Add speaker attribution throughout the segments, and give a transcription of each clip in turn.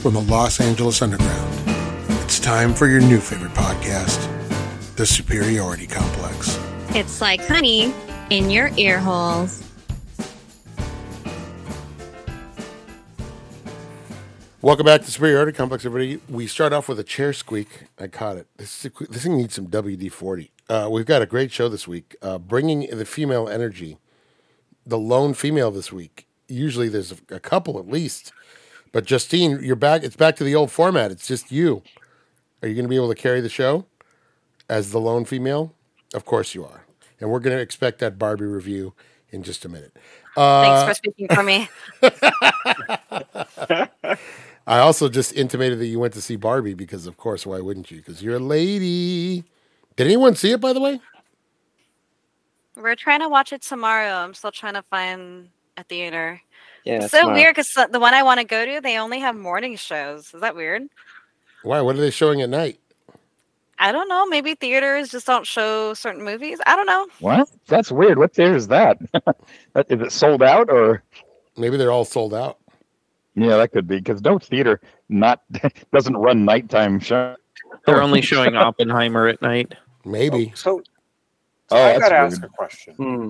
Speaker 1: from the Los Angeles Underground. It's time for your new favorite podcast, The Superiority Complex.
Speaker 2: It's like honey in your ear holes.
Speaker 1: Welcome back to Superiority Complex, everybody. We start off with a chair squeak. I caught it. This, is- this thing needs some WD 40. Uh, we've got a great show this week, uh, bringing the female energy, the lone female this week. Usually there's a, a couple at least. But Justine, you're back. It's back to the old format. It's just you. Are you going to be able to carry the show as the lone female? Of course you are. And we're going to expect that Barbie review in just a minute.
Speaker 2: Thanks for speaking for me.
Speaker 1: I also just intimated that you went to see Barbie because, of course, why wouldn't you? Because you're a lady. Did anyone see it, by the way?
Speaker 2: We're trying to watch it tomorrow. I'm still trying to find a theater.
Speaker 3: Yeah,
Speaker 2: it's
Speaker 3: that's
Speaker 2: so
Speaker 3: wild.
Speaker 2: weird because the one I want to go to, they only have morning shows. Is that weird?
Speaker 1: Why? What are they showing at night?
Speaker 2: I don't know. Maybe theaters just don't show certain movies. I don't know.
Speaker 4: What? That's weird. What theater is that? That- is it sold out or?
Speaker 1: Maybe they're all sold out.
Speaker 4: Yeah, that could be because no theater not doesn't run nighttime show.
Speaker 5: They're only showing Oppenheimer at night.
Speaker 1: Maybe.
Speaker 6: So,
Speaker 4: Oh,
Speaker 6: so I
Speaker 4: that's
Speaker 6: got to
Speaker 4: weird.
Speaker 6: ask a question.
Speaker 3: Hmm.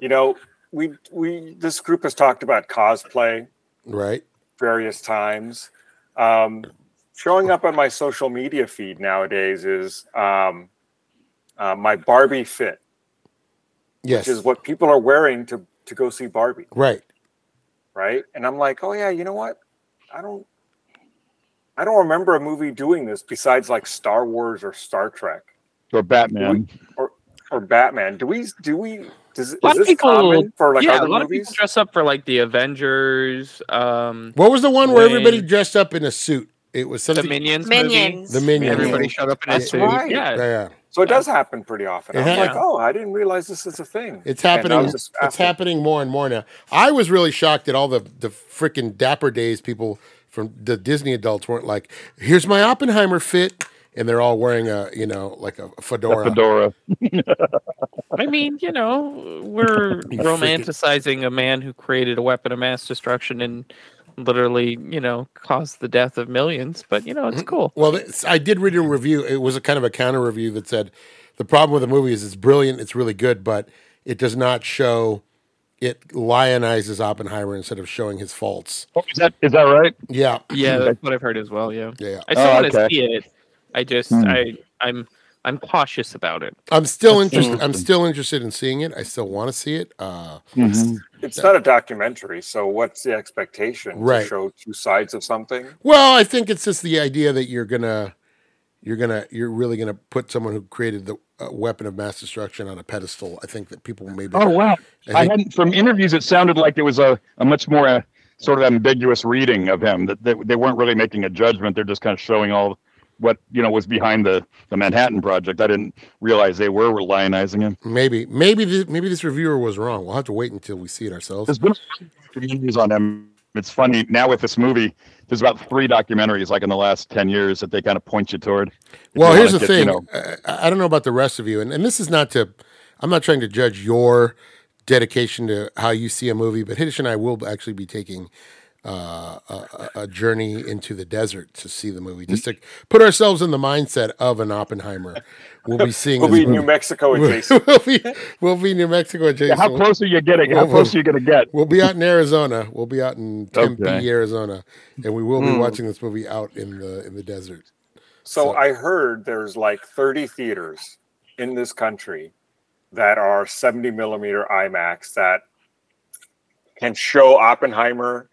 Speaker 6: You know, we we this group has talked about cosplay
Speaker 1: Right?
Speaker 6: various times. Um, showing up on my social media feed nowadays is um, uh, my Barbie fit,
Speaker 1: Yes.
Speaker 6: which is what people are wearing to to go see Barbie,
Speaker 1: Right.
Speaker 6: right? And I'm like, oh yeah, you know what? I don't. I don't remember a movie doing this besides like Star Wars or Star Trek
Speaker 4: Or Batman.
Speaker 6: or Batman. Do we? Do we? Does, is
Speaker 5: A lot of
Speaker 6: this
Speaker 5: people-
Speaker 6: common for like
Speaker 5: yeah, a
Speaker 6: other
Speaker 5: lot of
Speaker 6: movies?
Speaker 5: people dress up for like the Avengers, um,
Speaker 1: What was the one where everybody
Speaker 5: Wayne.
Speaker 1: dressed up in a suit? It was
Speaker 5: the
Speaker 1: something.
Speaker 5: Minions.
Speaker 2: Minions.
Speaker 1: The Minions.
Speaker 5: Movie. Everybody showed up in a
Speaker 1: That's
Speaker 5: suit.
Speaker 6: right.
Speaker 1: Yeah,
Speaker 5: Yeah.
Speaker 1: yeah.
Speaker 6: So it does happen pretty often.
Speaker 1: It
Speaker 6: I'm like,
Speaker 5: happens.
Speaker 6: oh, I didn't realize this is a thing.
Speaker 1: It's
Speaker 6: And I
Speaker 1: happening.
Speaker 6: was just
Speaker 1: It's
Speaker 6: asking.
Speaker 1: happening more and more now. I was really shocked at all the the freaking dapper days people from the Disney adults weren't like, "Here's my Oppenheimer fit," and they're all wearing a you know like a
Speaker 4: The
Speaker 1: fedora.
Speaker 4: fedora.
Speaker 5: I mean, you know, we're
Speaker 1: You freaking-
Speaker 5: romanticizing a man who created a weapon of mass destruction and literally, you know, caused the death of millions. But you know, it's cool.
Speaker 1: Well, this- I did read a review. It was a kind of a counter review that said the problem with the movie is it's brilliant, it's really good, but it does not show. It lionizes Oppenheimer instead of showing his faults.
Speaker 4: Oh, is that is that right?
Speaker 1: Yeah,
Speaker 5: Yeah, that's what I've heard as well. Yeah,
Speaker 1: yeah.
Speaker 5: I still
Speaker 4: Oh,
Speaker 5: want to
Speaker 4: okay.
Speaker 5: see it. I just,
Speaker 4: Hmm.
Speaker 5: I, I'm, I'm cautious about it.
Speaker 1: I'm still
Speaker 4: That's
Speaker 1: interested. I'm
Speaker 4: interesting.
Speaker 1: still interested in seeing it. I still want to see it. Uh,
Speaker 4: Mhm.
Speaker 6: It's not a documentary, so what's the expectation
Speaker 1: Right.
Speaker 6: to show two sides of something?
Speaker 1: Well, I think it's just the idea that you're gonna, you're gonna, you're really gonna put someone who created the uh, weapon of mass destruction on a pedestal. I think that people maybe.
Speaker 4: Oh wow!
Speaker 1: I
Speaker 4: I
Speaker 1: think-
Speaker 4: hadn't from interviews. It sounded like it was a, a much more uh sort of ambiguous reading of him. That they, they weren't really making a judgment. They're just kind of showing all what you know was behind the the Manhattan Project. I didn't realize they were lionizing him.
Speaker 1: maybe, maybe, this, maybe this reviewer was wrong. We'll have to wait until we see it ourselves.
Speaker 4: There's been documentaries on him. It's funny now with this movie. There's about three documentaries like in the last ten years that they kind of point you toward. If
Speaker 1: Well,
Speaker 4: you
Speaker 1: here's the
Speaker 4: wanna get,
Speaker 1: thing.
Speaker 4: You know,
Speaker 1: Uh, I I don't know about the rest of you, and, and this is not to. I'm not trying to judge your dedication to how you see a movie, but Hiddish and I will actually be taking uh, a, a a journey into the desert to see the movie, just to put ourselves in the mindset of an Oppenheimer. We'll be seeing.
Speaker 6: We'll
Speaker 1: this
Speaker 6: be in
Speaker 1: movie.
Speaker 6: New Mexico
Speaker 1: we'll,
Speaker 6: adjacent.
Speaker 1: we'll be, we'll be New Mexico adjacent.
Speaker 4: how close are you getting? How
Speaker 1: Well,
Speaker 4: close are you going to get?
Speaker 1: We'll be out in Arizona. We'll be out in Tempe,
Speaker 4: Okay.
Speaker 1: Arizona, and we will be
Speaker 3: Hmm.
Speaker 1: watching this movie out in the in the desert.
Speaker 6: So
Speaker 1: So-
Speaker 6: I heard there's like 30 theaters in this country that are 70 millimeter IMAX that can show Oppenheimer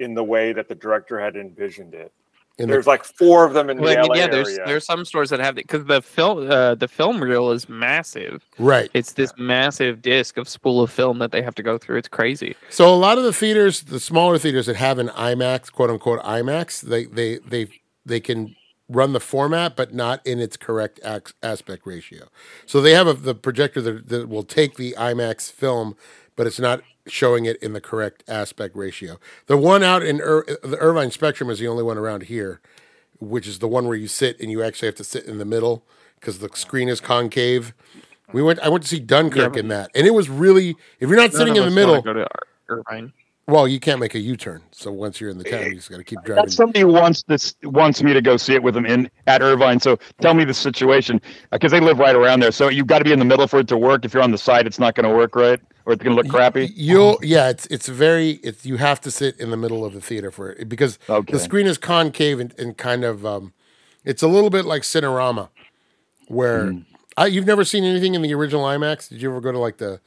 Speaker 6: in the way that the director had envisioned it.
Speaker 1: In
Speaker 6: there's
Speaker 1: the,
Speaker 6: like four of them in
Speaker 5: Well,
Speaker 6: the
Speaker 5: I mean,
Speaker 6: LA
Speaker 5: yeah, there's
Speaker 6: area.
Speaker 5: there's some stores that have it because the film uh, the film reel is massive.
Speaker 1: right.
Speaker 5: It's this massive disc of spool of film that they have to go through. It's crazy.
Speaker 1: So a lot of the theaters, the smaller theaters that have an IMAX, quote unquote IMAX, they they they they can run the format, but not in its correct ac- aspect ratio. So they have a, the projector that, that will take the IMAX film, but it's not showing it in the correct aspect ratio. The one out in Ir- the Irvine Spectrum is the only one around here, which is the one where you sit and you actually have to sit in the middle because the screen is concave. We went. I went to see Dunkirk
Speaker 5: Yeah.
Speaker 1: in that, and it was really. If you're not sitting
Speaker 5: None
Speaker 1: in
Speaker 5: of
Speaker 1: the
Speaker 5: us wanna
Speaker 1: middle,
Speaker 5: Go to Ir- Irvine.
Speaker 1: Well, you can't make a U turn. So once you're in the town, you just got to keep driving.
Speaker 4: That somebody wants this wants me to go see it with them in at Irvine. So tell me the situation because they live right around there. So you've got to be in the middle for it to work. If you're on the side, it's not going to work right, or it's going to look crappy.
Speaker 1: You'll yeah, it's it's very it's you have to sit in the middle of the theater for it because
Speaker 4: Okay.
Speaker 1: the screen is concave and, and kind of um, it's a little bit like Cinerama, where I, you've never seen anything in the original IMAX. Did you ever go to like the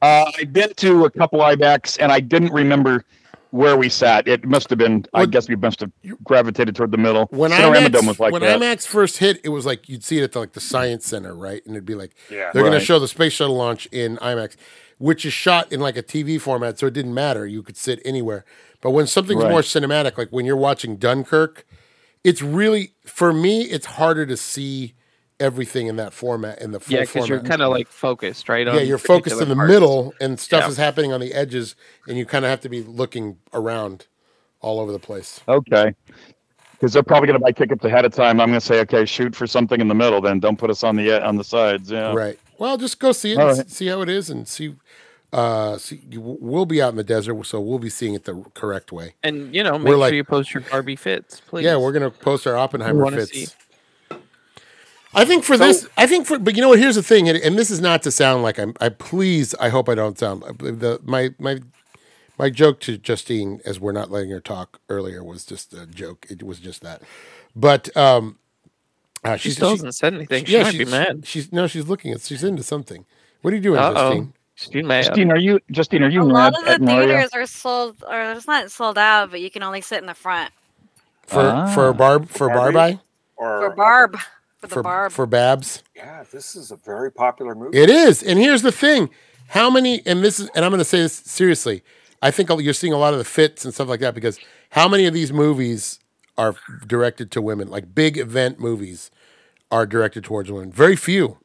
Speaker 4: Uh, I've been to a couple IBACs, and I didn't remember where we sat. It must have been. I
Speaker 1: Well,
Speaker 4: guess we must have gravitated toward the middle.
Speaker 1: when
Speaker 4: Cinerama
Speaker 1: IMAX
Speaker 4: Dome was like
Speaker 1: when
Speaker 4: that.
Speaker 1: IMAX first hit? It was like you'd see it at the, like the Science Center, right? And it'd be like
Speaker 6: Yeah.
Speaker 1: they're going
Speaker 4: Right.
Speaker 1: to show the space shuttle launch in IMAX, which is shot in like a TV format, so it didn't matter. You could sit anywhere. But when something's
Speaker 4: Right.
Speaker 1: more cinematic, like when you're watching Dunkirk, it's really for me, it's harder to see everything in that format in the full
Speaker 5: Yeah, because
Speaker 1: format.
Speaker 5: you're kind of like focused, right?
Speaker 1: yeah,
Speaker 5: on
Speaker 1: you're focused
Speaker 5: particular
Speaker 1: in the
Speaker 5: parts.
Speaker 1: middle, and stuff
Speaker 5: Yeah.
Speaker 1: is happening on the edges, and you kind of have to be looking around all over the place.
Speaker 4: Okay. Because they're probably going to buy tickets ahead of time. I'm going to say, okay, shoot for something in the middle. Then don't put us on the on the sides. Yeah.
Speaker 1: Right. Well, just go see it,
Speaker 4: All
Speaker 1: and
Speaker 4: right.
Speaker 1: s- see how it is, and see. Uh, see, you- we'll be out in the desert, so we'll be seeing it the correct way.
Speaker 5: And you know,
Speaker 1: We're
Speaker 5: make sure
Speaker 1: like-
Speaker 5: you post your Barbie fits, please.
Speaker 1: Yeah, we're gonna post our Oppenheimer
Speaker 5: wanna
Speaker 1: fits.
Speaker 5: see.
Speaker 1: I think for this, I think for, but you know what? Here's the thing, and, and this is not to sound like I'm. I please, I hope I don't sound uh, the my my my joke to Justine as we're not letting her talk earlier was just a joke. It was just that, but um, uh,
Speaker 5: She
Speaker 1: she's
Speaker 5: still
Speaker 1: she-
Speaker 5: hasn't said anything. She
Speaker 1: yeah,
Speaker 5: might be mad.
Speaker 1: She's no, she's looking at. She's into something. What are you doing,
Speaker 5: Uh
Speaker 1: Justine?
Speaker 5: oh, she's mad.
Speaker 4: Justine, are you Justine? Are you
Speaker 2: A
Speaker 4: mad
Speaker 2: lot of the
Speaker 4: at Mario?
Speaker 2: theaters are sold, or it's not sold out, but you can only sit in the front
Speaker 1: for
Speaker 4: Ah.
Speaker 1: for Barb for
Speaker 6: Barbie?
Speaker 1: Barbie
Speaker 6: Or
Speaker 2: for Barb. For the
Speaker 1: Uh, for
Speaker 2: Barb.
Speaker 1: for Babs.
Speaker 6: Yeah, this is a very popular movie.
Speaker 1: It is, and here's the thing: how many? And this is, and I'm going to say this seriously. I think you're seeing a lot of the fits and stuff like that because how many of these movies are directed to women? Like big event movies are directed towards women. Very few,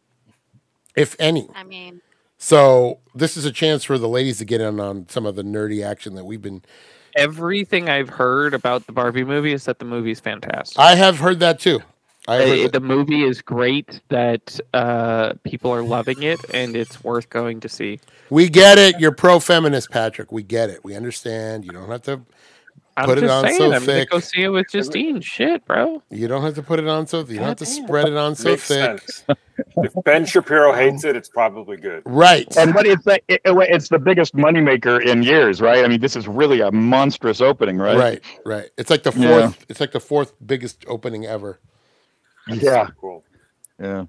Speaker 1: if any.
Speaker 2: I mean,
Speaker 1: So this is a chance for the ladies to get in on some of the nerdy action that we've been.
Speaker 5: Everything I've heard about the Barbie movie is that the movie's fantastic.
Speaker 1: I have heard that too. I have heard
Speaker 5: Uh,
Speaker 1: that.
Speaker 5: the movie is great. That uh, people are loving it, and it's worth going to see.
Speaker 1: We get it. You're pro feminist, Patrick. We get it. We understand. You don't have to
Speaker 5: I'm
Speaker 1: Put it
Speaker 5: just
Speaker 1: on
Speaker 5: saying,
Speaker 1: so
Speaker 5: I'm gonna
Speaker 1: thick.
Speaker 5: go see it with Justine. Shit, bro.
Speaker 1: You don't have to put it on so. You don't have to
Speaker 5: God damn.
Speaker 1: spread it on so
Speaker 6: Makes
Speaker 1: thick.
Speaker 6: sense. if Ben Shapiro hates it, it's probably good.
Speaker 1: Right.
Speaker 4: And what it's the it, it's the biggest moneymaker in years, right? I mean, this is really a monstrous opening, right?
Speaker 1: right, right, It's like the fourth.
Speaker 4: Yeah.
Speaker 1: It's like the fourth biggest opening ever.
Speaker 4: Yeah.
Speaker 6: Cool.
Speaker 4: Yeah.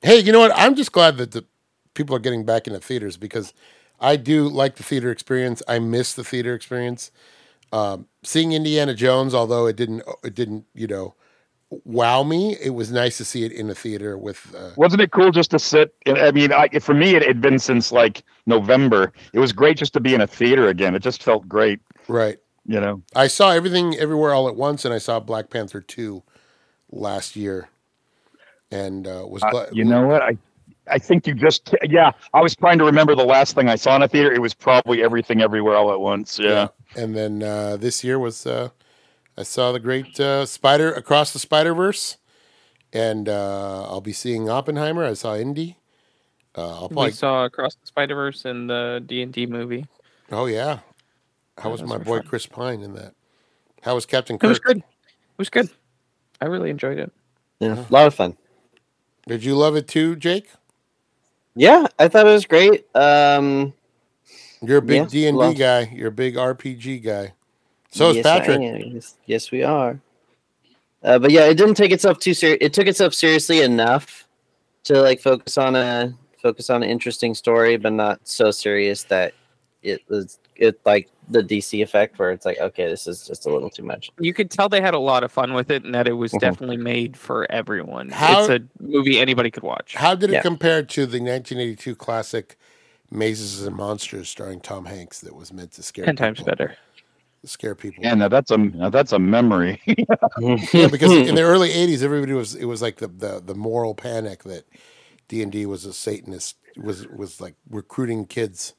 Speaker 1: Hey, you know what? I'm just glad that the people are getting back into theaters because I do like the theater experience. I miss the theater experience. Um, seeing Indiana Jones, although it didn't, it didn't, you know, wow me. It was nice to see it in a theater with. Uh,
Speaker 4: Wasn't it cool just to sit? I mean, I, for me, it had been since like November. It was great just to be in a theater again. It just felt great,
Speaker 1: right.
Speaker 4: you know.
Speaker 1: I saw everything everywhere all at once, and I saw Black Panther two last year, and uh, was
Speaker 4: Uh,
Speaker 1: glad-
Speaker 4: you know what? I I think you just yeah. I was trying to remember the last thing I saw in a theater. It was probably everything everywhere all at once. Yeah.
Speaker 1: And then uh, this year was uh, I saw the great uh, Spider Across the Spider Verse, and uh, I'll be seeing Oppenheimer. I saw Indy. Uh, I'll
Speaker 5: We
Speaker 1: probably
Speaker 5: saw Across the Spider Verse and the D and D movie.
Speaker 1: oh yeah, how
Speaker 5: Yeah,
Speaker 1: was
Speaker 5: those
Speaker 1: my
Speaker 5: were
Speaker 1: boy
Speaker 5: fun.
Speaker 1: Chris Pine in that? How was Captain
Speaker 5: It was
Speaker 1: Kirk?
Speaker 5: good. It was good. I really enjoyed it.
Speaker 3: Yeah, a lot of fun.
Speaker 1: Did you love it too, Jake?
Speaker 3: Yeah, I thought it was great. Um,
Speaker 1: You're a big
Speaker 3: Yeah,
Speaker 1: D and D
Speaker 3: loved-
Speaker 1: guy. You're a big RPG guy. So is
Speaker 3: yes, I
Speaker 1: Patrick.
Speaker 3: am. Yes, yes, we are. Uh, but yeah, it didn't take itself too ser. It took itself seriously enough to like focus on a focus on an interesting story, but not so serious that it was it like the DC effect where it's like, okay, this is just a little too much.
Speaker 5: You could tell they had a lot of fun with it, and that it was
Speaker 3: Mhm.
Speaker 5: definitely made for everyone.
Speaker 1: Mm-hmm. How-
Speaker 5: It's a movie anybody could watch.
Speaker 1: How did it
Speaker 3: Yeah.
Speaker 1: compare to the 1982 classic Mazes and Monsters starring Tom Hanks that was meant to scare
Speaker 5: Ten times
Speaker 1: people-
Speaker 5: better.
Speaker 1: Scare people.
Speaker 4: Yeah. Now that's a now that's a memory.
Speaker 1: Mm-hmm. yeah, because in the early '80s, everybody was it was like the the, the moral panic that D and D was a Satanist was was like recruiting kids.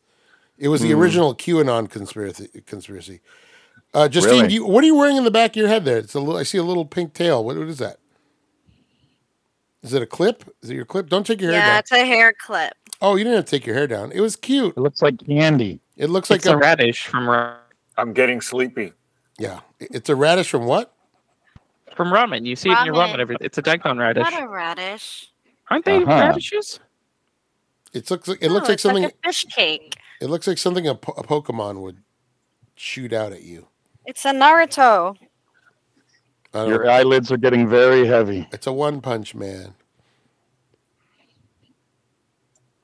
Speaker 1: It was the
Speaker 4: Hmm.
Speaker 1: original QAnon conspiracy. Conspiracy. Uh, Justine,
Speaker 4: Really?
Speaker 1: do you, what are you wearing in the back of your head there? It's a little. I see a little pink tail. What, what is that? Is it a clip? Is it your clip? Don't take your hair
Speaker 2: yeah,
Speaker 1: down.
Speaker 2: it's a hair clip.
Speaker 1: Oh, you didn't have to take your hair down. It was cute.
Speaker 4: it looks like candy.
Speaker 1: It looks
Speaker 5: It's
Speaker 1: like
Speaker 5: a
Speaker 1: a,
Speaker 5: radish from Ra-
Speaker 6: I'm getting sleepy.
Speaker 1: Yeah, it's a radish from what?
Speaker 5: From ramen. You see it in your
Speaker 2: Ramen.
Speaker 5: ramen. Every, it's a daikon radish.
Speaker 2: Not a radish.
Speaker 5: Aren't they
Speaker 4: Uh-huh.
Speaker 5: radishes?
Speaker 1: It looks. It
Speaker 2: No,
Speaker 1: looks like
Speaker 2: it's
Speaker 1: something.
Speaker 2: a fish cake.
Speaker 1: It looks like something a, po- a Pokemon would shoot out at you.
Speaker 2: It's a Naruto.
Speaker 1: I don't
Speaker 4: Your
Speaker 1: know.
Speaker 4: eyelids are getting very heavy.
Speaker 1: It's a One Punch Man.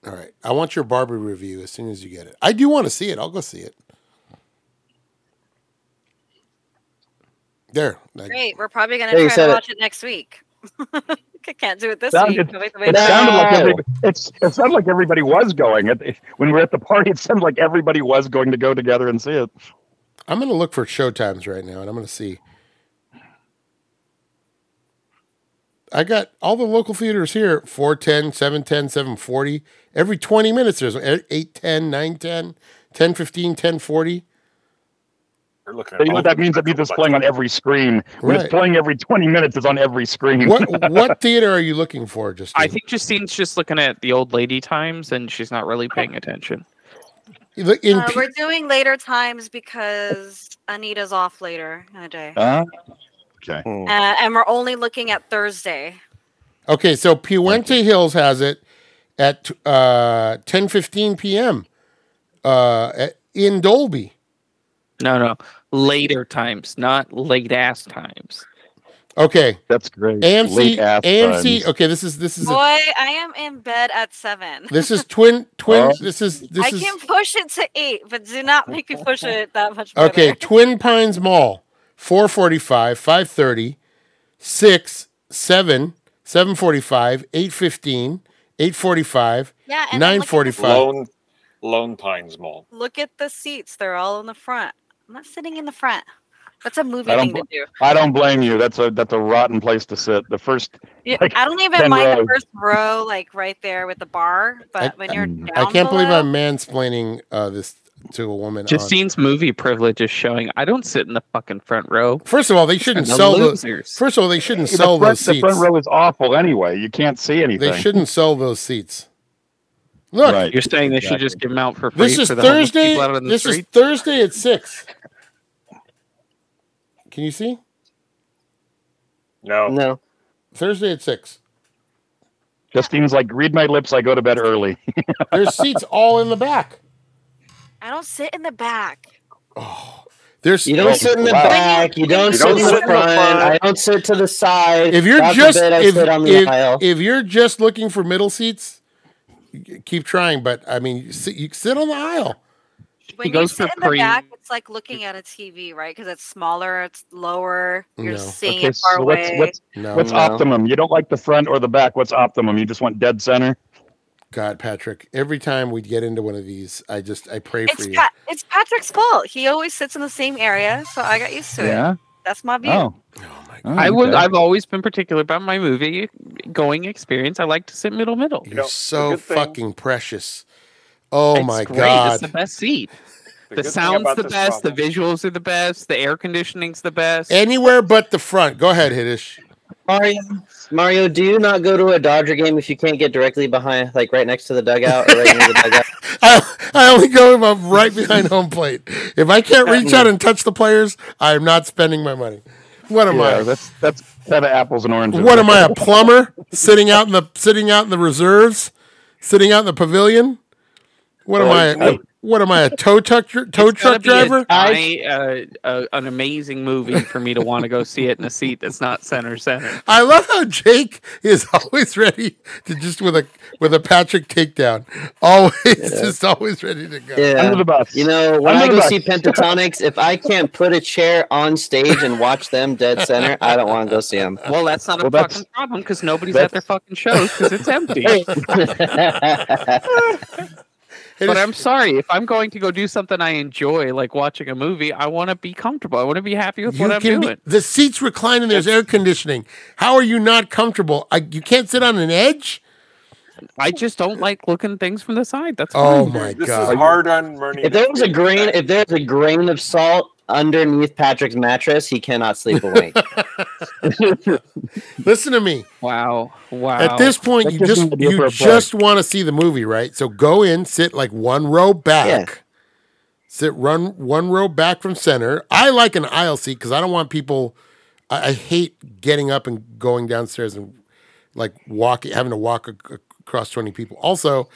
Speaker 1: All right, I want your Barbie review as soon as you get it. I do want to see it. I'll go see it. There. I-
Speaker 2: Great. We're probably gonna
Speaker 3: There you
Speaker 2: try
Speaker 3: said
Speaker 2: to
Speaker 3: it.
Speaker 2: watch it next week. I can't do it this
Speaker 4: Sound-
Speaker 2: week.
Speaker 4: it-
Speaker 2: the way the way
Speaker 4: It
Speaker 3: No.
Speaker 4: sounded like everybody, it's it sounded like everybody was going. It- it- When we were at the party, it sounded like everybody was going to go together and see it.
Speaker 1: I'm going to look for showtimes right now, and I'm going to see. I got all the local theaters here 410, 710, 740. Every 20 minutes, there's 810, 910, 1015, 1040.
Speaker 6: You're looking at
Speaker 4: You know
Speaker 6: all
Speaker 4: what that
Speaker 6: the-
Speaker 4: means? That means it's playing on every screen. When
Speaker 1: Right.
Speaker 4: it's playing every 20 minutes, it's on every screen.
Speaker 1: What what theater are you looking for? Just
Speaker 5: I think Justine's just looking at the old lady times and she's not really paying attention.
Speaker 1: in
Speaker 2: Uh,
Speaker 1: P-
Speaker 2: we're doing later times because Anita's off later in the
Speaker 1: Oh.
Speaker 2: day,
Speaker 4: Huh? okay.
Speaker 2: uh, and we're only looking at Thursday.
Speaker 1: Okay, so Puente Hills has it at uh, 10:15 p.m. Uh, at- in Dolby.
Speaker 5: No, no. Later times, not late ass times.
Speaker 1: Okay,
Speaker 4: That's great.
Speaker 1: AMC,
Speaker 4: Late ass
Speaker 1: AMC.
Speaker 4: times.
Speaker 1: Okay, this is this is
Speaker 2: Boy,
Speaker 1: a,
Speaker 2: I am in bed at seven.
Speaker 1: this is twin twin.
Speaker 4: Oh.
Speaker 1: This is this
Speaker 2: I
Speaker 1: is
Speaker 2: can push it to eight, but do not make me push it that much.
Speaker 1: okay.
Speaker 2: further.
Speaker 1: Twin Pines Mall, 4:45, 5:30, 6, 7, 7:45, 8:15, 8:45.
Speaker 2: yeah, and then look at the
Speaker 1: 9:45.
Speaker 6: Lone, Lone Pines Mall.
Speaker 2: Look at the seats; they're all in the front. I'm not sitting in the front. That's a movie
Speaker 4: I don't
Speaker 2: thing to do.
Speaker 4: I don't blame you. That's a that's a rotten place to sit. The first
Speaker 2: Yeah,
Speaker 4: like,
Speaker 2: I don't even
Speaker 4: 10
Speaker 2: mind the
Speaker 4: rows.
Speaker 2: first row, like right there with the bar. But when you're down
Speaker 1: I can't believe
Speaker 2: below-
Speaker 1: I'm mansplaining uh, this to a woman. on-
Speaker 5: Justine's movie privilege is showing. I don't sit in the fucking front row.
Speaker 1: First of all, they shouldn't
Speaker 5: The
Speaker 1: sell those.
Speaker 5: losers.
Speaker 1: First of all, they shouldn't
Speaker 4: the
Speaker 1: sell
Speaker 4: front,
Speaker 1: those
Speaker 4: the
Speaker 1: seats.
Speaker 4: front row is awful anyway. You can't see anything.
Speaker 1: They shouldn't sell those seats. Look,
Speaker 4: Right.
Speaker 5: You're saying they should just give them out for free
Speaker 1: this is
Speaker 5: for the homeless
Speaker 1: Thursday.
Speaker 5: people out on the
Speaker 1: This is
Speaker 5: street?
Speaker 1: Thursday at six. Can you see
Speaker 6: No,
Speaker 3: No.
Speaker 1: Thursday at six?
Speaker 4: Justine's like, read my lips. I go to bed early.
Speaker 1: There's seats all in the back.
Speaker 2: I don't sit in the back.
Speaker 1: There's
Speaker 3: You don't sit in the
Speaker 4: Wow.
Speaker 3: back. You don't, sit, in the front. I don't sit to the side.
Speaker 1: if you're
Speaker 3: God
Speaker 1: just
Speaker 3: forbid I
Speaker 1: if,
Speaker 3: sit on the
Speaker 1: if,
Speaker 3: aisle.
Speaker 1: if you're just looking for middle seats, keep trying. But I mean, you sit, you sit on the aisle.
Speaker 2: When you
Speaker 5: goes for
Speaker 2: sit in the
Speaker 5: pre-
Speaker 2: back, it's like looking at a TV, right? Because it's smaller, it's lower. You're
Speaker 1: No.
Speaker 2: seeing
Speaker 4: Okay,
Speaker 2: it far
Speaker 4: so what's
Speaker 2: away.
Speaker 4: what's
Speaker 1: No,
Speaker 4: what's
Speaker 3: No.
Speaker 4: optimum? You don't like the front or the back. What's optimum? You just want dead center.
Speaker 1: God, Patrick. Every time we get into one of these, I just I pray for
Speaker 2: It's
Speaker 1: you.
Speaker 2: Pat- it's Patrick's fault. He always sits in the same area, so I got used to it. That's my view.
Speaker 4: Oh.
Speaker 1: oh my
Speaker 4: oh,
Speaker 5: I would.
Speaker 4: okay.
Speaker 5: I've always been particular about my movie going experience. I like to sit middle middle.
Speaker 1: You're
Speaker 6: know, the
Speaker 1: so
Speaker 6: good thing-
Speaker 1: fucking precious. Oh
Speaker 5: It's
Speaker 1: my
Speaker 5: great. It's
Speaker 1: god.
Speaker 5: the best seat. The,
Speaker 6: good thing
Speaker 5: sound's
Speaker 6: about
Speaker 5: the
Speaker 6: this
Speaker 5: best.
Speaker 6: problem-
Speaker 5: The visuals are the best. The air conditioning's the best.
Speaker 1: Anywhere but the front. Go ahead, Hiddish.
Speaker 3: Mario, Mario, do you not go to a Dodger game if you can't get directly behind, like right next to the dugout or right near the dugout?
Speaker 1: I, I only go up right behind home plate. If I can't reach out and touch the players, I am not spending my money. What am
Speaker 4: Yeah,
Speaker 1: I?
Speaker 4: that's that's kind of apples and oranges.
Speaker 1: What am I? A plumber sitting out in the sitting out in the reserves, sitting out in the pavilion. What am
Speaker 6: Well,
Speaker 1: I?
Speaker 6: you-
Speaker 1: What, what am I? A tow truck dr- tow
Speaker 5: It's gotta
Speaker 1: truck
Speaker 5: be a
Speaker 1: driver?
Speaker 5: tie- uh, uh, an amazing movie for me to want to go see it in a seat that's not center center.
Speaker 1: I love how Jake is always ready to just with a with a Patrick takedown. Always just always ready to go.
Speaker 4: Under the
Speaker 3: Yeah.
Speaker 4: bus.
Speaker 3: You know, when
Speaker 4: I'm
Speaker 3: I
Speaker 4: gonna buy-
Speaker 3: go see Pentatonics, if I can't put a chair on stage and watch them dead center, I don't want to go see them.
Speaker 5: Well, that's not a
Speaker 4: Well, that's-
Speaker 5: fucking problem because nobody's
Speaker 4: that's-
Speaker 5: at their fucking shows because it's empty.
Speaker 1: It
Speaker 5: but
Speaker 1: is-
Speaker 5: I'm sorry if I'm going to go do something I enjoy, like watching a movie. I want to be comfortable. I want to be happy with what I'm
Speaker 1: can be-
Speaker 5: doing.
Speaker 1: the seats recline and there's air conditioning. How are you not comfortable? I, you can't sit on an edge.
Speaker 5: I just don't like looking things from the side. That's
Speaker 1: Oh
Speaker 5: fine.
Speaker 1: my
Speaker 6: this
Speaker 1: god!
Speaker 6: is hard on Murray.
Speaker 3: if there was a grain, if there's a grain of salt underneath Patrick's mattress, he cannot sleep awake.
Speaker 1: Listen to me.
Speaker 5: Wow! Wow!
Speaker 1: At this point,
Speaker 4: That
Speaker 1: you
Speaker 4: gives
Speaker 1: just
Speaker 4: me an idea for
Speaker 1: you
Speaker 4: a play.
Speaker 1: just want to see the movie, right? So go in, sit like one row back, Sit run one row back from center. I like an aisle seat because I don't want people. I, I hate getting up and going downstairs and like walking, having to walk ac- ac- across twenty people. Also,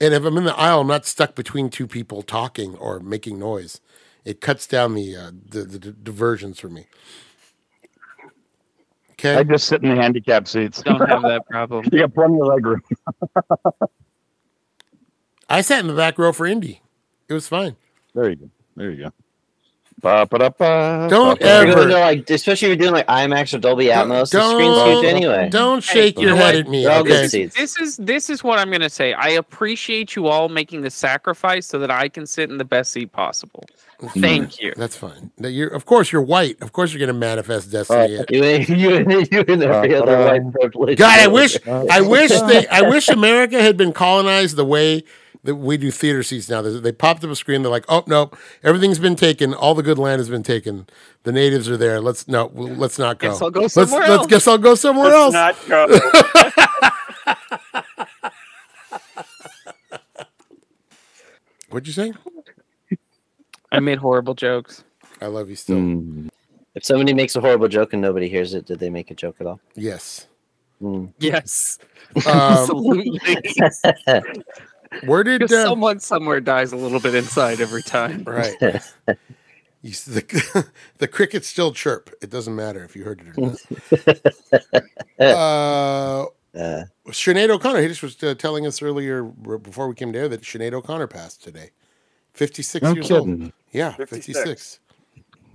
Speaker 1: and if I'm in the aisle, I'm not stuck between two people talking or making noise. It cuts down the uh, the, the d- diversions for me.
Speaker 4: I
Speaker 1: Okay,
Speaker 4: just sit in the handicap seats.
Speaker 5: Don't have that problem.
Speaker 4: You got plenty of legroom.
Speaker 1: I sat in the back row for Indy. It was fine.
Speaker 4: There you go. There you go. Ba-ba-da-ba,
Speaker 1: Don't
Speaker 4: ba-ba-da-ba.
Speaker 1: ever-
Speaker 3: You're going to like, especially if you're doing like IMAX or Dolby Atmos. The screen's
Speaker 1: Don't-
Speaker 3: huge anyway.
Speaker 1: Don't shake
Speaker 5: you
Speaker 1: your
Speaker 5: know
Speaker 1: head
Speaker 5: what?
Speaker 1: at me.
Speaker 3: They're all good
Speaker 1: Okay.
Speaker 3: seats.
Speaker 5: This is this is what I'm gonna say. I appreciate you all making the sacrifice so that I can sit in the best seat possible. Thank you.
Speaker 1: That's fine. Now you're, of course, you're white. Of course, you're going to manifest destiny.
Speaker 3: You and you and you and every
Speaker 4: Uh,
Speaker 3: other
Speaker 4: uh,
Speaker 3: white privilege.
Speaker 1: God, I wish, I wish they, I wish America had been colonized the way that we do theater seats now. They, they popped up a screen. They're like, oh nope, everything's been taken. All the good land has been taken. The natives are there. Let's no, well, let's not go.
Speaker 5: Guess I'll go
Speaker 1: let's,
Speaker 5: somewhere
Speaker 1: let's
Speaker 5: else.
Speaker 1: guess I'll go somewhere
Speaker 6: Let's
Speaker 1: else.
Speaker 6: not go.
Speaker 1: What'd you say?
Speaker 5: I made horrible jokes.
Speaker 1: I love you still.
Speaker 4: Mm.
Speaker 3: If somebody makes a horrible joke and nobody hears it, did they make a joke at all?
Speaker 1: Yes.
Speaker 3: Mm.
Speaker 5: Yes.
Speaker 1: Um,
Speaker 5: Absolutely.
Speaker 1: where did
Speaker 5: Because
Speaker 1: uh,
Speaker 5: someone somewhere dies a little bit inside every time.
Speaker 1: right?
Speaker 3: Uh,
Speaker 1: You, s- the, the crickets still chirp. It doesn't matter if you heard it or not. uh,
Speaker 3: uh,
Speaker 1: Sinead O'Connor. He just was uh, telling us earlier r- before we came to air that Sinead O'Connor passed today, fifty-six
Speaker 4: No
Speaker 1: years old.
Speaker 4: kidding.
Speaker 1: Yeah,
Speaker 6: 56.
Speaker 1: fifty-six.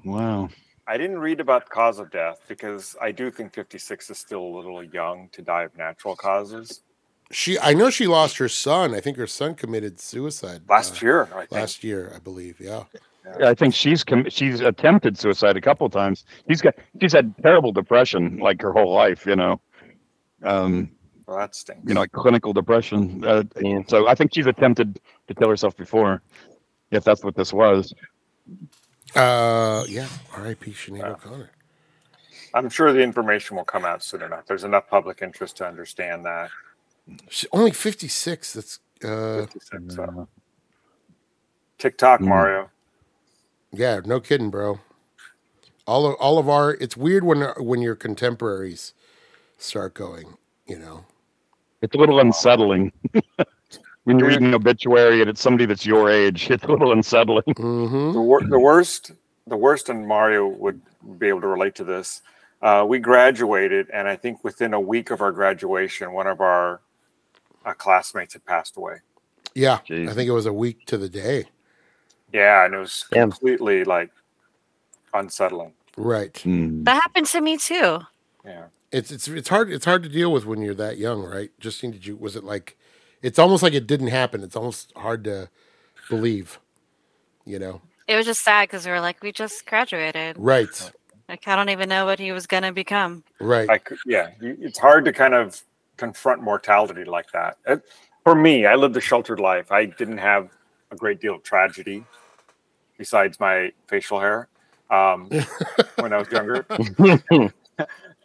Speaker 4: Wow.
Speaker 6: I didn't read about cause of death because I do think 56 is still a little young to die of natural causes.
Speaker 1: She, I know she lost her son. I think her son committed suicide
Speaker 6: Last
Speaker 1: uh,
Speaker 6: year, I think.
Speaker 1: Last year, I believe. Yeah,
Speaker 4: I think she's com- she's attempted suicide a couple times. She's got she's had terrible depression like her whole life, you know. Um,
Speaker 6: Well, that stinks.
Speaker 4: you know, like clinical depression. Uh,
Speaker 3: yeah.
Speaker 4: so I think she's attempted to kill herself before, if that's what this was.
Speaker 1: uh, yeah. R.I.P. Sinead O'Connor.
Speaker 6: I'm sure the information will come out soon enough. There's enough public interest to understand that.
Speaker 1: She, only fifty-six. That's uh,
Speaker 6: 56, so. TikTok,
Speaker 4: Mm.
Speaker 6: Mario.
Speaker 1: yeah. No kidding, bro. All of all of our. It's weird when when your contemporaries start going. You know.
Speaker 4: It's a little unsettling when you read an obituary and it's somebody that's your age. It's a little unsettling.
Speaker 1: Mm-hmm.
Speaker 6: The, wor- the worst, the worst, and Mario would be able to relate to this. Uh, we graduated, and I think within a week of our graduation, one of our uh, classmates had passed away.
Speaker 1: Yeah,
Speaker 4: Jeez.
Speaker 1: I think it was a week to the day.
Speaker 6: Yeah, and it was
Speaker 3: Damn.
Speaker 6: completely like unsettling.
Speaker 1: Right.
Speaker 4: Mm.
Speaker 2: That happened to me too.
Speaker 6: Yeah.
Speaker 1: It's it's it's hard it's hard to deal with when you're that young, right? Justine, did you was it like it's almost like it didn't happen. It's almost hard to believe. You know?
Speaker 2: It was just sad because we were like, we just graduated.
Speaker 1: Right.
Speaker 2: Like, I don't even know what he was going to become.
Speaker 1: Right.
Speaker 6: like yeah you- it's hard to kind of confront mortality like that It- for me i lived a sheltered life i didn't have a great deal of tragedy besides my facial hair um, when i was younger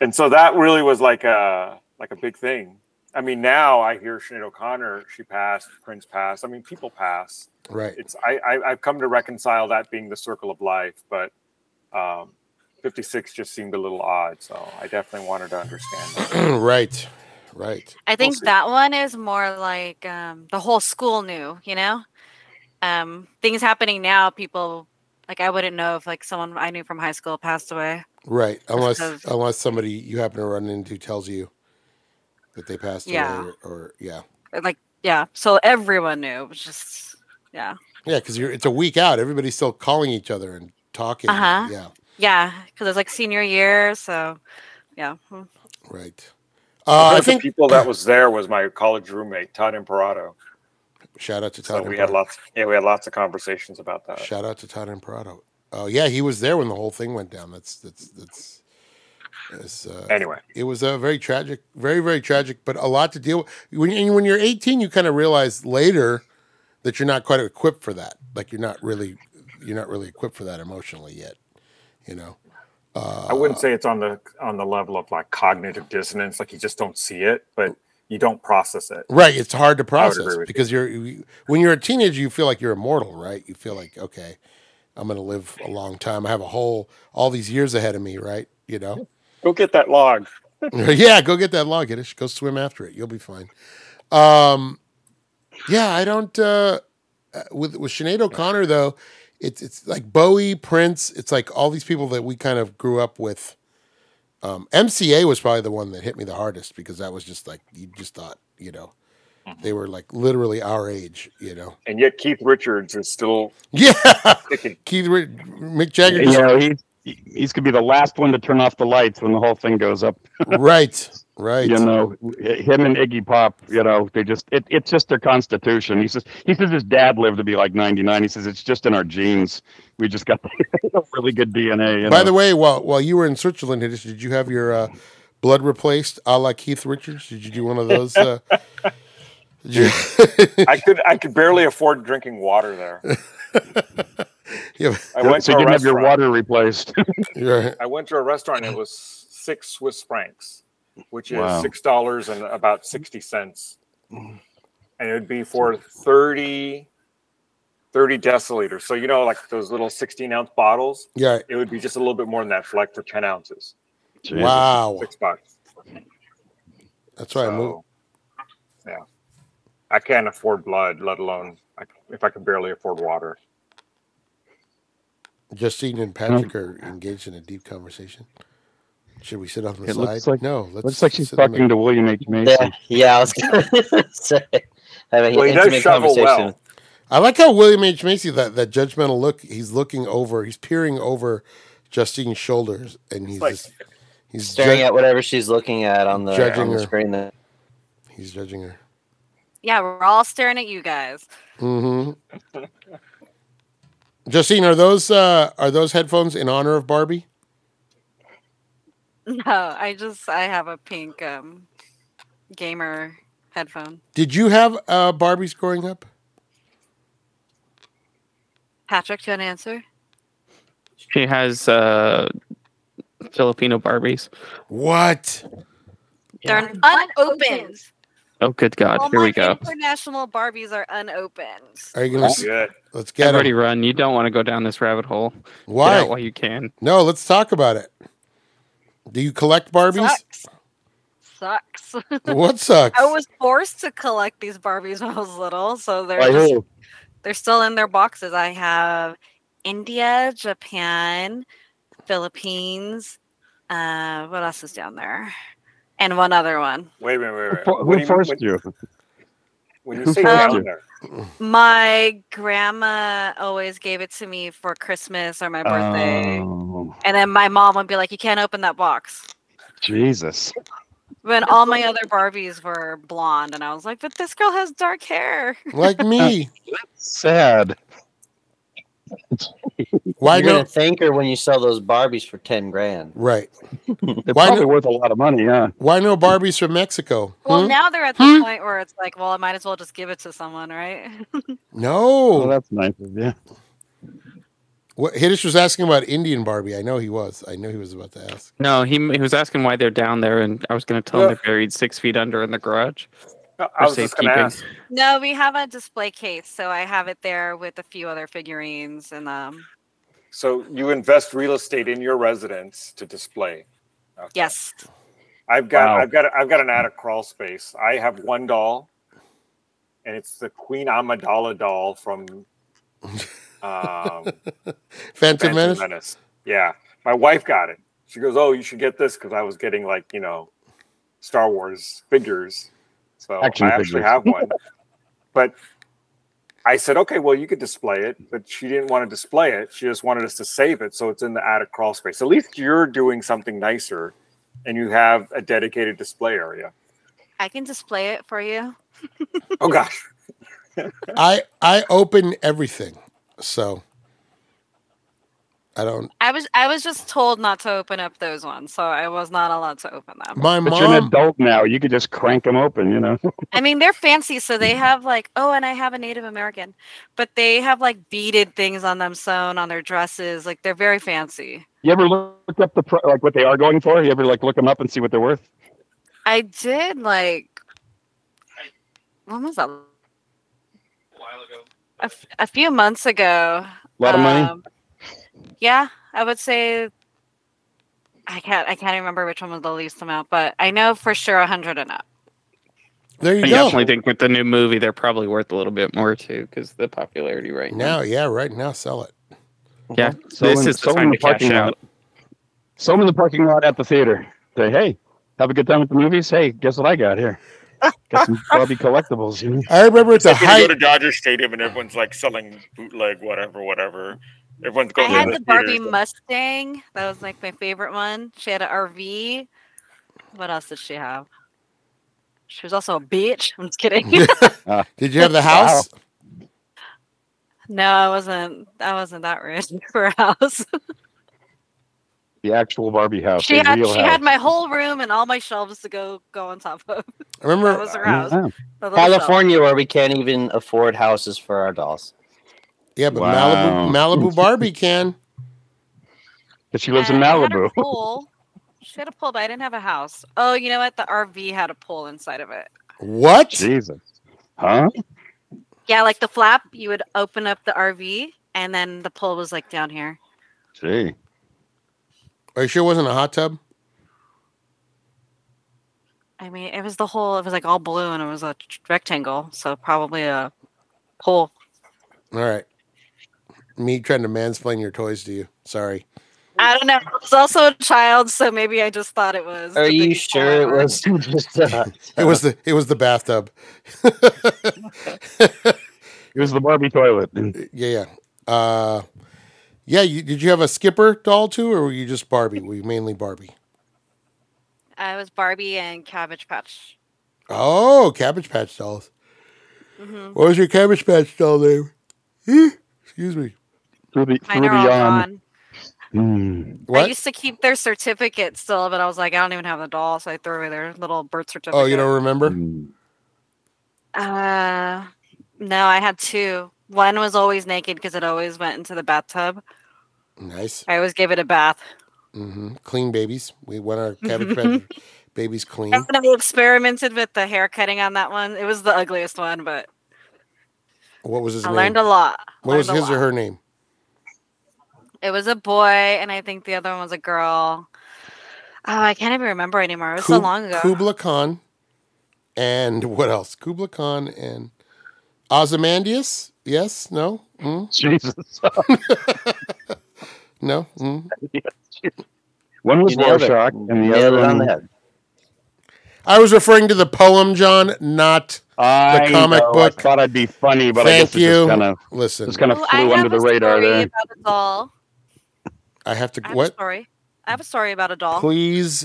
Speaker 6: and so that really was like a like a big thing i mean now i hear Sinead o'connor she passed prince passed i mean people pass
Speaker 1: Right.
Speaker 6: it's I, I I've come to reconcile that being the circle of life, but um, 56 just seemed a little odd, so I definitely wanted to understand. That.
Speaker 1: right. Right.
Speaker 2: I think
Speaker 6: see.
Speaker 2: that one is more like um, the whole school knew, you know? Um, things happening now, people, like, I wouldn't know if, like, someone I knew from high school passed away.
Speaker 1: Right. Unless
Speaker 2: Because-
Speaker 1: unless somebody you happen to run into tells you that they passed
Speaker 2: Yeah.
Speaker 1: away or, or yeah.
Speaker 2: Like, yeah. So everyone knew. It was just, yeah.
Speaker 1: Yeah, because you're it's a week out. Everybody's still calling each other and talking.
Speaker 2: Uh-huh.
Speaker 1: Yeah.
Speaker 2: Yeah. Because it's like senior year. So, yeah. Mm.
Speaker 1: Right. Uh,
Speaker 6: One
Speaker 1: I
Speaker 6: of the
Speaker 1: think
Speaker 6: people that was there was my college roommate Todd Imperato,
Speaker 1: shout out to
Speaker 6: so
Speaker 1: Todd.
Speaker 6: we
Speaker 1: and
Speaker 6: had
Speaker 1: Brian.
Speaker 6: lots. Yeah, we had lots of uh, conversations about that.
Speaker 1: Shout out to Todd Imperato. Oh yeah, he was there when the whole thing went down. That's that's that's. that's, uh,
Speaker 6: Anyway,
Speaker 1: it was a very tragic, very very tragic, but a lot to deal with. When you, when you're 18, you kind of realize later that you're not quite equipped for that. Like you're not really you're not really equipped for that emotionally yet. You know. Uh,
Speaker 6: I wouldn't say it's on the on the level of like cognitive dissonance, like you just don't see it, but you don't process it.
Speaker 1: Uh, Right, it's hard to process
Speaker 6: agree with
Speaker 1: because you're you, when you're a teenager, you feel like you're immortal, right? You feel like okay, I'm going to live a long time. I have a whole all these years ahead of me, right? You know,
Speaker 6: Go get that log.
Speaker 1: yeah. Go get that log, Iddish. Go swim after it. You'll be fine. Um, yeah, I don't. Uh, uh, with with Sinead O'Connor though, it's it's like Bowie, Prince. It's like all these people that we kind of grew up with. Um, MCA was probably the one that hit me the hardest because that was just like you just thought, you know, they were like literally our age, you know.
Speaker 6: And yet Keith Richards is still
Speaker 1: Yeah,
Speaker 6: kicking.
Speaker 1: Keith Ri- Mick Jagger.
Speaker 4: You know, he, he- he's going to be the last one to turn off the lights when the whole thing goes up.
Speaker 1: Right, right.
Speaker 4: You know, him and Iggy Pop. You know, they just it, it's just their constitution. He says he says his dad lived to be like ninety nine. He says it's just in our genes. We just got really good DNA. you
Speaker 1: By
Speaker 4: know.
Speaker 1: the way, while while you were in Switzerland, Hiddish, did you have your uh, blood replaced, a la Keith Richards? Did you do one of those? Uh, did you-
Speaker 6: I could I could barely afford drinking water there.
Speaker 1: yeah,
Speaker 6: I went
Speaker 4: so you
Speaker 6: to a
Speaker 4: didn't have your
Speaker 6: restaurant.
Speaker 4: water replaced.
Speaker 1: you're-
Speaker 6: I went to a restaurant. and It was six Swiss francs, which is
Speaker 4: Wow.
Speaker 6: six dollars and about sixty cents, and it would be for 30, 30 deciliters. So you know, like those little sixteen ounce bottles,
Speaker 1: yeah.
Speaker 6: it would be just a little bit more than that for like for ten ounces,
Speaker 4: Jesus.
Speaker 1: Wow,
Speaker 6: six bucks.
Speaker 1: that's why I moved.
Speaker 6: So, yeah, I can't afford blood, let alone I, if I could barely afford water.
Speaker 1: Justine and Patrick are engaged in a deep conversation. Should we sit on the
Speaker 4: It
Speaker 1: side?
Speaker 4: looks like-
Speaker 1: no. Let's
Speaker 4: Looks like she's
Speaker 1: sit in the-
Speaker 4: talking to William H Macy.
Speaker 3: Yeah, yeah, I was gonna say have an
Speaker 6: Well, he does
Speaker 3: intimate
Speaker 6: shovel
Speaker 3: conversation.
Speaker 6: well.
Speaker 1: I like how William H. Macy, that, that judgmental look, he's looking over, he's peering over Justine's shoulders and he's
Speaker 6: like-
Speaker 1: just, he's
Speaker 3: Staring
Speaker 1: ju-
Speaker 3: at whatever she's looking at on the,
Speaker 1: Judging
Speaker 3: on the
Speaker 1: her.
Speaker 3: screen. There.
Speaker 1: he's judging her.
Speaker 2: Yeah, we're all staring at you guys.
Speaker 1: hmm Justine, are those uh, are those headphones in honor of Barbie?
Speaker 2: No, I just I have a pink um gamer headphone.
Speaker 1: Did you have uh, Barbies growing up?
Speaker 2: Patrick, do you want to answer?
Speaker 5: She has uh, Filipino Barbies.
Speaker 1: What?
Speaker 2: They're unopened.
Speaker 5: Oh, good God.
Speaker 2: All
Speaker 5: Here
Speaker 2: my
Speaker 5: we go.
Speaker 2: international Barbies are unopened.
Speaker 1: Are you gonna s-
Speaker 6: Good.
Speaker 1: let's get
Speaker 5: Everybody
Speaker 1: them?
Speaker 5: run. You don't want to go down this rabbit hole. Get out
Speaker 1: Why?
Speaker 5: while you can.
Speaker 1: No, let's talk about it. Do you collect Barbies?
Speaker 2: Sucks. Sucks.
Speaker 1: What sucks?
Speaker 2: I was forced to collect these Barbies when I was little, so they're
Speaker 3: By
Speaker 2: just-
Speaker 3: who?
Speaker 2: they're still in their boxes. I have India, Japan, Philippines. Uh, what else is down there? And one other one.
Speaker 6: Wait a minute, wait a minute.
Speaker 4: For-
Speaker 6: What do
Speaker 4: Who
Speaker 6: you mean
Speaker 4: forced
Speaker 6: when-
Speaker 4: you?
Speaker 6: When you
Speaker 4: Who
Speaker 6: say
Speaker 2: forced
Speaker 6: down
Speaker 4: you?
Speaker 6: there,
Speaker 2: My grandma always gave it to me for Christmas or my birthday,
Speaker 4: Oh,
Speaker 2: and then my mom would be like, "You can't open that box."
Speaker 4: Jesus.
Speaker 2: When all my other Barbies were blonde, and I was like, "But this girl has dark hair."
Speaker 1: like me.
Speaker 4: Sad.
Speaker 1: Why
Speaker 3: You're gonna
Speaker 1: no?
Speaker 3: thank her when you sell those Barbies for ten grand.
Speaker 1: Right.
Speaker 4: They're
Speaker 1: Why
Speaker 4: probably
Speaker 1: not-
Speaker 4: worth a lot of money, huh?
Speaker 1: Why no Barbies from Mexico?
Speaker 2: Well,
Speaker 1: Hmm?
Speaker 2: now they're at the
Speaker 1: Hmm?
Speaker 2: point where it's like, well, I might as well just give it to someone, right?
Speaker 4: Oh,
Speaker 1: Hmm? No.
Speaker 4: that's nice of you.
Speaker 1: What Hiddish was asking about Indian Barbie. I know he was. I knew he was about to ask.
Speaker 5: No, he, he was asking why they're down there, and I was going to tell him
Speaker 6: Yeah.
Speaker 5: they're buried six feet under in the garage.
Speaker 6: I was just going to
Speaker 5: safekeeping.
Speaker 6: ask.
Speaker 2: no, we have a display case, so I have it there with a few other figurines and um.
Speaker 6: So you invest real estate in your residence to display. Okay.
Speaker 2: Yes.
Speaker 6: I've got
Speaker 4: Wow.
Speaker 6: I've got I've got an attic crawl space. I have one doll, and it's the Queen Amidala doll from um,
Speaker 1: Phantom
Speaker 6: Phantom Menace.
Speaker 1: Menace.
Speaker 6: Yeah, my wife got it. She goes, "Oh, you should get this because I was getting like you know, Star Wars figures." So
Speaker 4: Action
Speaker 6: I actually
Speaker 4: figures.
Speaker 6: have one, but I said, "Okay, well, you could display it," but she didn't want to display it. She just wanted us to save it, so it's in the attic crawl space. At least you're doing something nicer, and you have a dedicated display area.
Speaker 2: I can display it for you.
Speaker 6: Oh gosh,
Speaker 1: I I open everything, so I don't.
Speaker 2: I was I was just told not to open up those ones, so I was not allowed to open them.
Speaker 1: My
Speaker 4: But you're an
Speaker 1: mom.
Speaker 4: adult now. You could just crank them open, you know.
Speaker 2: I mean, they're fancy, so they have like oh, and I have a Native American, but they have like beaded things on them sewn on their dresses. Like they're very fancy.
Speaker 4: You ever look up the pr- like what they are going for? You ever like look them up and see what they're worth?
Speaker 2: I did like when was that? A, f- a few months ago.
Speaker 4: A lot of money.
Speaker 2: Um, yeah, I would say. I can't. I can't remember which one was the least amount, but I know for sure a hundred and up.
Speaker 1: There you
Speaker 5: I
Speaker 1: go.
Speaker 5: definitely think with the new movie, they're probably worth a little bit more too because the popularity right now.
Speaker 1: Now, yeah, right now, sell it.
Speaker 5: Yeah, so this is the
Speaker 4: sold in
Speaker 5: time to cash out.
Speaker 4: Sold in the parking lot at the theater. Say, hey, have a good time at the movies. Hey, guess what I got here? Got some Bobby collectibles. you know?
Speaker 1: I remember it's a
Speaker 7: Like when you
Speaker 1: high.
Speaker 7: go to Dodger Stadium and everyone's like selling bootleg, whatever, whatever. Everyone's
Speaker 2: I
Speaker 7: going. to
Speaker 2: had the Barbie
Speaker 7: theaters.
Speaker 2: Mustang. That was like my favorite one. She had an RV. What else did she have? She was also a bitch. I'm just kidding.
Speaker 1: Did you have the house?
Speaker 2: no, I wasn't. I wasn't that rich for a house.
Speaker 4: The actual Barbie house.
Speaker 2: she
Speaker 4: the
Speaker 2: had. She
Speaker 4: real
Speaker 2: had
Speaker 4: house.
Speaker 2: my whole room and all my shelves to go go on top of.
Speaker 1: I remember.
Speaker 2: That was her house.
Speaker 4: Wow.
Speaker 2: The little shelf.
Speaker 3: California, where we can't even afford houses for our dolls.
Speaker 1: yeah, but
Speaker 4: Wow.
Speaker 1: Malibu, Malibu Barbie can.
Speaker 4: 'Cause she lives in
Speaker 2: And I had a
Speaker 4: Malibu.
Speaker 2: pool. She had a pool, but I didn't have a house. Oh, you know what? The RV had a pool inside of it.
Speaker 1: What?
Speaker 4: Jesus. Huh?
Speaker 2: Yeah, like the flap, you would open up the RV, and then the pool was like down here.
Speaker 4: Gee.
Speaker 1: Are you sure it wasn't a hot tub?
Speaker 2: I mean, it was the whole. It was like all blue, and it was a tr- rectangle, so probably a pool.
Speaker 1: All right. Me trying to mansplain your toys to you. Sorry.
Speaker 2: I don't know. I was also a child, so maybe I just thought it was.
Speaker 3: Are
Speaker 2: the
Speaker 3: you
Speaker 2: biggest pool
Speaker 3: sure it
Speaker 2: ever.
Speaker 3: was just uh,
Speaker 1: It was the it was the bathtub.
Speaker 4: It was the Barbie toilet. And
Speaker 1: Yeah, yeah. Uh, yeah, you, did you have a skipper doll too, or were you just Barbie? Were you mainly Barbie?
Speaker 2: I was Barbie and Cabbage Patch.
Speaker 1: Oh, Cabbage Patch dolls.
Speaker 2: hmm
Speaker 1: What was your Cabbage Patch doll name? Eh, Excuse me.
Speaker 4: Through the, through
Speaker 2: Mine
Speaker 4: the
Speaker 2: are all
Speaker 4: yawn.
Speaker 2: gone.
Speaker 4: Mm.
Speaker 2: I
Speaker 1: What?
Speaker 2: used to keep their certificate still, but I was like, I don't even have the doll, so I threw away their little birth certificate.
Speaker 1: Oh, you don't remember?
Speaker 4: Mm.
Speaker 2: Uh, no, I had two. One was always naked because it always went into the bathtub.
Speaker 1: Nice.
Speaker 2: I always gave it a bath.
Speaker 1: hmm Clean babies. We want our Cabbage Patch babies clean.
Speaker 2: And I experimented with the hair cutting on that one. It was the ugliest one, but
Speaker 1: What was his
Speaker 2: I
Speaker 1: name?
Speaker 2: learned a lot.
Speaker 1: what was
Speaker 2: Learned a
Speaker 1: his or
Speaker 2: lot.
Speaker 1: her name?
Speaker 2: It was a boy, and I think the other one was a girl. Oh, I can't even remember anymore. It was so
Speaker 1: Kub-
Speaker 2: long ago.
Speaker 1: Kubla Khan, and what else? Kubla Khan and Ozymandias. Yes. No. Mm?
Speaker 4: Jesus.
Speaker 1: No. Mm?
Speaker 4: One was
Speaker 3: You nailed it.
Speaker 4: Rorschach, and the
Speaker 3: nailed
Speaker 4: other
Speaker 3: it
Speaker 4: one.
Speaker 3: on the head?
Speaker 1: I was referring to the poem, John. Not
Speaker 4: I
Speaker 1: comic
Speaker 4: know,
Speaker 1: book.
Speaker 4: I thought I'd be funny, but I
Speaker 1: thank
Speaker 4: guess it just
Speaker 1: you.
Speaker 4: kind of
Speaker 1: Listen,
Speaker 4: just kind of
Speaker 2: Ooh, I
Speaker 4: flew
Speaker 2: have
Speaker 4: under the
Speaker 2: a
Speaker 4: radar
Speaker 2: story
Speaker 4: there.
Speaker 2: About a doll.
Speaker 1: I have to.
Speaker 2: I have a
Speaker 1: What?
Speaker 2: story. I have a story about a doll.
Speaker 1: Please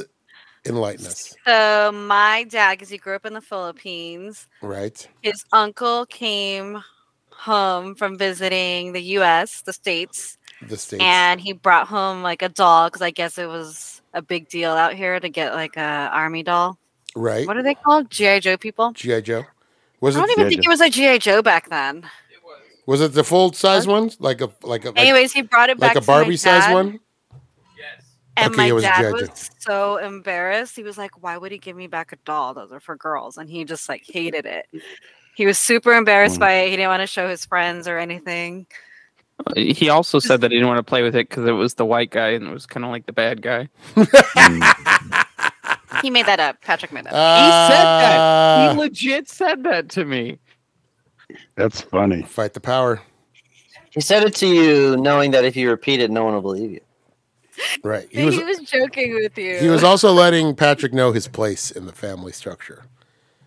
Speaker 1: enlighten us.
Speaker 2: So my dad, because he grew up in the Philippines,
Speaker 1: Right.
Speaker 2: his uncle came home from visiting the U.S., the states,
Speaker 1: The states.
Speaker 2: and he brought home like a doll because I guess it was a big deal out here to get like a army doll.
Speaker 1: right.
Speaker 2: What are they called? GI Joe people.
Speaker 1: GI Joe. Was
Speaker 2: I
Speaker 1: it
Speaker 2: don't even
Speaker 4: G.I.
Speaker 2: think
Speaker 4: Joe.
Speaker 2: it was a GI Joe back then.
Speaker 1: was it the full size one? Like a like a like,
Speaker 2: Anyways, he brought it
Speaker 1: like
Speaker 2: back
Speaker 1: a
Speaker 2: to my
Speaker 1: Barbie size
Speaker 2: dad,
Speaker 1: one?
Speaker 2: and
Speaker 1: Okay,
Speaker 2: my
Speaker 1: it was a
Speaker 2: dad
Speaker 1: G.I. Joe.
Speaker 2: was so embarrassed. He was like, "Why would he give me back a doll? Those are for girls," and he just like hated it. He was super embarrassed
Speaker 4: Mm.
Speaker 2: by it. He didn't want to show his friends or anything.
Speaker 5: He also said that he didn't want to play with it because it was the white guy and it was kind of like the bad guy.
Speaker 2: He made that up. Patrick made that.
Speaker 1: Uh,
Speaker 2: up.
Speaker 5: He said that.
Speaker 1: Ah,
Speaker 5: he legit said that to me.
Speaker 4: That's funny.
Speaker 1: Fight the power.
Speaker 3: He said it to you, knowing that if you repeat it, no one will believe you.
Speaker 1: Right. He
Speaker 2: He was,
Speaker 1: was
Speaker 2: joking with you.
Speaker 1: he was also letting Patrick know his place in the family structure.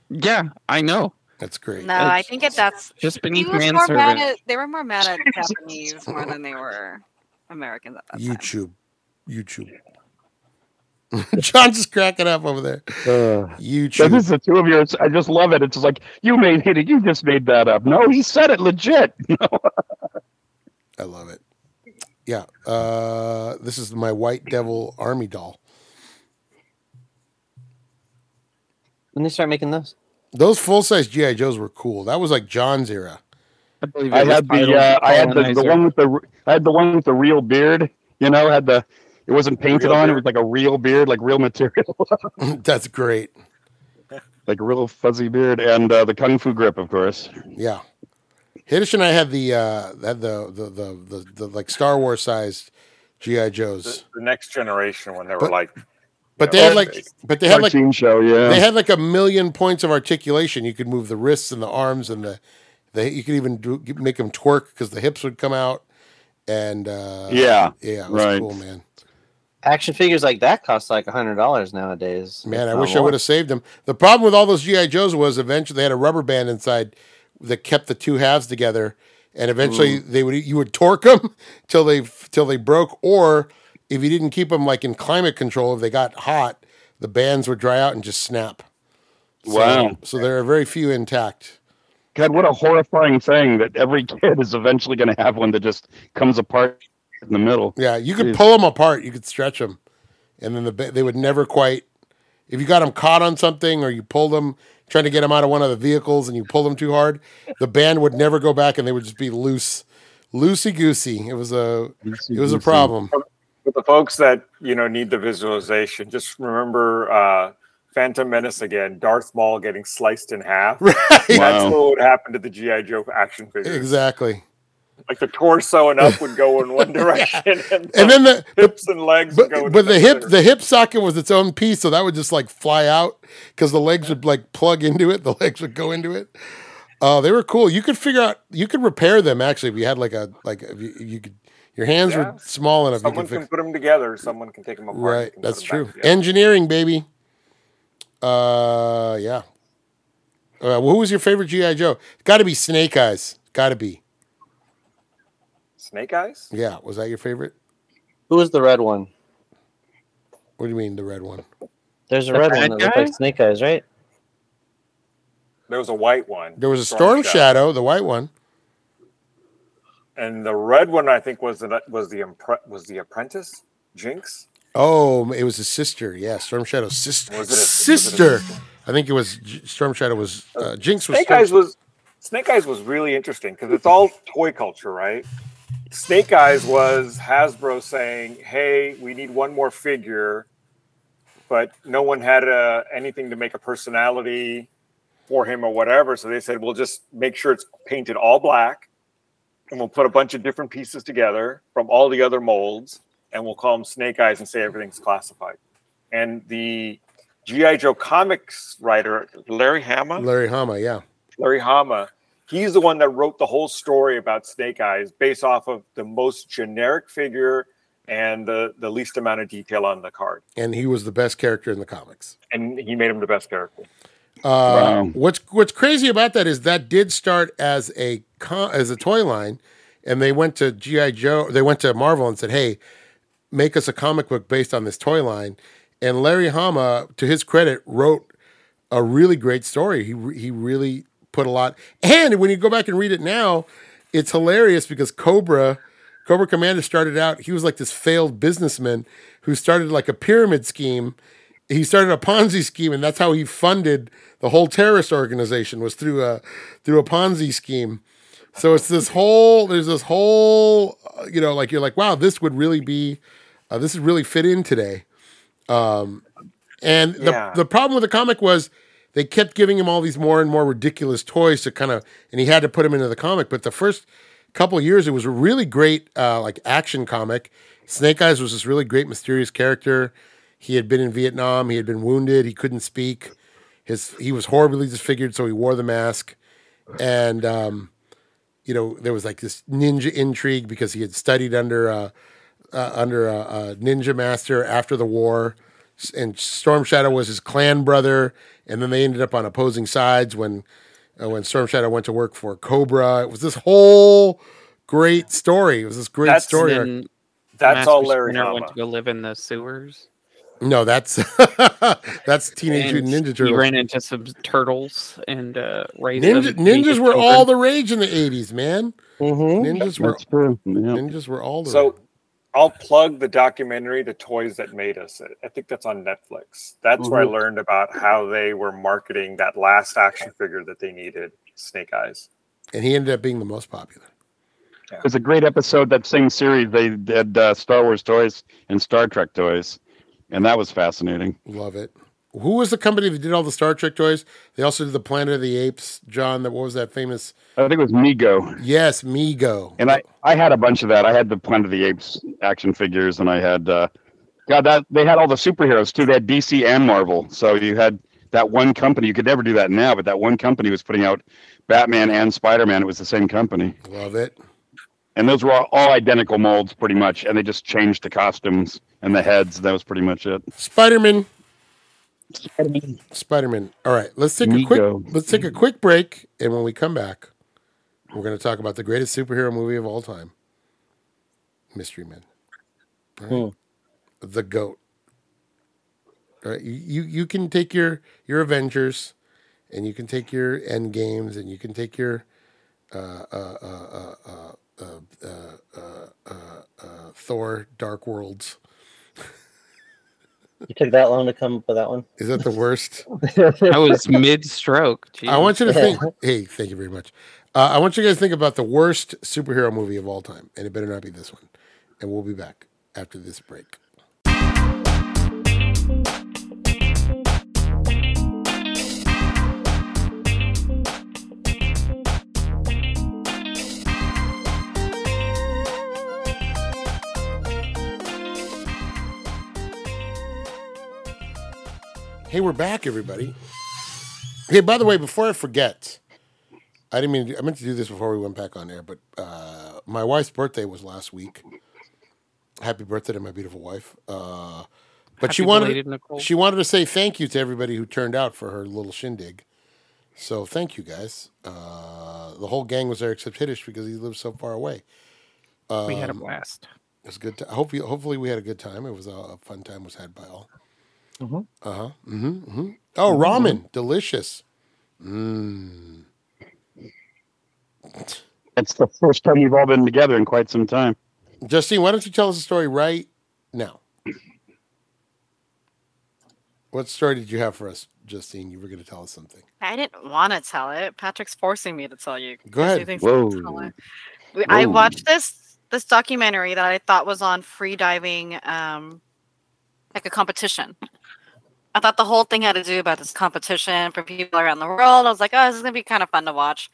Speaker 5: Yeah, I know.
Speaker 1: That's great.
Speaker 2: no, I
Speaker 5: It's-
Speaker 2: think it, that's
Speaker 5: Just
Speaker 2: he
Speaker 5: beneath
Speaker 2: was more mad
Speaker 5: manservant.
Speaker 2: at, they were more mad at Japanese more than they were Americans at that time.
Speaker 1: YouTube. YouTube. John's just cracking up over there.
Speaker 4: Uh, so
Speaker 1: YouTube.
Speaker 4: this is the two of you. It's, I just love it. It's just like you made it. You just made that up. No, he said it legit.
Speaker 1: I love it. Yeah. Uh, this is my white devil army doll.
Speaker 3: When they start making those,
Speaker 1: Those full size GI Joes were cool. That was like John's era.
Speaker 5: I believe it
Speaker 4: I
Speaker 5: was
Speaker 4: had the
Speaker 5: titled
Speaker 4: uh, I had the, the
Speaker 5: Colonizer.
Speaker 4: one with the r- I had the one with the real beard. You know, had the it wasn't painted
Speaker 7: Real
Speaker 4: on. It
Speaker 7: beard.
Speaker 4: was like a real beard, like real material.
Speaker 1: That's great.
Speaker 4: like a real fuzzy beard, and uh, the kung fu grip, of course.
Speaker 1: Yeah. Hiddish and I had the uh had the the the, the, the like Star Wars sized GI
Speaker 6: The,
Speaker 1: Joes.
Speaker 6: the next generation when they were
Speaker 1: But-
Speaker 6: like,
Speaker 1: But
Speaker 6: you
Speaker 1: they
Speaker 6: know,
Speaker 1: had like but they had like
Speaker 4: Cartoon show, yeah.
Speaker 1: they had like a million points of articulation. You could move the wrists and the arms and the the you could even do, make them twerk because the hips would come out and uh
Speaker 4: yeah,
Speaker 1: yeah, it was
Speaker 4: right.
Speaker 1: cool, man.
Speaker 3: Action figures like that cost like hundred dollars nowadays.
Speaker 1: Man, I wish I would have saved them. The problem with all those GI Joes was eventually they had a rubber band inside that kept the two halves together, and eventually they would you would torque them till they till they broke, or if you didn't keep them like in climate control, if they got hot, the bands would dry out and just snap. So-
Speaker 4: Wow.
Speaker 1: So, there are very few intact.
Speaker 4: God, what a horrifying thing that every kid is eventually going to have one that just comes apart in the middle.
Speaker 1: Yeah, you could
Speaker 4: Jeez.
Speaker 1: pull them apart, you could stretch them, and then the ba- they would never quite. If you got them caught on something, or you pulled them trying to get them out of one of the vehicles, and you pulled them too hard, the band would never go back, and they would just be loose, loosey goosey. It was a it was a problem.
Speaker 6: But the folks that you know need the visualization, just remember uh, Phantom Menace again, Darth Maul getting sliced in half. That's
Speaker 4: Wow.
Speaker 6: what would happen to the GI Joe action figures.
Speaker 1: Exactly.
Speaker 6: Like the torso and up would go in one direction, and,
Speaker 1: And then the
Speaker 6: the hips and legs would go.
Speaker 1: but,
Speaker 6: in
Speaker 1: but the hip
Speaker 6: other.
Speaker 1: the hip socket was its own piece, so that would just like fly out because the legs would like plug into it. The legs would go into it. Uh, they were cool. You could figure out you could repair them actually if you had like a like if you, you could your hands
Speaker 6: Yeah.
Speaker 1: were small enough
Speaker 6: someone
Speaker 1: you could
Speaker 6: can
Speaker 1: fix.
Speaker 6: put them together. Someone can take them apart.
Speaker 1: Right,
Speaker 6: and put
Speaker 1: that's
Speaker 6: 'em back
Speaker 1: true.
Speaker 6: together.
Speaker 1: Engineering, baby. Uh, yeah. Uh, who was your favorite GI Joe? Got to be Snake Eyes. Got to be.
Speaker 6: Snake Eyes.
Speaker 1: Yeah, was that your favorite?
Speaker 3: Who was the red one?
Speaker 1: What do you mean the red one?
Speaker 3: There's a
Speaker 5: The
Speaker 3: red
Speaker 5: bad
Speaker 3: one that looked
Speaker 5: guy?
Speaker 3: like Snake Eyes, right?
Speaker 6: There was a white one.
Speaker 1: There was a Storm, Shadow, the white one.
Speaker 6: and the red one. I think was the was the impre- was the apprentice Jinx.
Speaker 1: Oh, it was his sister. Yeah, Storm Shadow's sister.
Speaker 6: Was it a- was it a
Speaker 1: sister. I think it was J- Storm Shadow was uh, Jinx was.
Speaker 6: Snake
Speaker 1: Storm
Speaker 6: Eyes
Speaker 1: Shadow.
Speaker 6: was Snake Eyes was really interesting because it's all toy culture, right? Snake Eyes was Hasbro saying, "Hey, we need one more figure," but no one had uh anything to make a personality for him or whatever. So they said, "We'll just make sure it's painted all black, and we'll put a bunch of different pieces together from all the other molds, and we'll call them Snake Eyes and say everything's classified." And the GI Joe comics writer
Speaker 7: Larry Hama.
Speaker 1: Larry Hama. Yeah,
Speaker 6: Larry Hama, he's the one that wrote the whole story about Snake Eyes based off of the most generic figure and the, the least amount of detail on the card.
Speaker 1: and he was the best character in the comics.
Speaker 6: And he made him the best character.
Speaker 1: Uh, What's What's crazy about that is that did start as a con, as a toy line, and they went to GI Joe. They went to Marvel and said, "Hey, make us a comic book based on this toy line." And Larry Hama, to his credit, wrote a really great story. He re- he really put a lot. And when you go back and read it now, it's hilarious because Cobra Cobra Commander started out. He was like this failed businessman who started like a pyramid scheme. He started a Ponzi scheme, and that's how he funded the whole terrorist organization was through a through a Ponzi scheme. So it's this whole there's this whole uh, you know like you're like wow this would really be uh, this would really fit in today. Um, and the
Speaker 6: Yeah.
Speaker 1: the problem with the comic was they kept giving him all these more and more ridiculous toys to kind of, and he had to put them into the comic. But the first couple of years, it was a really great uh, like action comic. Snake Eyes was this really great mysterious character. He had been in Vietnam. He had been wounded. He couldn't speak. His he was horribly disfigured, so he wore the mask. And um, you know there was like this ninja intrigue because he had studied under uh, uh, under a, a ninja master after the war, S- and Storm Shadow was his clan brother, and then they ended up on opposing sides when uh, when Storm Shadow went to work for Cobra. It was this whole great story. It was this great
Speaker 6: That's
Speaker 1: story. arc.
Speaker 5: Then
Speaker 6: That's
Speaker 5: Master
Speaker 6: all Larry
Speaker 5: Splinter
Speaker 6: Hama.
Speaker 5: went to go live in the sewers.
Speaker 1: No, that's that's Teenage
Speaker 5: And
Speaker 1: Mutant Ninja
Speaker 5: He
Speaker 1: Turtles.
Speaker 5: ran into some turtles and uh, raised
Speaker 1: Ninja,
Speaker 5: them to be
Speaker 1: ninjas
Speaker 5: his
Speaker 1: were
Speaker 5: children.
Speaker 1: all the rage in the eighties, man.
Speaker 3: Mm-hmm.
Speaker 1: Ninjas were
Speaker 4: That's true. Yeah.
Speaker 1: ninjas were all the
Speaker 6: So I'll plug the documentary, The Toys That Made Us. I think that's on Netflix. That's where I
Speaker 5: Mm-hmm.
Speaker 4: Mhm.
Speaker 6: learned about how they were marketing that last action figure that they needed, Snake Eyes.
Speaker 1: and he ended up being the most popular.
Speaker 4: There's a great episode that same series they did uh, Star Wars toys and Star Trek toys, and that was fascinating.
Speaker 1: Love it. Who was the company that did all the Star Trek toys? They also did the Planet of the Apes, John. That what was that famous?
Speaker 4: I think it was Mego.
Speaker 1: Yes, Mego.
Speaker 4: And I, I had a bunch of that. I had the Planet of the Apes action figures, and I had uh, God that they had all the superheroes too. They had DC and Marvel. So you had that one company. You could never do that now, but that one company was putting out Batman and Spider Man. It was the same company,
Speaker 1: Love it.
Speaker 4: and those were all, all identical molds pretty much. And they just changed the costumes and the heads. And that was pretty much it.
Speaker 1: Spider-Man. Spider-Man. All right, let's take a
Speaker 4: Mego.
Speaker 1: quick let's take a quick break and when we come back, we're going to talk about the greatest superhero movie of all time. Mystery Men. All right. The GOAT. All right, you, you you can take your your Avengers and you can take your end games and you can take your uh uh uh uh uh uh, uh, uh, uh, uh, Thor, Dark Worlds.
Speaker 3: You took that long to come up with that one.
Speaker 1: Is that the worst?
Speaker 5: I was mid stroke.
Speaker 1: I want you to think. hey, thank you very much. Uh, I want you guys to think about the worst superhero movie of all time, and it better not be this one. And we'll be back after this break. Hey, we're back, everybody. Hey, by the way, before I forget, I didn't mean to, I meant to do this before we went back on air, but uh, my wife's birthday was last week. Happy birthday to my beautiful wife. Uh, but she wanted she wanted to say thank you to everybody who turned out for her little shindig. So thank you guys. Uh, the whole gang was there except Hiddish because he lives so far away. Um,
Speaker 5: we had a blast.
Speaker 1: it was good. To, hope you, hopefully we had a good time. It was a, a fun time was had by all.
Speaker 3: Mhm.
Speaker 5: Mm-hmm.
Speaker 1: Uh huh. hmm hmm Oh, ramen, delicious. Mm.
Speaker 4: That's the first time we've all been together in quite some time.
Speaker 1: Justine, why don't you tell us a story right now? What story did you have for us, Justine? You were going to tell us something.
Speaker 2: I didn't want to tell it. Patrick's forcing me to tell you.
Speaker 1: Go
Speaker 2: because he
Speaker 1: ahead.
Speaker 2: thinks I can
Speaker 4: Whoa.
Speaker 2: tell it. We- I
Speaker 4: Whoa.
Speaker 2: watched this this documentary that I thought was on free diving, um, like a competition. I thought the whole thing had to do about this competition for people around the world. I was like, oh, this is gonna be kind of fun to watch.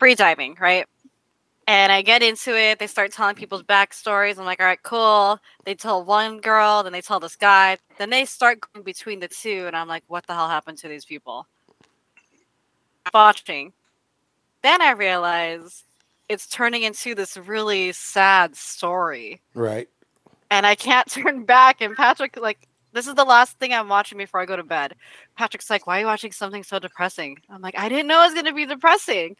Speaker 2: Free diving, right? And I get into it. They start telling people's backstories. I'm like, all right, cool. They tell one girl, then they tell this guy, then they start going between the two, and I'm like, what the hell happened to these people? Watching. Then I realize it's turning into this really sad story
Speaker 1: Right.
Speaker 2: and i can't turn back and patrick like this is the last thing i'm watching before i go to bed patrick's like why are you watching something so depressing i'm like i didn't know it was going to be depressing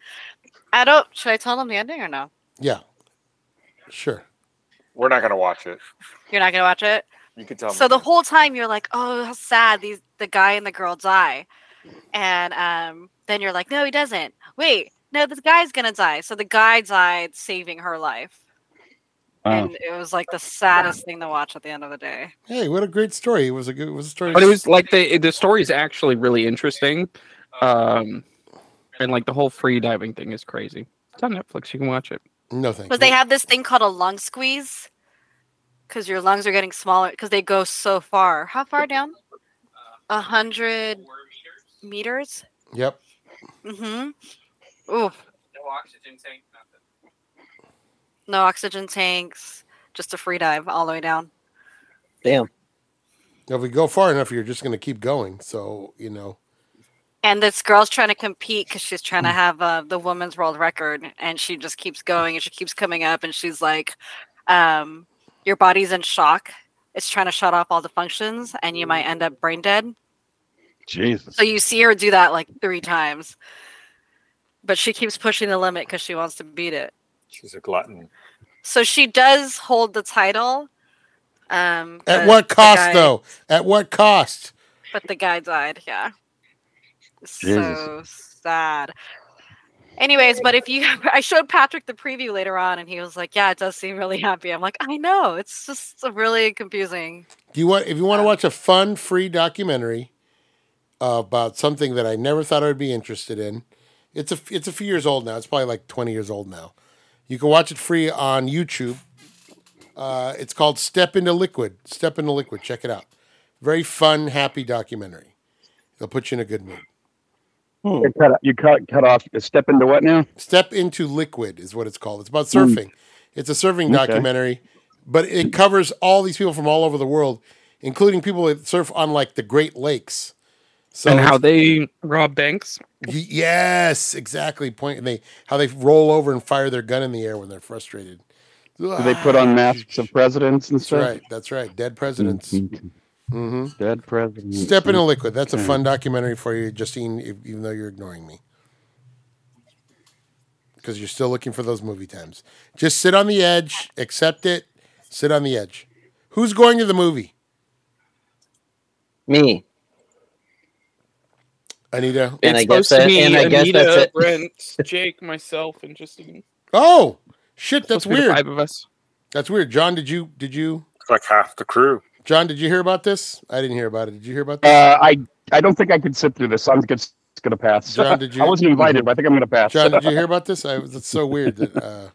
Speaker 2: i don't should i tell them the ending or no
Speaker 1: Yeah. Sure.
Speaker 6: We're not gonna watch it.
Speaker 2: you're not going to watch it
Speaker 6: You can tell
Speaker 2: so
Speaker 6: me.
Speaker 2: the whole time you're like, oh, how sad these the guy and the girl die, and um, then you're like, no, he doesn't. Wait, no, this guy's gonna die. So the guy died saving her life,
Speaker 6: Oh.
Speaker 4: Wow.
Speaker 2: and it was like the saddest thing to watch at the end of the day.
Speaker 1: Hey, what a great story. It was a good it was a story.
Speaker 5: But it was like the the story is actually really interesting, um, and like the whole free diving thing is crazy. It's on Netflix. You can watch it.
Speaker 1: no thanks.
Speaker 2: But they have this thing called a lung squeeze, because your lungs are getting smaller because they go so far. How far down? A hundred meters.
Speaker 1: Yep.
Speaker 2: Mm-hmm. Ooh,
Speaker 5: No oxygen tank.
Speaker 2: no oxygen tanks, just a free dive all the way down.
Speaker 3: Damn.
Speaker 1: Now, if we go far enough, you're just going to keep going. So, you know,
Speaker 2: And this girl's trying to compete because she's trying to have uh, the women's world record, and she just keeps going and she keeps coming up, and she's like, um, "Your body's in shock. It's trying to shut off all the functions, and you might end up brain dead."
Speaker 4: Jesus.
Speaker 2: So you see her do that like three times, but she keeps pushing the limit because she wants to beat it.
Speaker 6: she's a glutton.
Speaker 2: So she does hold the title. Um,
Speaker 1: at
Speaker 2: but
Speaker 1: what
Speaker 2: the
Speaker 1: cost,
Speaker 2: guy-
Speaker 1: though? At what cost?
Speaker 2: But the guy died, yeah.
Speaker 4: Jesus.
Speaker 2: So sad. Anyways, but if you I showed Patrick the preview later on and he was like, Yeah, it does seem really happy. I'm like, I know, it's just a really confusing.
Speaker 1: Do you want if you want to watch a fun, free documentary about something that I never thought I'd be interested in? It's a it's a few years old now. It's probably like twenty years old now. You can watch it free on YouTube. Uh, it's called Step into Liquid. Step into Liquid. Check it out. Very fun, happy documentary. They'll put you in a good mood.
Speaker 4: You cut, you cut, cut off. Step into what now?
Speaker 1: Step into Liquid is what it's called. It's about surfing. It's a surfing
Speaker 4: Mm, Okay.
Speaker 1: documentary, but it covers all these people from all over the world, including people that surf on like the Great Lakes. So
Speaker 5: and how they rob banks.
Speaker 1: Y- yes, exactly. Point and they how they roll over and fire their gun in the air when they're frustrated. Ah,
Speaker 4: Do they put on masks of presidents and
Speaker 1: That's
Speaker 4: stuff?
Speaker 1: right. That's right. Dead presidents.
Speaker 4: Mm-hmm.
Speaker 1: hmm
Speaker 4: Dead presidents.
Speaker 1: Step
Speaker 5: Mm-hmm.
Speaker 1: into liquid. That's a
Speaker 4: Okay.
Speaker 1: fun documentary for you, Justine. if- Even though you're ignoring me, because you're still looking for those movie times. Just sit on the edge. Accept it. Sit on the edge. Who's going to the movie?
Speaker 3: Me.
Speaker 1: Anita.
Speaker 3: And
Speaker 5: it's
Speaker 3: I guess
Speaker 5: supposed to
Speaker 3: that-
Speaker 5: be
Speaker 3: and I guess
Speaker 5: Anita,
Speaker 3: that's it.
Speaker 5: Brent, Jake, myself, and Justine.
Speaker 1: Oh shit! That's
Speaker 5: Supposed to be the
Speaker 1: weird.
Speaker 5: Five of us.
Speaker 1: That's weird. John, did you did you
Speaker 6: It's like half the crew.
Speaker 1: John did you hear about this? I didn't hear about it. Did you hear about this?
Speaker 4: Uh, I I don't think I could sit through this. I'm gonna, it's gonna pass.
Speaker 1: John, did you-
Speaker 4: I wasn't invited, but I think I'm gonna
Speaker 5: Uh,
Speaker 4: pass.
Speaker 1: John, did you hear about this? I, that's so weird. That, uh,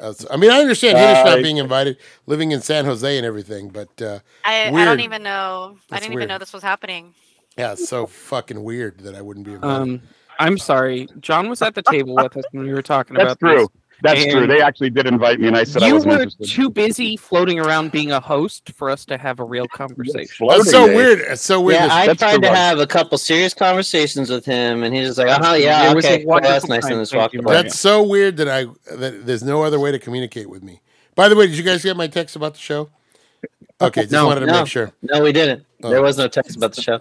Speaker 1: that's- I mean, I understand Hiddish not
Speaker 4: Uh,
Speaker 1: being invited, living in San Jose and everything, but uh,
Speaker 2: I, I
Speaker 1: Weird.
Speaker 2: don't even know. I
Speaker 1: That's
Speaker 2: didn't
Speaker 1: weird.
Speaker 2: even know this was happening.
Speaker 1: yeah, it's so fucking weird that I wouldn't be invited.
Speaker 5: Um, I'm sorry. John was at the table with us when we were talking
Speaker 4: That's
Speaker 5: about this.
Speaker 4: true. That's
Speaker 5: And-
Speaker 4: true. They actually did invite me, and I said I
Speaker 5: you
Speaker 4: wasn't
Speaker 5: were
Speaker 4: interested.
Speaker 5: too busy floating around being a host for us to have a real conversation.
Speaker 1: that's so weird. It's so weird.
Speaker 3: yeah,
Speaker 1: that-
Speaker 3: I
Speaker 4: that's
Speaker 3: tried to
Speaker 4: the one.
Speaker 3: have a couple serious conversations with him, and he's just like, "Uh huh, yeah,
Speaker 5: It was a
Speaker 3: okay, well, that's
Speaker 5: wonderful
Speaker 3: nice."
Speaker 5: time.
Speaker 3: And just
Speaker 5: Thank
Speaker 3: walked
Speaker 5: you
Speaker 3: away.
Speaker 5: very
Speaker 1: that's so weird that I that there's no other way to communicate with me. By the way, did you guys get my text about the show? Okay, just
Speaker 5: No.
Speaker 1: wanted to
Speaker 3: Oh, No.
Speaker 1: make sure.
Speaker 3: No, we didn't.
Speaker 1: Oh.
Speaker 3: There was no text about the show,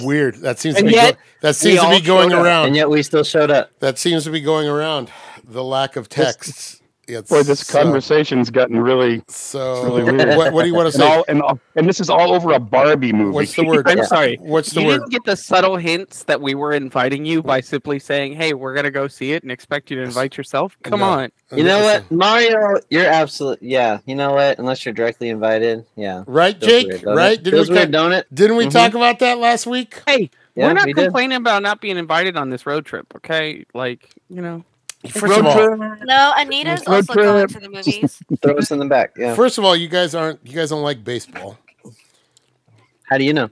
Speaker 1: Weird. That seems to
Speaker 3: And
Speaker 1: be
Speaker 3: yet,
Speaker 1: go- that seems to
Speaker 3: all
Speaker 1: be going
Speaker 3: showed up,
Speaker 5: Oh.
Speaker 1: around.
Speaker 3: and yet we still showed up.
Speaker 1: that seems to be going around. The lack of texts. It's
Speaker 4: Boy, this
Speaker 1: so-
Speaker 4: conversation's gotten really.
Speaker 1: So,
Speaker 4: really weird.
Speaker 1: what, what do you want to
Speaker 4: And,
Speaker 1: say?
Speaker 4: all, and, all, and this is all over a Barbie movie.
Speaker 1: What's the word?
Speaker 5: I'm
Speaker 3: Yeah.
Speaker 5: sorry.
Speaker 1: What's the
Speaker 5: you
Speaker 1: word?
Speaker 5: didn't get the subtle hints that we were inviting you by simply saying, "Hey, we're gonna go see it," and expect you to invite yourself. Come
Speaker 1: No.
Speaker 5: on.
Speaker 3: You know what, Mario? You're absolute. Yeah, you know what? Unless you're directly invited, yeah.
Speaker 1: Right,
Speaker 3: Feels
Speaker 1: Jake?
Speaker 3: weird, don't
Speaker 1: right?
Speaker 3: It?
Speaker 1: Didn't
Speaker 3: Feels
Speaker 1: we, talk,
Speaker 3: weird, don't it?
Speaker 1: didn't we
Speaker 3: Mhm.
Speaker 1: talk about that last week?
Speaker 5: Hey,
Speaker 3: Yeah,
Speaker 5: we're not
Speaker 3: we did.
Speaker 5: complaining about not being invited on this road trip. Okay, like you know,
Speaker 1: First of all,
Speaker 2: No, Anita's
Speaker 4: Road
Speaker 2: also going
Speaker 4: trip.
Speaker 2: to the movies.
Speaker 3: Throw us in the back. Yeah.
Speaker 1: first of all, you guys aren't you guys don't like baseball.
Speaker 3: How do you know?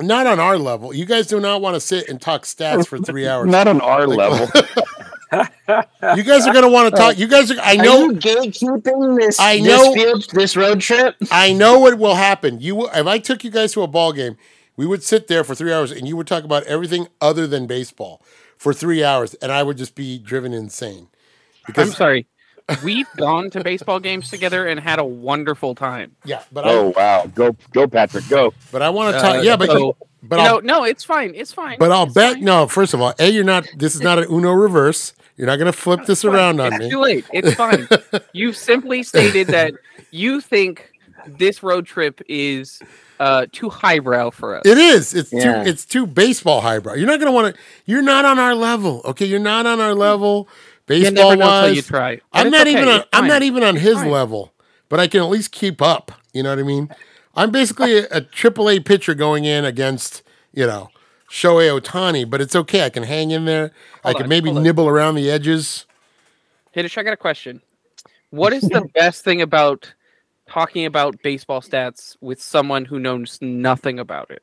Speaker 1: Not on our level. You guys do not want to sit and talk stats for three hours.
Speaker 4: Not on our level.
Speaker 1: you guys are going to want to talk. You guys are. I
Speaker 3: Are
Speaker 1: know.
Speaker 3: you gatekeeping this?
Speaker 1: I
Speaker 3: this
Speaker 1: know-
Speaker 3: field, this road trip.
Speaker 1: I know what will happen. You, if I took you guys to a ball game, we would sit there for three hours, and you would talk about everything other than baseball for three hours, and I would just be driven insane.
Speaker 5: I'm
Speaker 1: Because
Speaker 5: sorry. We've gone to baseball games together and had a wonderful time.
Speaker 1: yeah, but I
Speaker 4: oh wow, go go Patrick, go.
Speaker 1: but I want to
Speaker 5: Uh,
Speaker 1: talk. Yeah, but you,
Speaker 5: so-
Speaker 1: but
Speaker 5: you
Speaker 1: I'll
Speaker 5: know, no, it's fine. It's fine.
Speaker 1: But I'll
Speaker 5: it's
Speaker 1: bet
Speaker 5: fine.
Speaker 1: no. First of all, a you're not. This is not an Uno reverse. You're not going to flip this around on
Speaker 5: It's
Speaker 1: me.
Speaker 5: too late. It's fine. You've simply stated that you think this road trip is uh, too highbrow for us.
Speaker 1: It is. It's too.
Speaker 3: Yeah.
Speaker 1: It's too baseball highbrow. You're not going to want to. You're not on our level. Okay, you're not on our level.
Speaker 5: you
Speaker 1: Baseball
Speaker 5: never know until you
Speaker 1: wise,
Speaker 5: try.
Speaker 1: I'm
Speaker 5: And
Speaker 1: not
Speaker 5: it's okay,
Speaker 1: even. On,
Speaker 5: it's
Speaker 1: I'm
Speaker 5: fine.
Speaker 1: not even on his
Speaker 5: fine.
Speaker 1: level. But I can at least keep up. You know what I mean? I'm basically a, a AAA pitcher going in against you know Shohei Otani. But it's okay. I can hang in there. I
Speaker 5: Hold
Speaker 1: can
Speaker 5: on,
Speaker 1: maybe
Speaker 5: hold on.
Speaker 1: nibble around the edges.
Speaker 5: Hiddish, I got a question. What is the best thing about talking about baseball stats with someone who knows nothing about it?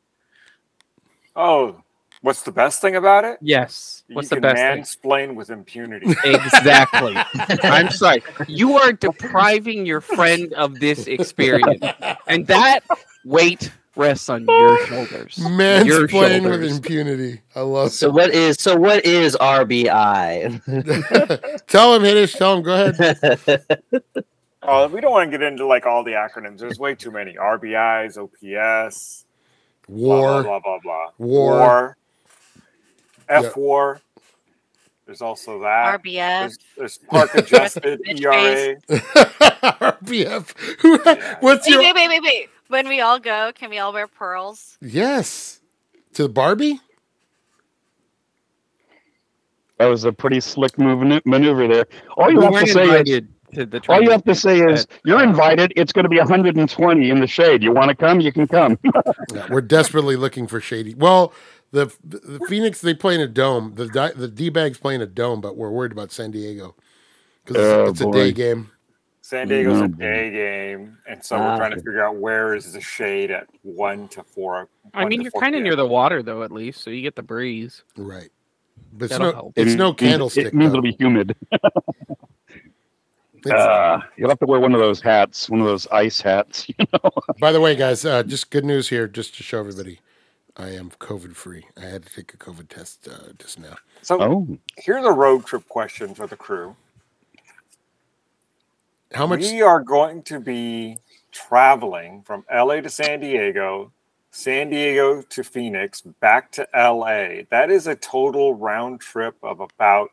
Speaker 6: Oh, what's the best thing about it?
Speaker 5: Yes. What's
Speaker 6: you
Speaker 5: the
Speaker 6: can
Speaker 5: best thing?
Speaker 6: mansplain with impunity.
Speaker 5: Exactly. I'm sorry. You are depriving your friend of this experience. And that weight rests on your shoulders. Your
Speaker 1: Mansplain with
Speaker 5: shoulders.
Speaker 1: impunity. I love
Speaker 3: So what is? So what is RBI?
Speaker 1: Tell him, Hiddish. Tell him. Go ahead.
Speaker 6: oh, we don't want to get into like all the acronyms. There's way too many RBIs, OPS,
Speaker 1: War.
Speaker 6: blah blah blah blah. blah.
Speaker 1: War.
Speaker 6: F
Speaker 1: Yeah.
Speaker 6: war. There's also that.
Speaker 2: RBF.
Speaker 6: There's, there's park adjusted E
Speaker 2: Bitch
Speaker 6: ERA.
Speaker 1: RPF. Who-
Speaker 6: Yeah.
Speaker 1: What's
Speaker 2: Wait,
Speaker 1: your?
Speaker 2: wait, wait, wait, wait. When we all go, can we all wear pearls?
Speaker 1: Yes. To the Barbie.
Speaker 4: That was a pretty slick move, maneuver there. All you
Speaker 5: We
Speaker 4: have to
Speaker 5: weren't
Speaker 4: say is
Speaker 5: invited to the
Speaker 4: All you
Speaker 5: tournament.
Speaker 4: have to say is you're invited. It's going to be 120 in the shade. You want to come? You can come.
Speaker 1: Yeah, we're desperately looking for shady. Well, the the Phoenix they play in a dome. The Di- the D bags play in a dome, but we're worried about San Diego because
Speaker 4: Oh,
Speaker 1: it's, a day
Speaker 4: boy.
Speaker 1: game.
Speaker 6: San Diego's
Speaker 4: No.
Speaker 6: a day game, and so
Speaker 3: Ah,
Speaker 6: we're trying to
Speaker 3: okay.
Speaker 6: figure out where is the shade at one to four.
Speaker 5: I mean, you're kind of near the water though, at least, so you get the breeze.
Speaker 1: Right. But it's
Speaker 5: That'll
Speaker 1: no,
Speaker 5: help.
Speaker 1: it's
Speaker 4: It-
Speaker 1: no
Speaker 4: it-
Speaker 1: candlestick.
Speaker 4: It means
Speaker 1: though.
Speaker 4: it'll be humid.
Speaker 1: It's-
Speaker 4: Uh, you'll have to wear one of those hats, one of those ice hats. You know,
Speaker 1: By the way, guys, uh, just good news here, just to show everybody, I am COVID free. I had to take a COVID test uh, just now.
Speaker 6: So
Speaker 4: oh,
Speaker 6: here's a road trip question for the crew.
Speaker 1: How much?
Speaker 6: We are going to be traveling from LA to San Diego, San Diego to Phoenix, back to LA. That is a total round trip of about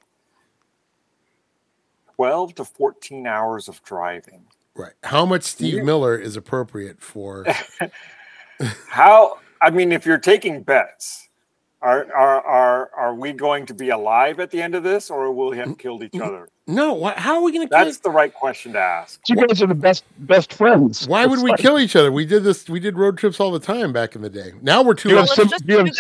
Speaker 6: 12 to 14 hours of driving.
Speaker 1: Right. How much Steve
Speaker 6: Yeah.
Speaker 1: Miller is appropriate for?
Speaker 6: How I mean, if you're taking bets, are are are are we going to be alive at the end of this, or will we
Speaker 1: Mm-hmm.
Speaker 6: have killed each other?
Speaker 1: no. Why, how are we going to kill?
Speaker 6: That's the right question to ask.
Speaker 4: you guys are the best best friends.
Speaker 1: Why would
Speaker 4: It's
Speaker 1: we
Speaker 4: like-
Speaker 1: kill each other? We did this. We did road trips all the time back in the day. Now we're too.
Speaker 4: Do you,
Speaker 2: Well,
Speaker 4: have
Speaker 1: much
Speaker 2: let's
Speaker 4: sim-
Speaker 2: just
Speaker 4: do, you have,
Speaker 2: do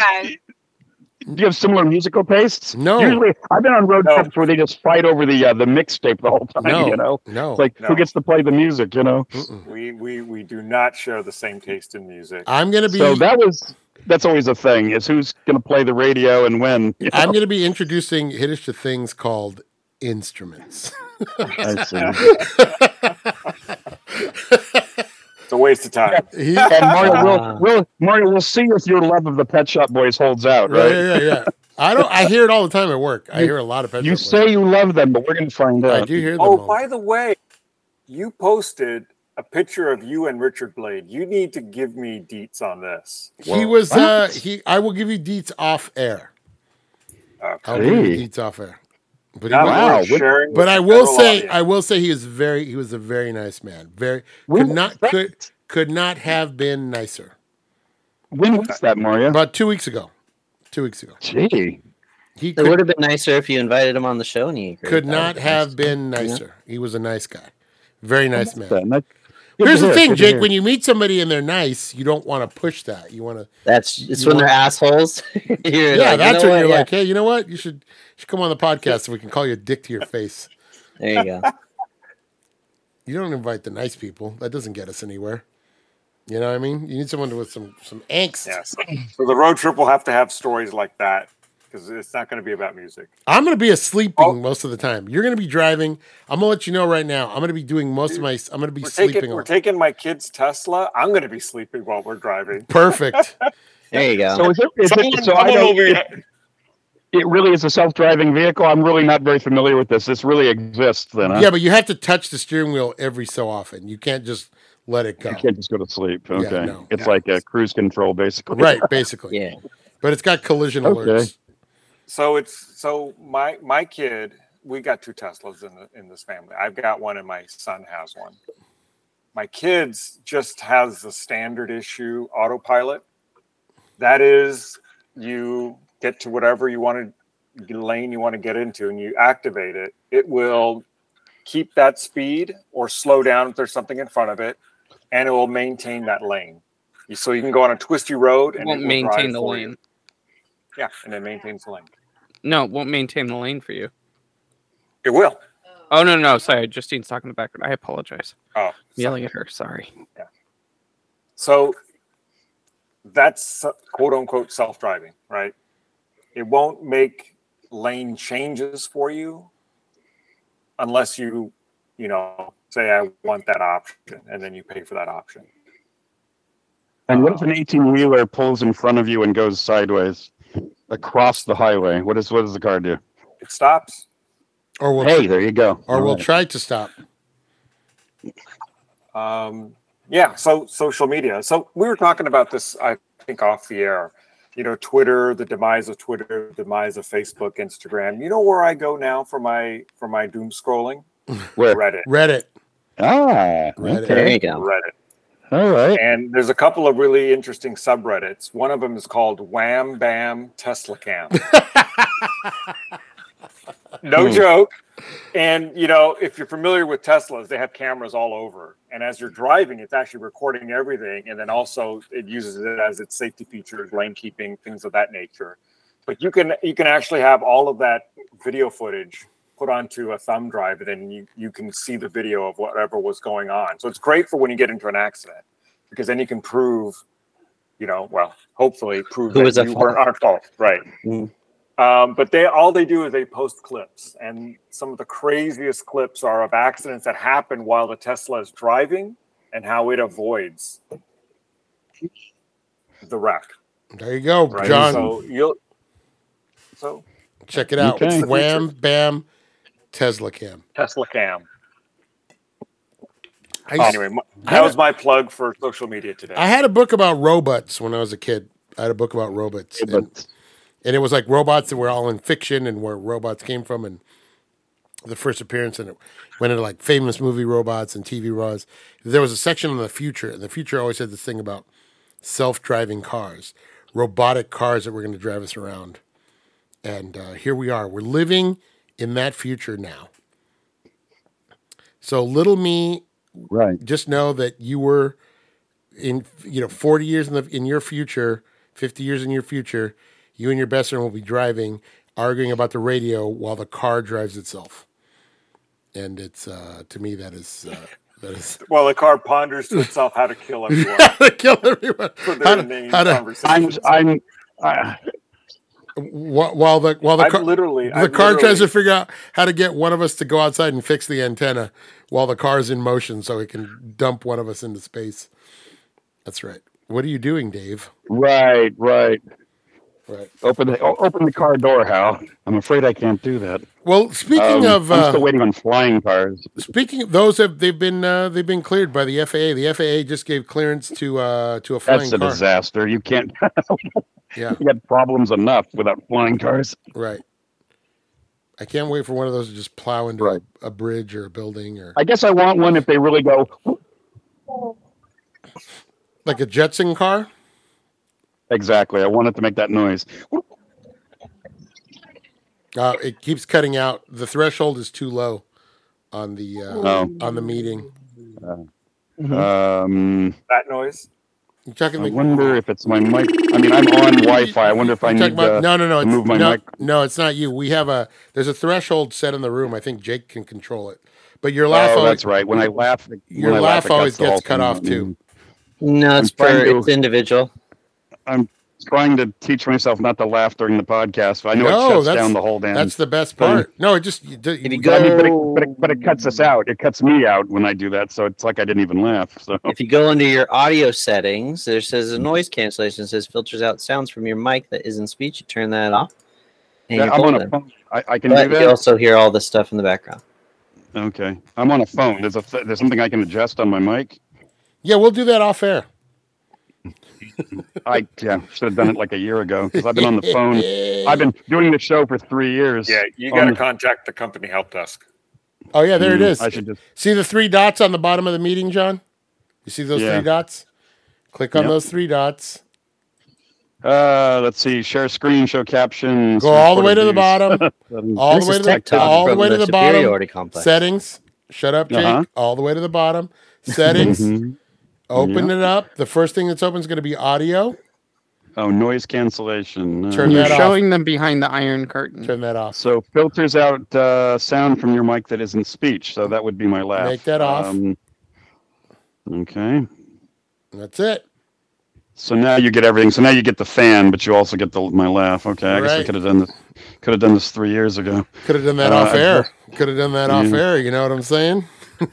Speaker 2: that.
Speaker 4: do you have similar musical tastes?
Speaker 1: No.
Speaker 4: Usually, I've been on road
Speaker 6: No.
Speaker 4: trips where they just fight over the uh, the mixtape the whole time.
Speaker 1: No.
Speaker 4: You know,
Speaker 1: no.
Speaker 4: It's like
Speaker 6: No.
Speaker 4: who gets to play the music? You know,
Speaker 1: Mm-mm.
Speaker 6: We we we do not share the same taste in music.
Speaker 1: I'm going to be.
Speaker 4: so that was that's always a thing is who's going to play the radio and when. you
Speaker 1: I'm
Speaker 4: know?
Speaker 1: going to be introducing Hiddish to things called instruments.
Speaker 4: I see.
Speaker 6: It's a waste of time.
Speaker 1: He-
Speaker 4: And Mario
Speaker 3: Ah.
Speaker 4: will, will Mario will see if your love of the Pet Shop Boys holds out,
Speaker 1: right,
Speaker 4: right?
Speaker 1: yeah, yeah, yeah. I don't. I hear it all the time at work. I
Speaker 4: You-
Speaker 1: hear a lot of pet
Speaker 4: You
Speaker 1: shop boys.
Speaker 4: say you love them, but we're going to find
Speaker 1: I
Speaker 4: out.
Speaker 1: do hear them.
Speaker 6: Oh,
Speaker 1: all-
Speaker 6: by the way, you posted a picture of you and Richard Blade. You need to give me deets on this.
Speaker 1: he was.
Speaker 4: What?
Speaker 1: Uh, he. I will give you deets off air.
Speaker 6: Okay.
Speaker 1: I'll give you
Speaker 4: Hey.
Speaker 1: deets off air. But he
Speaker 6: Not
Speaker 1: was-
Speaker 4: Wow.
Speaker 6: worth
Speaker 4: what-
Speaker 6: sharing
Speaker 1: But
Speaker 6: with
Speaker 1: I
Speaker 6: the
Speaker 1: will
Speaker 6: general
Speaker 1: say,
Speaker 6: audience.
Speaker 1: I will say, he was very. He was a very nice man. Very
Speaker 4: When
Speaker 1: could not
Speaker 4: was
Speaker 1: could
Speaker 4: that?
Speaker 1: could not have been nicer.
Speaker 4: When was that, Mario?
Speaker 1: About two weeks ago, two weeks ago,
Speaker 4: Gee,
Speaker 1: he
Speaker 3: It would
Speaker 1: could,
Speaker 3: have been nicer if you invited him on the show and he agreed.
Speaker 1: could
Speaker 3: That would
Speaker 1: not
Speaker 3: be
Speaker 1: have
Speaker 3: nice.
Speaker 1: been nicer. He was a nice guy, very nice man.
Speaker 4: Then that- good
Speaker 1: Here's
Speaker 4: to
Speaker 1: the
Speaker 4: hear,
Speaker 1: thing,
Speaker 4: good to
Speaker 1: Jake.
Speaker 4: hear.
Speaker 1: When you meet somebody and they're nice, you don't want to push that. You want to,
Speaker 3: That's it's
Speaker 1: You
Speaker 3: when
Speaker 1: want-
Speaker 3: they're assholes. You're
Speaker 1: yeah.
Speaker 3: like,
Speaker 1: that's
Speaker 3: you know
Speaker 1: when you're
Speaker 3: what? Yeah.
Speaker 1: like, hey, you know what? You should, should come on the podcast and we can call you a dick to your face.
Speaker 3: There you go.
Speaker 1: You don't invite the nice people. That doesn't get us anywhere. You know what I mean? You need someone with some some angst.
Speaker 6: Yes. So the road trip will have to have stories like that because it's not going to be about music.
Speaker 1: I'm going to be asleep
Speaker 6: Oh.
Speaker 1: most of the time. You're going to be driving. I'm going to let you know right now. I'm going to be doing most of my. I'm going to be
Speaker 6: We're
Speaker 1: sleeping.
Speaker 6: taking,
Speaker 1: all-
Speaker 6: we're taking my kids Tesla. I'm going to be sleeping while we're driving.
Speaker 1: Perfect.
Speaker 3: There you go.
Speaker 4: so is it? Is
Speaker 7: Someone,
Speaker 4: it so I
Speaker 7: someone
Speaker 4: don't,
Speaker 7: over
Speaker 4: it,
Speaker 7: here-
Speaker 4: it really is a self-driving vehicle. I'm really not very familiar with this. This really exists, then. Huh?
Speaker 1: yeah, but you have to touch the steering wheel every so often. You can't just let it go.
Speaker 4: you can't just go to sleep.
Speaker 1: Yeah,
Speaker 4: Okay,
Speaker 1: no.
Speaker 4: it's like a cruise control, basically.
Speaker 1: Right, basically.
Speaker 3: Yeah.
Speaker 1: But it's got collision
Speaker 4: Okay.
Speaker 1: alerts.
Speaker 6: So it's so my my kid. We got two Teslas in the in this family. I've got one, and my son has one. My kids just has the standard issue autopilot. That is, you get to whatever you want to lane you want to get into, and you activate it. It will keep that speed or slow down if there's something in front of it, and it will maintain that lane. So you can go on a twisty road and
Speaker 5: It
Speaker 6: it
Speaker 5: won't
Speaker 6: will drive
Speaker 5: maintain the
Speaker 6: for you.
Speaker 5: lane.
Speaker 6: Yeah, and it maintains the lane.
Speaker 5: No, it won't maintain the lane for you.
Speaker 6: It will.
Speaker 5: Oh no, no, sorry, Justine's talking in the background. I apologize.
Speaker 6: Oh,
Speaker 5: Yelling at her. Sorry.
Speaker 6: So that's uh, quote unquote self driving, right? It won't make lane changes for you unless you, you know, say, I want that option, and then you pay for that option.
Speaker 4: And what if an 18-wheeler pulls in front of you and goes sideways across the highway? What is what does the car do?
Speaker 6: It stops.
Speaker 1: Or we'll
Speaker 4: Hey, there you go.
Speaker 1: or we'll
Speaker 4: All right.
Speaker 1: try to stop.
Speaker 6: Um, yeah. So social media. So we were talking about this, I think, off the air. You know, Twitter, the demise of Twitter, demise of Facebook, Instagram. You know where I go now for my for my doom scrolling?
Speaker 4: Where?
Speaker 6: Reddit.
Speaker 1: Reddit.
Speaker 4: Ah,
Speaker 1: Right.
Speaker 3: There
Speaker 4: okay.
Speaker 3: you go.
Speaker 6: Reddit.
Speaker 4: All right.
Speaker 6: And there's a couple of really interesting subreddits. One of them is called Wham Bam Tesla Cam. no
Speaker 4: Hmm.
Speaker 6: joke. And you know, if you're familiar with Teslas, they have cameras all over. And as you're driving, it's actually recording everything. And then also it uses it as its safety features, lane keeping, things of that nature. But you can you can actually have all of that video footage put onto a thumb drive, and then you, you can see the video of whatever was going on. So it's great for when you get into an accident because then you can prove, you know, well, hopefully prove
Speaker 3: Who
Speaker 6: that
Speaker 3: was at
Speaker 6: you
Speaker 3: fault.
Speaker 6: weren't our fault, right?
Speaker 3: Mm.
Speaker 6: Um, but they all they do is they post clips, and some of the craziest clips are of accidents that happen while the Tesla is driving and how it avoids the wreck.
Speaker 1: There you go,
Speaker 6: Right.
Speaker 1: John.
Speaker 6: So you'll so
Speaker 1: Check it out.
Speaker 4: Okay.
Speaker 1: It's Wham Bam Tesla Cam.
Speaker 6: Tesla Cam.
Speaker 1: I, used-
Speaker 6: Anyway, my, that was my plug for social media today.
Speaker 1: I had a book about robots when I was a kid. I had a book about robots, and,
Speaker 4: But
Speaker 1: and it was like robots that were all in fiction and where robots came from, and the first appearance, and it went into like famous movie robots and TV robots. There was a section on the future, and the future always had this thing about self-driving cars, robotic cars that were going to drive us around. And uh, here we are. We're living in that future now. So little me
Speaker 4: right.
Speaker 1: just know that you were in you know 40 years in the in your future 50 years in your future you and your best friend will be driving arguing about the radio while the car drives itself and it's uh to me that is uh, that is
Speaker 6: well, the car ponders to itself how to kill everyone.
Speaker 1: kill everyone
Speaker 6: So
Speaker 1: How
Speaker 6: they're
Speaker 1: to-
Speaker 6: in the
Speaker 1: how to-
Speaker 4: I'm.
Speaker 6: conversation.
Speaker 4: I'm. I,
Speaker 1: wh- while the while the
Speaker 6: I've
Speaker 1: car
Speaker 6: literally
Speaker 1: the
Speaker 6: I've
Speaker 1: car tries to
Speaker 6: literally-
Speaker 1: figure out how to get one of us to go outside and fix the antenna while the car's in motion so it can dump one of us into space that's right what are you doing dave
Speaker 4: right. Right.
Speaker 1: right
Speaker 4: Open the o- open the car door, Hal. I'm afraid I can't do that.
Speaker 1: well speaking
Speaker 4: Um,
Speaker 1: of
Speaker 4: I'm
Speaker 1: uh,
Speaker 4: still waiting on flying cars.
Speaker 1: Speaking of those, have they've been uh, they've been cleared by the FAA. The FAA just gave clearance to uh, to a flying
Speaker 4: That's a
Speaker 1: car.
Speaker 4: disaster. You can't.
Speaker 1: Yeah,
Speaker 4: you got problems enough without flying cars.
Speaker 1: right. I can't wait for one of those to just plow into
Speaker 4: Right.
Speaker 1: a, a bridge or a building or
Speaker 4: I guess I want one if they really go.
Speaker 1: like a Jetson car.
Speaker 4: Exactly. I want it to make that noise.
Speaker 1: Uh, it keeps cutting out. The threshold is too low on the uh,
Speaker 4: Oh.
Speaker 1: on the meeting. Hmm.
Speaker 4: Um,
Speaker 6: that noise.
Speaker 1: You talking
Speaker 4: I
Speaker 1: like
Speaker 4: wonder if it's my mic. I mean, I'm on Wi-Fi. I wonder if I
Speaker 1: you talking
Speaker 4: need.
Speaker 1: about,
Speaker 4: uh,
Speaker 1: no, no, no, it's,
Speaker 4: move my
Speaker 1: no,
Speaker 4: mic?
Speaker 1: no. It's not you. We have a there's a threshold set in the room. I think Jake can control it. But your laugh
Speaker 4: oh,
Speaker 1: always
Speaker 4: that's right. When I laugh, when
Speaker 1: Your
Speaker 4: I
Speaker 1: laugh
Speaker 4: it
Speaker 1: always
Speaker 4: cuts the whole
Speaker 1: gets cut
Speaker 4: thing
Speaker 1: off,
Speaker 4: out.
Speaker 1: too.
Speaker 3: No, it's
Speaker 4: I'm trying
Speaker 3: per
Speaker 4: to-
Speaker 3: it's individual.
Speaker 4: I'm trying to teach myself not to laugh during the podcast. but I know
Speaker 1: No,
Speaker 4: it shuts
Speaker 1: that's-
Speaker 4: down the whole damn.
Speaker 1: That's the best
Speaker 4: Fine.
Speaker 1: part. No, it just you, do-
Speaker 3: If you
Speaker 1: we-
Speaker 4: but, I mean, but, it,
Speaker 3: go-
Speaker 4: but, it, but it cuts us out. It cuts me out when I do that. So it's like I didn't even laugh. So
Speaker 3: If you go into your audio settings, there says a noise cancellation. It says filters out sounds from your mic that isn't speech. You turn that off. And
Speaker 4: Yeah,
Speaker 3: you're
Speaker 4: I'm on a
Speaker 3: golden.
Speaker 4: phone. I, I can do
Speaker 3: But you
Speaker 4: that.
Speaker 3: also hear all the stuff in the background.
Speaker 4: Okay, I'm on a phone. There's a th- there's something I can adjust on my mic.
Speaker 1: yeah, we'll do that off air.
Speaker 4: I yeah should have done it like a year ago because I've been on the phone. I've been doing the show for three years.
Speaker 6: Yeah, you
Speaker 4: On
Speaker 6: got to
Speaker 4: the-
Speaker 6: contact the company help desk.
Speaker 1: Oh yeah, there it
Speaker 4: Mm,
Speaker 1: is.
Speaker 4: I should just
Speaker 1: See the three dots on the bottom of the meeting, John? You see those
Speaker 4: Yeah.
Speaker 1: three dots? Click on
Speaker 4: Yep.
Speaker 1: those three dots.
Speaker 4: uh let's see share screen show captions.
Speaker 1: Go all the
Speaker 4: record
Speaker 1: way to the
Speaker 4: views.
Speaker 1: bottom.
Speaker 4: Um,
Speaker 1: All the
Speaker 3: this
Speaker 1: way
Speaker 3: is
Speaker 1: to
Speaker 3: tech
Speaker 1: the
Speaker 3: talk
Speaker 1: all the
Speaker 3: from
Speaker 1: way to the bottom.
Speaker 3: superiority complex.
Speaker 1: Settings. Shut up, Jake.
Speaker 4: Uh-huh.
Speaker 1: All the way to the bottom. Settings.
Speaker 4: mhm.
Speaker 1: Open it up. The first thing that's open is going to be audio.
Speaker 4: Oh, noise cancellation. Uh,
Speaker 1: Turn
Speaker 5: You're
Speaker 1: that off.
Speaker 5: showing them behind the iron curtain.
Speaker 1: Turn that off.
Speaker 4: So filters out uh, sound from your mic that isn't speech. So that would be my laugh.
Speaker 1: Make that off.
Speaker 4: Um, okay.
Speaker 1: That's it.
Speaker 4: So now you get everything. So now you get the fan, but you also get the my laugh. Okay, I guess we
Speaker 1: Right.
Speaker 4: could have done this. Could have done this three years ago.
Speaker 1: Could have done that
Speaker 4: Uh,
Speaker 1: off
Speaker 4: I've
Speaker 1: air. Could have done that off
Speaker 4: Yeah.
Speaker 1: air. You know what I'm saying?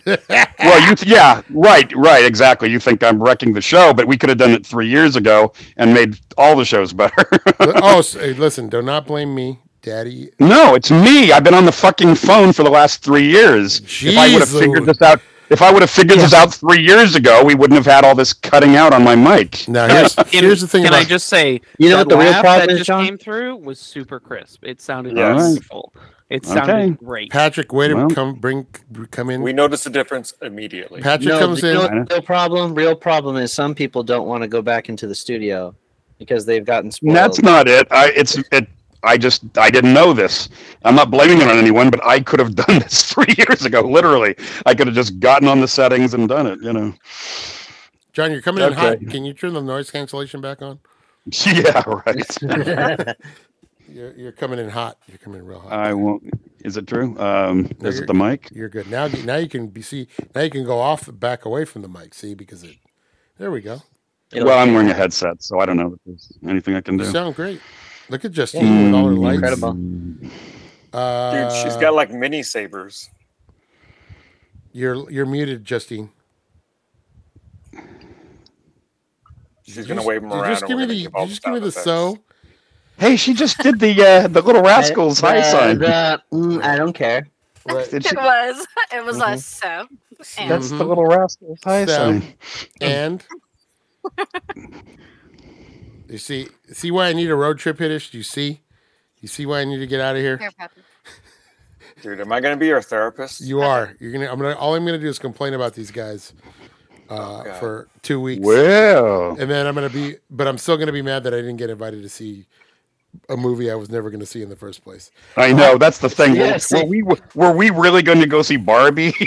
Speaker 4: Well, you th- yeah, right, right, exactly. You think I'm wrecking the show, but we could have done it three years ago and made all the shows better.
Speaker 1: Li- oh, s- hey, listen, do not blame me, Daddy.
Speaker 4: no, it's me. I've been on the fucking phone for the last three years. If I would have
Speaker 1: Jeez,
Speaker 4: figured
Speaker 1: Lou.
Speaker 4: this out, if I would have figured this out three years ago, we wouldn't have had all this cutting out on my mic.
Speaker 1: Now here's,
Speaker 5: Can-
Speaker 1: here's the thing
Speaker 5: Can
Speaker 1: about
Speaker 5: I just say,
Speaker 3: You know
Speaker 5: that
Speaker 3: what the real
Speaker 5: laugh
Speaker 3: problem
Speaker 5: that
Speaker 3: is,
Speaker 5: just
Speaker 3: John?
Speaker 5: came through was super crisp. It sounded
Speaker 4: Yes.
Speaker 5: beautiful. It sounded
Speaker 4: Okay.
Speaker 5: great.
Speaker 1: Patrick. Way to
Speaker 4: Well.
Speaker 1: come bring come in.
Speaker 6: We notice a difference immediately.
Speaker 1: Patrick
Speaker 3: No,
Speaker 1: comes
Speaker 3: you
Speaker 1: in.
Speaker 3: know what the real problem? Real problem is some people don't want to go back into the studio because they've gotten spoiled.
Speaker 4: That's not it. I it's it. I just I didn't know this. I'm not blaming it on anyone, but I could have done this three years ago. Literally, I could have just gotten on the settings and done it. You know.
Speaker 1: John, you're coming in hot.
Speaker 4: Okay.
Speaker 1: Can you turn the noise cancellation back on?
Speaker 4: Yeah. Right.
Speaker 1: You're, you're coming in hot. You're coming in real hot.
Speaker 4: I won't. Is it true? Um,
Speaker 1: No,
Speaker 4: is
Speaker 1: you're-
Speaker 4: it the mic?
Speaker 1: You're good. Now now you can be see now you can go off back away from the mic, see, because it there we go.
Speaker 3: It'll-
Speaker 4: well, I'm wearing a headset, so I don't know if there's anything I can
Speaker 1: You
Speaker 4: do.
Speaker 1: sound great. Look at Justine
Speaker 4: Mm,
Speaker 1: with all her lights.
Speaker 3: incredible.
Speaker 1: Uh,
Speaker 6: Dude, she's got like mini sabers.
Speaker 1: you're you're muted, Justine.
Speaker 6: She's
Speaker 1: You
Speaker 6: gonna
Speaker 1: just-
Speaker 6: wave them
Speaker 1: you
Speaker 6: around.
Speaker 1: Just
Speaker 6: and
Speaker 1: give me
Speaker 6: we're gonna
Speaker 1: the
Speaker 6: all
Speaker 1: you just give me the
Speaker 6: sound
Speaker 1: so.
Speaker 6: effects.
Speaker 4: Hey, she just did the uh, the little rascals high
Speaker 3: Uh,
Speaker 4: sign.
Speaker 3: the- mm, I don't care.
Speaker 1: Right. Mm-hmm.
Speaker 4: Did
Speaker 2: It
Speaker 4: she-
Speaker 2: was. It
Speaker 4: Mm-hmm.
Speaker 2: was us. So. And
Speaker 4: That's the little rascals high
Speaker 1: So- um,
Speaker 4: sign.
Speaker 1: And you see, see why I need a road trip, Hiddish? Do you see? You see why I need to get out of here?
Speaker 2: Here, Pappy.
Speaker 6: Dude, am I gonna be your therapist?
Speaker 1: You are. You're gonna. I'm gonna. All I'm gonna do is complain about these guys uh,
Speaker 6: Oh, God.
Speaker 1: for two weeks,
Speaker 4: Well,
Speaker 1: and then I'm gonna be. But I'm still gonna be mad that I didn't get invited to see a movie I was never gonna see in the first place.
Speaker 4: I know that's the thing.
Speaker 3: Yeah,
Speaker 4: were,
Speaker 3: see-
Speaker 4: were we were we really going to go see Barbie?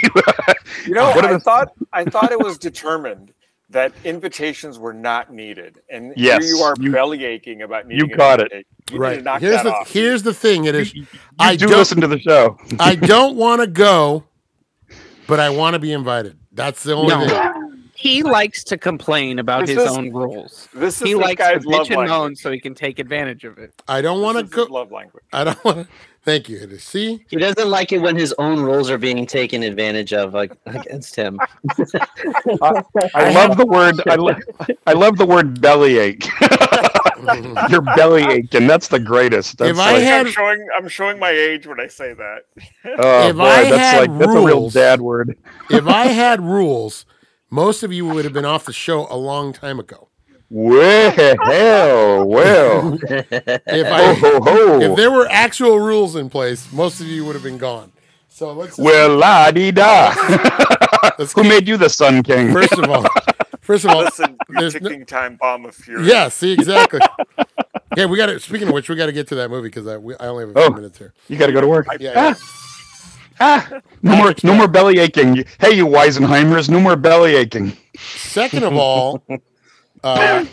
Speaker 6: You know,
Speaker 4: What are
Speaker 6: I
Speaker 4: the-
Speaker 6: thought I thought it was determined that invitations were not needed, and
Speaker 4: Yes,
Speaker 6: here you are
Speaker 4: you-
Speaker 6: belly aching about needing. an
Speaker 4: caught it.
Speaker 6: invitation. You need to
Speaker 1: right.
Speaker 6: knock
Speaker 1: Here's
Speaker 6: that
Speaker 1: the.
Speaker 6: off.
Speaker 1: Here's the thing, Hiddish.
Speaker 4: I
Speaker 1: I
Speaker 4: do
Speaker 1: don't-
Speaker 4: listen to the show.
Speaker 1: I don't want to go, but I want to be invited. That's the only thing.
Speaker 5: No. He likes to complain about
Speaker 6: This
Speaker 5: his
Speaker 6: is-
Speaker 5: own rules.
Speaker 6: This is
Speaker 5: He
Speaker 6: this
Speaker 5: likes to
Speaker 6: guy's
Speaker 5: bitch
Speaker 6: love
Speaker 5: and moan
Speaker 6: language.
Speaker 5: so he can take advantage of it.
Speaker 1: I don't want to
Speaker 6: This is his
Speaker 1: go.
Speaker 6: love language.
Speaker 1: I don't want to. Thank you, Hiddish. See.
Speaker 3: He doesn't like it when his own rules are being taken advantage of, like against him.
Speaker 4: I love the word. I, lo- I love the word bellyache. You're bellyache, and that's the greatest. That's
Speaker 1: If I
Speaker 4: like,
Speaker 1: had-
Speaker 7: I'm showing I'm showing my age when I say that.
Speaker 4: oh,
Speaker 1: if
Speaker 4: boy,
Speaker 1: I
Speaker 4: that's
Speaker 1: had
Speaker 4: like that's a real
Speaker 1: rules-
Speaker 4: dad word.
Speaker 1: if I had rules, most of you would have been off the show a long time ago.
Speaker 4: Well, well,
Speaker 1: If
Speaker 4: ho
Speaker 1: I
Speaker 4: ho ho.
Speaker 1: if there were actual rules in place, most of you would have been gone. So let's just-
Speaker 4: Well, la di da.
Speaker 1: let's
Speaker 4: Who
Speaker 1: keep-
Speaker 4: made you the Sun King?
Speaker 1: first of all, first of all,
Speaker 7: Listen, you
Speaker 1: there's no-
Speaker 7: ticking time bomb of fury.
Speaker 1: yeah, see exactly. Yeah, we got to. Speaking of which, we got to get to that movie because I, we- I only have a few
Speaker 4: Oh.
Speaker 1: minutes here.
Speaker 4: You got to go to work.
Speaker 1: Yeah,
Speaker 4: Ah, ah, no more, no more belly aching. Hey, you Weisenheimers, no more belly aching.
Speaker 1: Second of all, uh,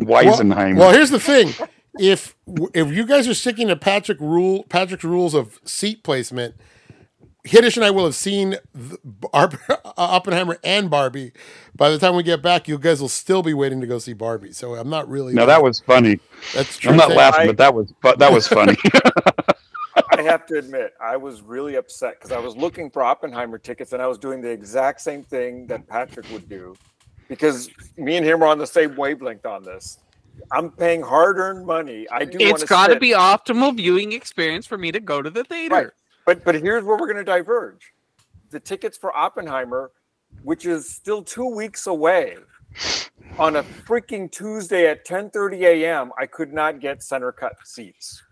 Speaker 4: Weisenheimer.
Speaker 1: Well, here's the thing: if if you guys are sticking to Patrick rule, Patrick's rules of seat placement, Hiddish and I will have seen the, Bar- Oppenheimer and Barbie. By the time we get back, you guys will still be waiting to go see Barbie. So I'm not really.
Speaker 4: now that was funny.
Speaker 1: that's true.
Speaker 4: I'm not
Speaker 1: Thank-
Speaker 4: laughing,
Speaker 6: I-
Speaker 4: but that was fu- that was funny.
Speaker 6: I have to admit, I was really upset because I was looking for Oppenheimer tickets and I was doing the exact same thing that Patrick would do because me and him are on the same wavelength on this. I'm paying hard earned money. I do
Speaker 5: It's
Speaker 6: wanna
Speaker 5: got to
Speaker 6: sit.
Speaker 5: be optimal viewing experience for me to go to the theater.
Speaker 6: Right. But but here's where we're going to diverge: the tickets for Oppenheimer, which is still two weeks away, on a freaking Tuesday at 10:30 a.m. I could not get center cut seats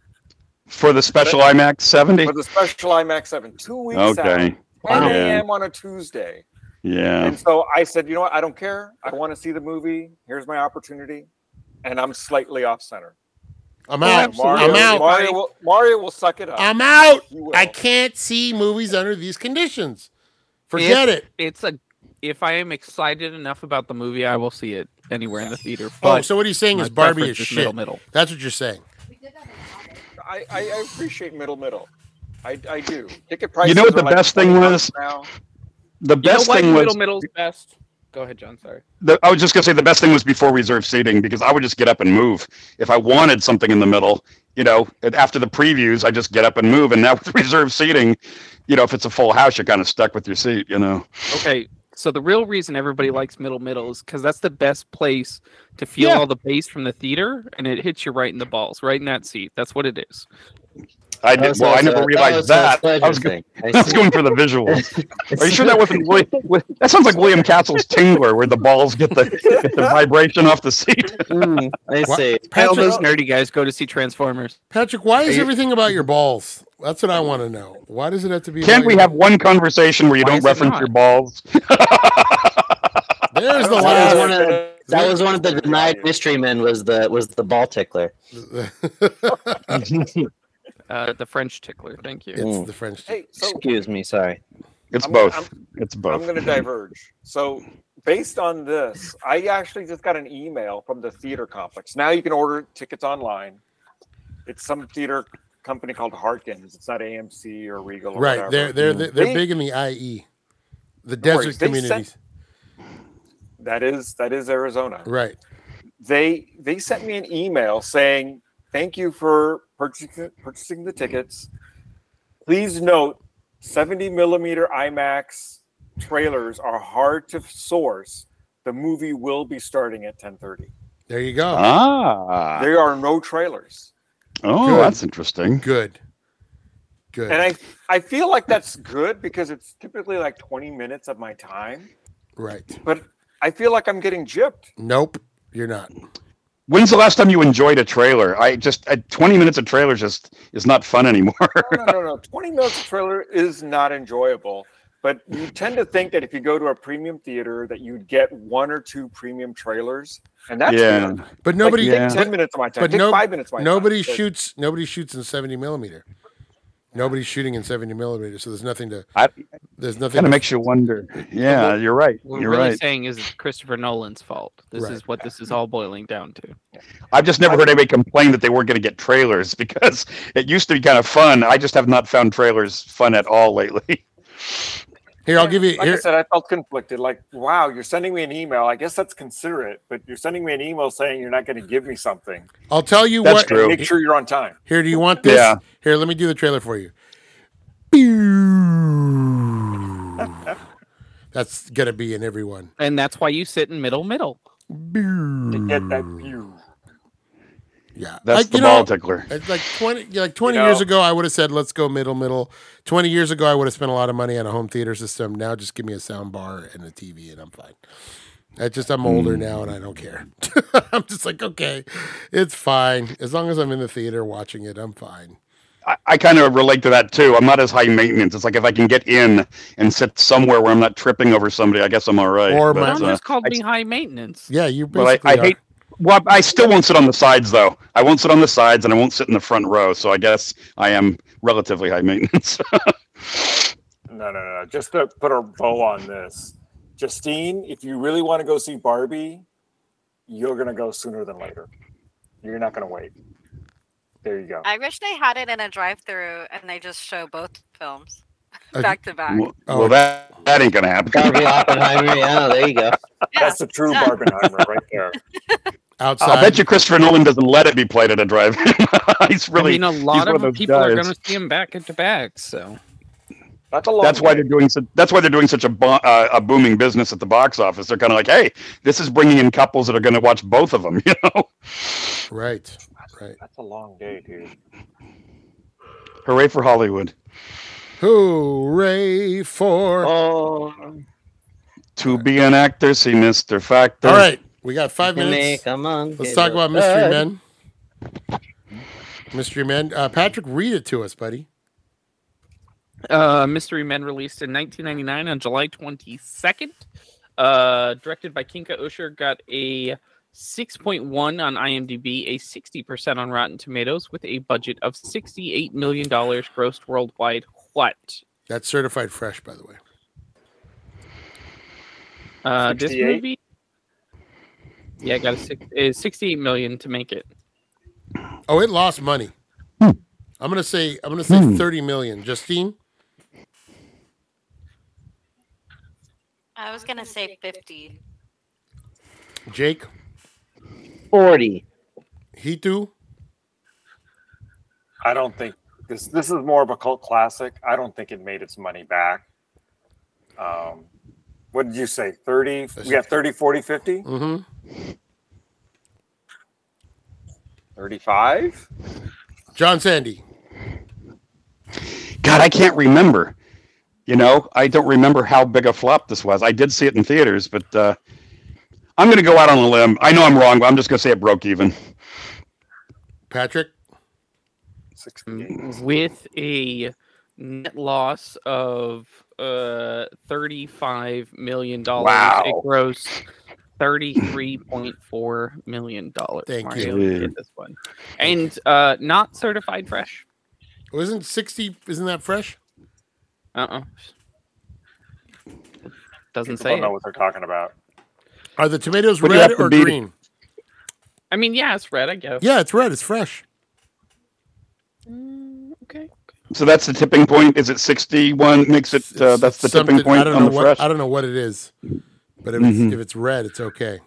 Speaker 4: For the special IMAX 70.
Speaker 6: for the special IMAX Seven. Two weeks
Speaker 4: Okay.
Speaker 6: out, 10
Speaker 4: Wow.
Speaker 6: a.m. on a Tuesday,
Speaker 4: Yeah.
Speaker 6: and so I said, you know what? I don't care. I want to see the movie. Here's my opportunity, and I'm slightly off center.
Speaker 1: I'm out.
Speaker 6: Mario,
Speaker 1: I'm out.
Speaker 6: Mario will, Mario will suck it up.
Speaker 1: I'm out.
Speaker 6: He will.
Speaker 1: I can't see movies under these conditions. Forget it.
Speaker 5: It's a if I am excited enough about the movie, I will see it anywhere in the theater.
Speaker 1: Oh,
Speaker 5: But
Speaker 1: so what he's saying
Speaker 5: my
Speaker 1: is Barbie is
Speaker 5: preference
Speaker 1: shit.
Speaker 5: middle middle.
Speaker 1: That's what you're saying.
Speaker 6: I, I, I appreciate middle middle. I, I do. Ticket prices.
Speaker 4: You know what
Speaker 6: are
Speaker 4: the
Speaker 6: like
Speaker 4: best thing
Speaker 6: 20
Speaker 4: was?
Speaker 6: Now.
Speaker 4: The
Speaker 5: You know
Speaker 4: best
Speaker 5: what
Speaker 4: thing was
Speaker 5: middle middle's best? Go ahead, John. Sorry.
Speaker 4: the, I was just gonna say the best thing was before reserve seating because I would just get up and move if I wanted something in the middle. You know, and after the previews, I just get up and move. And now with reserve seating, you know, if it's a full house, you're kind of stuck with your seat. You know,
Speaker 5: Okay. So the real reason everybody likes middle middle is because that's the best place to feel
Speaker 4: Yeah.
Speaker 5: all the bass from the theater, and it hits you right in the balls, right in that seat. That's what it is.
Speaker 4: I did.
Speaker 3: Oh,
Speaker 4: well,
Speaker 3: so
Speaker 4: I never
Speaker 3: it's a- oh,
Speaker 4: realized
Speaker 3: so it's a
Speaker 4: that. I
Speaker 3: pleasure
Speaker 4: was, go-
Speaker 3: thing. I
Speaker 4: I was
Speaker 3: see.
Speaker 4: going for the visuals. Are you sure that wasn't William, that sounds like William Castle's Tingler, where the balls get the get the vibration off the seat?
Speaker 3: Mm, I
Speaker 1: What?
Speaker 3: see.
Speaker 5: Hey, all those
Speaker 1: Patrick, oh
Speaker 5: nerdy guys go to see Transformers.
Speaker 1: Patrick, why is
Speaker 4: you-
Speaker 1: everything about your balls? That's what I want to know. Why does it have to be?
Speaker 4: Can't
Speaker 1: about
Speaker 4: we
Speaker 1: your-
Speaker 4: have one conversation where you
Speaker 5: Why
Speaker 4: don't
Speaker 5: is it
Speaker 4: reference
Speaker 5: not?
Speaker 4: your balls?
Speaker 1: There's the
Speaker 6: I
Speaker 1: last.
Speaker 6: don't know.
Speaker 3: That was one of that was one of the denied mystery men was the was the ball tickler.
Speaker 5: Uh, the French tickler. Thank you.
Speaker 4: Mm.
Speaker 1: it's the French.
Speaker 6: Hey, so
Speaker 3: Excuse me, sorry.
Speaker 4: It's
Speaker 6: I'm-
Speaker 4: both.
Speaker 6: I'm-
Speaker 4: it's
Speaker 6: I'm
Speaker 4: both.
Speaker 6: going to diverge. So based on this, I actually just got an email from the theater complex. Now you can order tickets online. It's some theater company called Harkins. It's not AMC or Regal. Or
Speaker 1: Right.
Speaker 6: whatever. Mm-hmm.
Speaker 1: They're
Speaker 4: Mm.
Speaker 1: they're they're, they're
Speaker 6: They-
Speaker 1: big in the IE, the
Speaker 6: No
Speaker 1: desert
Speaker 6: worries. They sent-
Speaker 1: communities.
Speaker 6: That is that is Arizona.
Speaker 1: Right.
Speaker 6: They they sent me an email saying thank you for purchasing purchasing the tickets. Please note, seventy millimeter IMAX trailers are hard to source. The movie will be starting at ten thirty.
Speaker 1: There you go.
Speaker 4: Ah.
Speaker 6: There are no trailers,
Speaker 4: Oh,
Speaker 1: Good.
Speaker 4: that's interesting.
Speaker 1: Good. Good.
Speaker 6: and I I feel like that's good because it's typically like twenty minutes of my time,
Speaker 1: right.
Speaker 6: but I feel like I'm getting gypped.
Speaker 1: Nope. You're not.
Speaker 4: When's the last time you enjoyed a trailer? I just I, twenty minutes of trailers just is not fun anymore.
Speaker 6: no, no, no, no. 20 minutes of trailer is not enjoyable. But you tend to think that if you go to a premium theater that you'd get one or two premium trailers. And that's
Speaker 4: Yeah.
Speaker 6: weird.
Speaker 1: But nobody.
Speaker 6: like,
Speaker 4: Yeah.
Speaker 6: take 10 minutes of my time,
Speaker 1: but
Speaker 6: take
Speaker 1: no-
Speaker 6: five minutes of my
Speaker 1: Nobody
Speaker 6: time. Like,
Speaker 1: shoots. Nobody shoots in seventy millimeter. Nobody's shooting in seventy millimeter, so there's nothing to.
Speaker 4: I-
Speaker 1: there's nothing.
Speaker 4: kind
Speaker 1: to-
Speaker 4: of makes you wonder. Yeah, you're right.
Speaker 5: We're
Speaker 4: You're
Speaker 5: really
Speaker 4: right.
Speaker 5: saying is it's Christopher Nolan's fault. This
Speaker 1: Right.
Speaker 5: is what this is all boiling down to.
Speaker 4: I've just never heard anybody complain that they weren't going to get trailers because it used to be kind of fun. I just have not found trailers fun at all lately.
Speaker 1: Here, I'll give you.
Speaker 6: Like I
Speaker 1: Here,
Speaker 6: said, I felt conflicted. Like, wow, you're sending me an email. I guess that's considerate, but you're sending me an email saying you're not going to give me something.
Speaker 1: I'll tell you
Speaker 4: That's
Speaker 1: what.
Speaker 4: true.
Speaker 6: Make sure you're on time.
Speaker 1: Here, do you want this?
Speaker 4: Yeah.
Speaker 1: Here, let me do the trailer for you. That's gonna be in everyone.
Speaker 5: And that's why you sit in middle middle.
Speaker 6: To get that
Speaker 1: Mm.
Speaker 6: view.
Speaker 1: Yeah,
Speaker 4: That's
Speaker 1: Like,
Speaker 4: the
Speaker 1: Uh, you
Speaker 4: ball
Speaker 1: know,
Speaker 4: tickler.
Speaker 1: It's like twenty, yeah, like twenty
Speaker 6: You
Speaker 1: years
Speaker 6: know-
Speaker 1: ago, I would have said, "Let's go middle, middle." Twenty years ago, I would have spent a lot of money on a home theater system. Now, just give me a sound bar and a TV, and I'm fine. I just I'm older now, and I don't care. I'm just like, okay, it's fine as long as I'm in the theater watching it. I'm fine.
Speaker 4: I, I kind of relate to that too. I'm not as high maintenance. It's like if I can get in and sit somewhere where I'm not tripping over somebody, I guess I'm all right.
Speaker 1: Or my-
Speaker 5: John
Speaker 4: but, uh,
Speaker 5: just called
Speaker 4: I-
Speaker 5: me high maintenance.
Speaker 1: Yeah, you
Speaker 4: but I,
Speaker 1: basically
Speaker 4: I
Speaker 1: are.
Speaker 4: hate. Well, I still won't sit on the sides though. I won't sit on the sides, and I won't sit in the front row. So I guess I am relatively high maintenance.
Speaker 6: No, no, no. Just to put a bow on this, Justine, if you really want to go see Barbie, you're gonna go sooner than later. You're not gonna wait. There you go.
Speaker 2: I wish they had it in a drive-through and they just show both films
Speaker 1: Uh,
Speaker 2: back to back.
Speaker 4: well,
Speaker 1: Oh.
Speaker 4: well, that that ain't gonna happen.
Speaker 3: Barbie Oppenheimer. Yeah, there you go.
Speaker 2: Yeah.
Speaker 6: That's the true
Speaker 2: Yeah.
Speaker 6: Barbenheimer right there.
Speaker 1: outside.
Speaker 4: I bet you Christopher Nolan doesn't let it be played at a drive-in. he's really.
Speaker 5: I mean, a lot
Speaker 4: one of
Speaker 5: of,
Speaker 4: those
Speaker 5: people are
Speaker 4: guys.
Speaker 5: going to see him back into back. So
Speaker 6: That's a long.
Speaker 4: that's why
Speaker 6: way.
Speaker 4: they're doing. su- That's why they're doing such a bo- uh, a booming business at the box office. They're kind of like, hey, this is bringing in couples that are going to watch both of them. You know,
Speaker 1: right, right.
Speaker 6: That's a long day, dude.
Speaker 4: hooray for Hollywood!
Speaker 1: Hooray for!
Speaker 3: Oh,
Speaker 4: To be an actor, see Mister Factor.
Speaker 1: All right, we got five
Speaker 3: you may
Speaker 1: minutes.
Speaker 3: come on.
Speaker 1: Let's
Speaker 3: get
Speaker 1: talk
Speaker 3: your
Speaker 1: about Mystery
Speaker 3: bud.
Speaker 1: Men. Mystery Men. Uh, Patrick, read it to us, buddy.
Speaker 5: Uh, Mystery Men released in 1999 on July 22nd. Uh, directed by Kinka Usher, got a 6.1 on IMDb, a 60% on Rotten Tomatoes, with a budget of $68 million grossed worldwide. What?
Speaker 1: That's certified fresh, by the way.
Speaker 5: Uh, this
Speaker 6: 68?
Speaker 5: movie? Yeah, got a six, uh, 68 million to make it.
Speaker 1: Oh, it lost money. I'm gonna say I'm gonna say
Speaker 4: Hmm.
Speaker 1: 30 million. Justine,
Speaker 2: I was gonna say fifty.
Speaker 1: Jake,
Speaker 3: Forty.
Speaker 1: Hitu.
Speaker 6: I don't think this. This is more of a cult classic. I don't think it made its money back. Um, what did you say? 30? We got 30, 40, 50?
Speaker 1: Mm-hmm.
Speaker 6: 35?
Speaker 1: John Sandy.
Speaker 4: God, I can't remember. You know, I don't remember how big a flop this was. I did see it in theaters, but uh, I'm going to go out on a limb. I know I'm wrong, but I'm just going to say it broke even.
Speaker 1: Patrick.
Speaker 6: 68.
Speaker 4: Mm-hmm.
Speaker 5: with a net loss of uh 35 million dollars it
Speaker 4: Wow.
Speaker 5: grossed 33.4 million dollars
Speaker 1: Thank
Speaker 4: you.
Speaker 5: get this one and uh not certified fresh
Speaker 1: Oh, isn't 60? Isn't that fresh?
Speaker 5: uh-uh doesn't
Speaker 6: People don't
Speaker 5: say
Speaker 6: know
Speaker 5: it.
Speaker 6: what they're talking about.
Speaker 1: Are the tomatoes
Speaker 4: But you
Speaker 1: red
Speaker 4: have to
Speaker 1: or
Speaker 4: beat it.
Speaker 1: green?
Speaker 5: i mean yeah it's red i guess
Speaker 1: Yeah, it's red. It's fresh.
Speaker 5: Mm, okay.
Speaker 4: So that's the tipping point. Is it 61 makes it? Uh, that's the
Speaker 1: Something-
Speaker 4: tipping point
Speaker 1: I don't
Speaker 4: on
Speaker 1: know
Speaker 4: the
Speaker 1: what
Speaker 4: fresh.
Speaker 1: I don't know what it is, but if,
Speaker 4: Mhm.
Speaker 1: it's, if it's red, it's okay.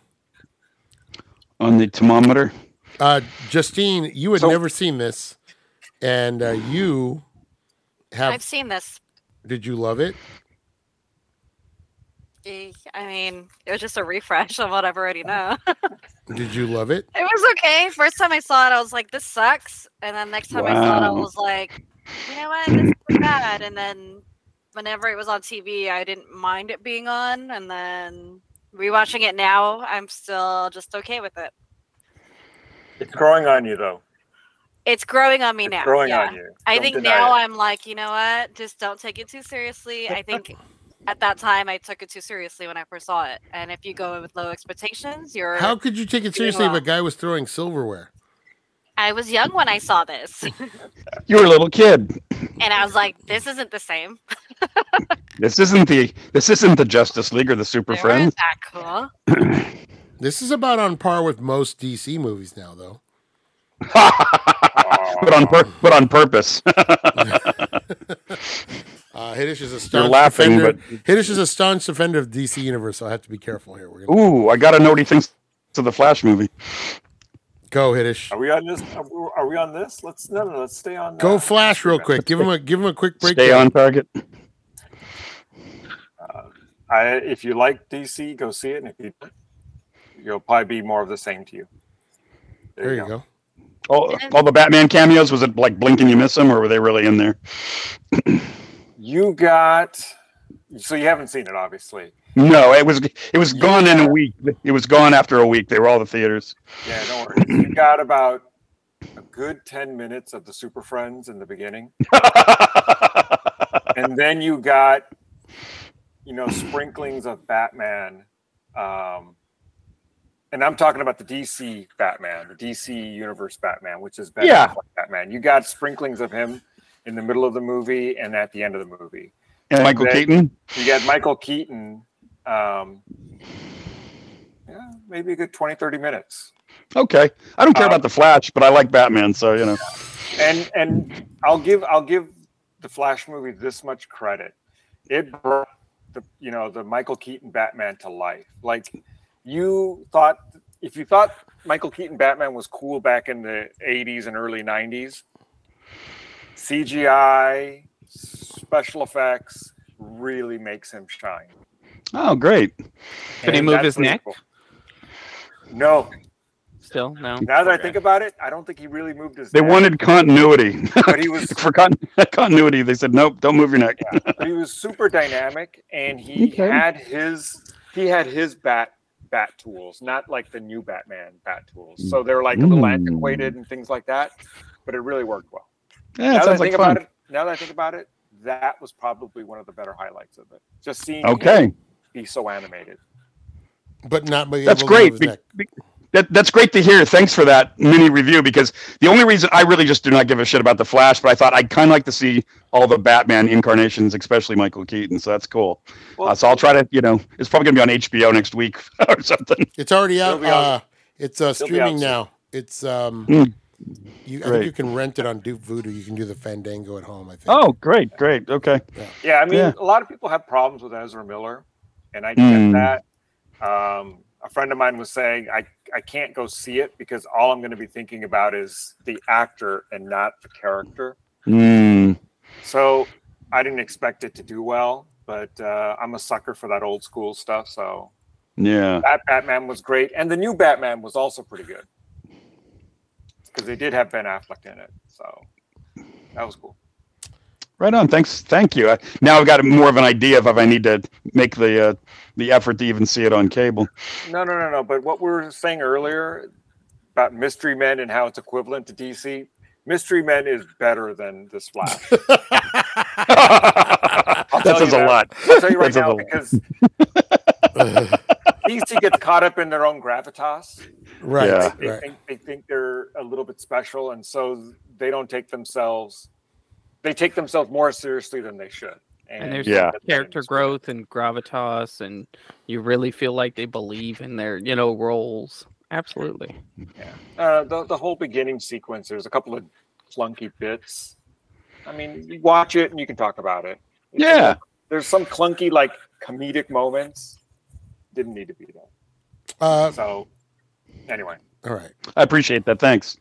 Speaker 4: on the thermometer.
Speaker 1: Uh, Justine, you had
Speaker 4: So-
Speaker 1: never seen this, and uh, you have.
Speaker 2: I've seen this.
Speaker 1: Did you love it?
Speaker 2: Eh, I mean, it was just a refresh of what I've already know. it
Speaker 1: Did you love it?
Speaker 2: was okay. First time I saw it, I was like, "This sucks," and then next time I saw it, I
Speaker 4: Wow.
Speaker 2: was like, "You know what? This is pretty bad." And then whenever it was on TV, I didn't mind it being on, and then rewatching it now, I'm still just okay with it.
Speaker 6: It's growing on you though.
Speaker 2: It's growing on me
Speaker 6: It's
Speaker 2: now.
Speaker 6: growing
Speaker 2: yeah.
Speaker 6: on you.
Speaker 2: I
Speaker 6: Don't
Speaker 2: think
Speaker 6: deny
Speaker 2: now
Speaker 6: it.
Speaker 2: I'm like, you know what? Just don't take it too seriously. I think at that time I took it too seriously when I first saw it. And if you go in with low expectations, you're
Speaker 1: How could you take it seriously if a guy was throwing silverware?
Speaker 2: I was young when I saw this.
Speaker 4: You were a little kid.
Speaker 2: and I was like, this isn't the same.
Speaker 4: This isn't the this isn't the Justice League or the Super
Speaker 2: They weren't
Speaker 4: Friends.
Speaker 2: that cool.
Speaker 1: This is about on par with most DC movies now, though.
Speaker 4: but on pur- but on purpose.
Speaker 1: Uh, Hiddish is a staunch
Speaker 4: You're laughing,
Speaker 1: defender. Hiddish is a staunch defender of DC Universe, so I have to be careful here. We're
Speaker 4: but
Speaker 1: gonna
Speaker 4: ooh, I gotta know what he thinks to the Flash movie.
Speaker 1: go Hiddish.
Speaker 6: Are we on this? Are we, are we on this? Let's no, no. Let's stay on.
Speaker 1: Go
Speaker 6: uh,
Speaker 1: Flash real quick. Give him a give him a quick break.
Speaker 4: Stay on target.
Speaker 6: I, if you like DC, go see it, and if you, don't, you'll probably be more of the same to you.
Speaker 1: There you go.
Speaker 4: All, all the Batman cameos was it like blink and you miss them, or were they really in there?
Speaker 6: You got. So you haven't seen it, obviously.
Speaker 4: No, it was it was gone in a week. It was gone after a week. They were all the theaters.
Speaker 6: Yeah, don't worry. You got about a good ten minutes of the Super Friends in the beginning, and then you got, you know, sprinklings of Batman, um, and I'm talking about the DC Batman, the DC Universe Batman, which is Ben
Speaker 4: Yeah.
Speaker 6: Affleck Batman. You got sprinklings of him in the middle of the movie and at the end of the movie.
Speaker 4: and Michael
Speaker 6: They-
Speaker 4: Keaton.
Speaker 6: You got Michael Keaton. Um, yeah, maybe a good 20, 30 minutes.
Speaker 4: Okay, I don't care
Speaker 6: Um,
Speaker 4: about the Flash, but I like Batman, so you know.
Speaker 6: and and I'll give I'll give the Flash movie this much credit. It brought the you know the Michael Keaton Batman to life. Like you thought if you thought Michael Keaton Batman was cool back in the 80s and early 90s, CGI special effects really makes him shine.
Speaker 4: Oh, great!
Speaker 5: Could he
Speaker 6: And
Speaker 5: move
Speaker 6: that's
Speaker 5: his
Speaker 6: really
Speaker 5: neck?
Speaker 6: cool. No.
Speaker 5: Still no.
Speaker 6: Now that I
Speaker 5: Okay.
Speaker 6: think about it, I don't think he really moved his
Speaker 4: They
Speaker 6: neck.
Speaker 4: wanted continuity.
Speaker 6: but he was
Speaker 4: For con- continuity, they said nope, don't move your neck.
Speaker 6: but he was super dynamic and he
Speaker 4: Okay.
Speaker 6: had his he had his bat bat tools not like the new batman bat tools so they're like a little
Speaker 4: Mm.
Speaker 6: antiquated and things like that but it really worked well
Speaker 4: Yeah, it
Speaker 6: now that i
Speaker 4: sounds
Speaker 6: think
Speaker 4: like
Speaker 6: about
Speaker 4: fun.
Speaker 6: it now that i think about it that was probably one of the better highlights of it just seeing
Speaker 4: Okay,
Speaker 6: him be so animated
Speaker 1: But not be
Speaker 4: that's
Speaker 1: able to move
Speaker 4: great.
Speaker 1: his
Speaker 4: Be-
Speaker 1: neck.
Speaker 4: be- that, that's great to hear. Thanks for that mini review because the only reason I really just do not give a shit about the Flash, but I thought I'd kind of like to see all the Batman incarnations, especially Michael Keaton. So that's cool.
Speaker 6: well
Speaker 4: Uh, so I'll try to, you know, it's probably gonna be on HBO next week or something.
Speaker 1: It's already out.
Speaker 6: It'll be out.
Speaker 1: Uh, it's uh,
Speaker 6: It'll be
Speaker 1: streaming
Speaker 6: out soon.
Speaker 1: now. It's um,
Speaker 4: Mm.
Speaker 1: you, I think
Speaker 4: Great.
Speaker 1: you can rent it on Duke Voodoo. You can do the Fandango at home. I think.
Speaker 4: Oh, great, great. Okay.
Speaker 6: yeah i mean
Speaker 4: Yeah.
Speaker 6: a lot of people have problems with ezra miller and i get
Speaker 4: Mm.
Speaker 6: that um a friend of mine was saying I, I can't go see it because all I'm going to be thinking about is the actor and not the character.
Speaker 4: Mm.
Speaker 6: So I didn't expect it to do well, but uh, I'm a sucker for that old school stuff. So
Speaker 4: Yeah.
Speaker 6: that Batman was great, and the new Batman was also pretty good because they did have Ben Affleck in it. So that was cool.
Speaker 4: Right on. Thanks. Thank you. I, now I've got more of an idea of if I need to make the uh, the effort to even see it on cable.
Speaker 6: No, no, no, no. But what we were saying earlier about Mystery Men and how it's equivalent to DC, Mystery Men is better than this Flash.
Speaker 4: that
Speaker 6: tell
Speaker 4: says
Speaker 6: you
Speaker 4: a
Speaker 6: that.
Speaker 4: lot.
Speaker 6: I'll tell you right
Speaker 4: That's a
Speaker 6: now
Speaker 4: little-
Speaker 6: because DC gets caught up in their own gravitas.
Speaker 1: right.
Speaker 4: Yeah.
Speaker 6: they
Speaker 1: Right.
Speaker 6: think they think they're a little bit special, and so they don't take themselves. They take themselves more seriously than they should.
Speaker 5: And there's
Speaker 4: Yeah.
Speaker 5: character growth and gravitas, and you really feel like they believe in their you know roles. Absolutely.
Speaker 6: Uh, the the whole beginning sequence. There's a couple of clunky bits, I mean, you watch it and you can talk about it. It's-
Speaker 4: Yeah.
Speaker 6: There's some clunky, like comedic moments. Didn't need to be there.
Speaker 1: Uh,
Speaker 6: So, anyway,
Speaker 1: all right,
Speaker 4: I appreciate that. Thanks.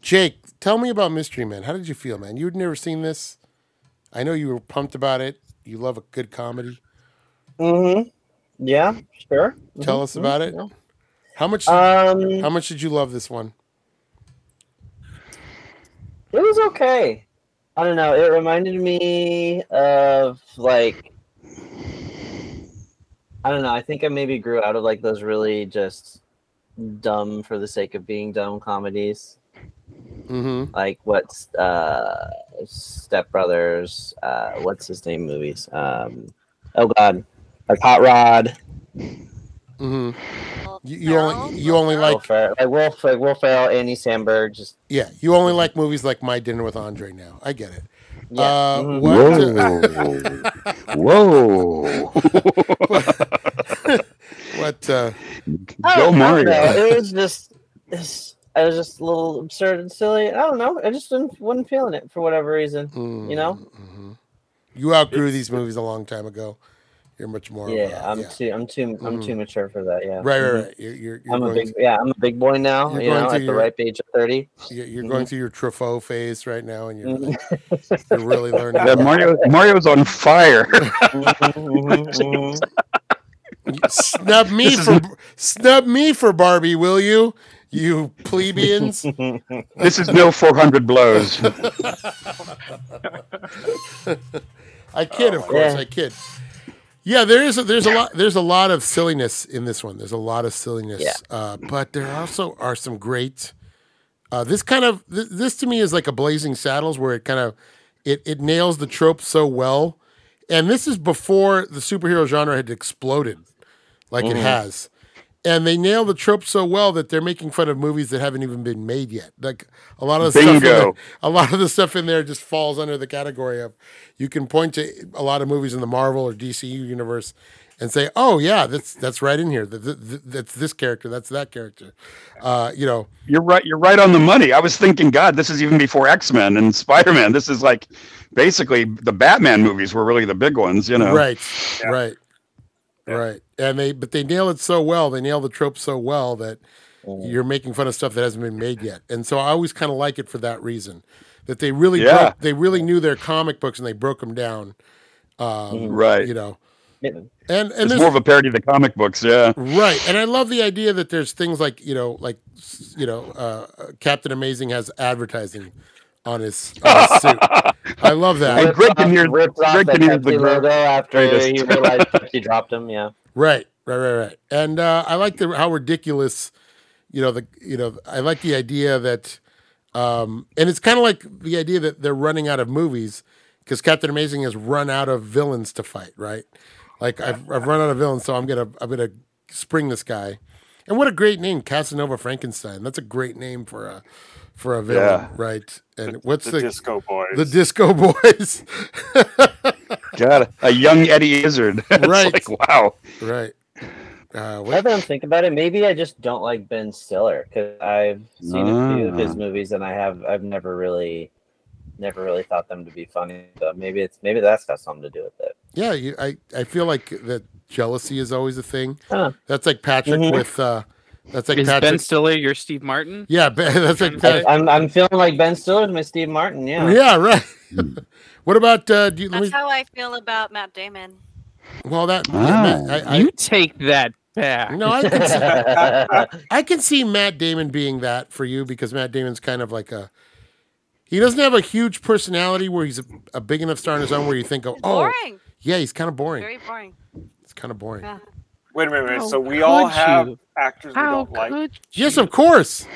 Speaker 1: Jake, tell me about Mystery Men. How did you feel, man? You'd never seen this. I know you were pumped about it. You love a good comedy.
Speaker 3: Mm-hmm. Yeah, sure. Mm-hmm.
Speaker 1: Tell
Speaker 4: Mm-hmm.
Speaker 1: us about it. How much?
Speaker 3: Um,
Speaker 1: how much did you love this one?
Speaker 3: It was okay. I don't know. It reminded me of like I don't know. I think I maybe grew out of like those really just dumb for the sake of being dumb comedies,
Speaker 1: Mm-hmm.
Speaker 3: like what's uh Step Brothers, uh what's his name movies? Um oh god, like Hot Rod,
Speaker 1: Mm-hmm. You, you only you only like
Speaker 3: Will Fer- like Wolf, like Will Ferrell, Andy Samberg, just
Speaker 1: yeah. You only like movies like My Dinner with Andre. Now I get it.
Speaker 3: yeah.
Speaker 1: Uh,
Speaker 6: Mm-hmm.
Speaker 3: mhm.
Speaker 1: what-
Speaker 4: Whoa.
Speaker 1: What? Uh,
Speaker 6: Oh,
Speaker 3: I
Speaker 4: Go
Speaker 3: don't know,
Speaker 4: Mario.
Speaker 3: though. It was just, this, I was just a little absurd and silly. I don't know. I just didn't, wasn't feeling it for whatever reason.
Speaker 1: mm,
Speaker 3: You know?
Speaker 1: mhm. You outgrew these movies a long time ago. You're much more. of a-
Speaker 3: yeah, I'm too, I'm too, I'm
Speaker 1: Mhm.
Speaker 3: too mature for that. Yeah,
Speaker 1: Right,
Speaker 3: Mhm.
Speaker 1: right, right. You're you're, you're
Speaker 3: I'm a
Speaker 1: going,
Speaker 3: big, yeah, I'm a big boy now.
Speaker 1: You're
Speaker 3: You
Speaker 1: going
Speaker 3: know,
Speaker 1: to
Speaker 3: at the
Speaker 1: your-
Speaker 3: ripe age of thirty.
Speaker 1: you're, you're
Speaker 3: Mm-hmm.
Speaker 1: going through your Truffaut phase right now, and you're you're really learning.
Speaker 4: Yeah, Mario Mario's on fire.
Speaker 3: Mm-hmm,
Speaker 1: snub me
Speaker 4: This is-
Speaker 1: for snub me for Barbie, will you? You plebeians.
Speaker 4: this is no 400 blows.
Speaker 1: I kid, of course,
Speaker 3: Oh, Yeah.
Speaker 1: I kid. Yeah, there is a, there's a lot there's a lot of silliness in this one. There's a lot of silliness,
Speaker 3: Yeah.
Speaker 1: uh, but there also are some great. Uh, this kind of th- this to me is like a Blazing Saddles, where it kind of it it nails the trope so well, and this is before the superhero genre had exploded, like it
Speaker 4: Mm-hmm.
Speaker 3: Mhm.
Speaker 1: has, and they nail the trope so well that they're making fun of movies that haven't even been made yet. Like a lot of the stuff in
Speaker 4: Bingo.
Speaker 1: there- a lot of the stuff in there just falls under the category of you can point to a lot of movies in the Marvel or DCU universe and say, "Oh yeah, that's that's right in here. Th- th- th- That's this character. That's that character." Uh, you know,
Speaker 4: You're right. You're right on the money. I was thinking, God, this is even before X Men and Spider Man. This is like basically the Batman movies were really the big ones, you know.
Speaker 1: right,
Speaker 6: Yeah.
Speaker 1: right,
Speaker 6: Yeah.
Speaker 1: right. And they but they nail it so well. They nail the trope so well that
Speaker 3: mm-hmm.
Speaker 1: you're making fun of stuff that hasn't been made yet. And so I always kind of like it for that reason that they really
Speaker 4: Yeah.
Speaker 1: broke, they really knew their comic books and they broke them down. Um,
Speaker 4: Mm-hmm. Right.
Speaker 1: You know,
Speaker 3: Mhm.
Speaker 1: and and
Speaker 4: it's
Speaker 1: there's
Speaker 4: more of a parody of the comic books. Yeah.
Speaker 1: Right, and I love the idea that there's things like you know, like s- you know, uh, Captain Amazing has advertising on his, on his suit. I love
Speaker 4: And
Speaker 1: that.
Speaker 3: Ripped
Speaker 4: Greg
Speaker 3: off-
Speaker 4: Kinnear-
Speaker 3: ripped off
Speaker 4: Greg
Speaker 3: the
Speaker 4: Kinnear's the
Speaker 3: Pepsi
Speaker 4: great-
Speaker 3: logo after
Speaker 4: greatest.
Speaker 3: he realized Pepsi dropped him. Yeah,
Speaker 1: Right, right, right, right. And uh, I like the how ridiculous, you know, the you know, I like the idea that, um, and it's kind of like the idea that they're running out of movies because Captain Amazing has run out of villains to fight. Right, like I've, I've run out of villains, so I'm gonna I'm gonna spring this guy. And what a great name, Casanova Frankenstein. That's a great name for a for a villain,
Speaker 4: Yeah.
Speaker 1: right? And
Speaker 6: the,
Speaker 1: what's
Speaker 6: the,
Speaker 1: the
Speaker 6: Disco Boys?
Speaker 1: the Disco Boys,
Speaker 4: God, a young Eddie Izzard. It's
Speaker 1: Right.
Speaker 4: Like, wow.
Speaker 1: right? Uh,
Speaker 3: now
Speaker 1: what,
Speaker 3: that I'm thinking about it, maybe I just don't like Ben Stiller because I've seen a few of
Speaker 4: Ah.
Speaker 3: his movies and I have I've never really, never really thought them to be funny. So maybe it's maybe that's got something to do with it.
Speaker 1: yeah, you, I I feel like that jealousy is always a thing.
Speaker 3: Huh.
Speaker 1: That's like Patrick
Speaker 3: Mhm.
Speaker 1: with uh, that's like
Speaker 5: Is
Speaker 1: Patrick.
Speaker 5: Ben Stiller your Steve Martin?
Speaker 1: yeah, ben, that's like
Speaker 5: Ben-
Speaker 1: Pat-
Speaker 3: I, am I'm feeling like Ben Stiller's my Steve Martin. Yeah.
Speaker 1: yeah, right. what about uh, do you, let
Speaker 2: That's
Speaker 1: me,
Speaker 2: how I feel about Matt Damon.
Speaker 1: well that
Speaker 4: Ah,
Speaker 1: I, I,
Speaker 5: you take that back.
Speaker 1: no I can see, I can see Matt Damon being that for you because Matt Damon's kind of like a he doesn't have a huge personality where he's a, a big enough star on his own where you think oh
Speaker 2: Boring.
Speaker 1: yeah he's kind of boring
Speaker 2: Very boring.
Speaker 1: it's kind of boring
Speaker 2: Yeah.
Speaker 6: Wait a minute.
Speaker 5: How
Speaker 6: so we all
Speaker 5: could
Speaker 6: have
Speaker 5: you?
Speaker 6: actors we
Speaker 5: How
Speaker 6: don't
Speaker 5: could
Speaker 6: like.
Speaker 1: yes of course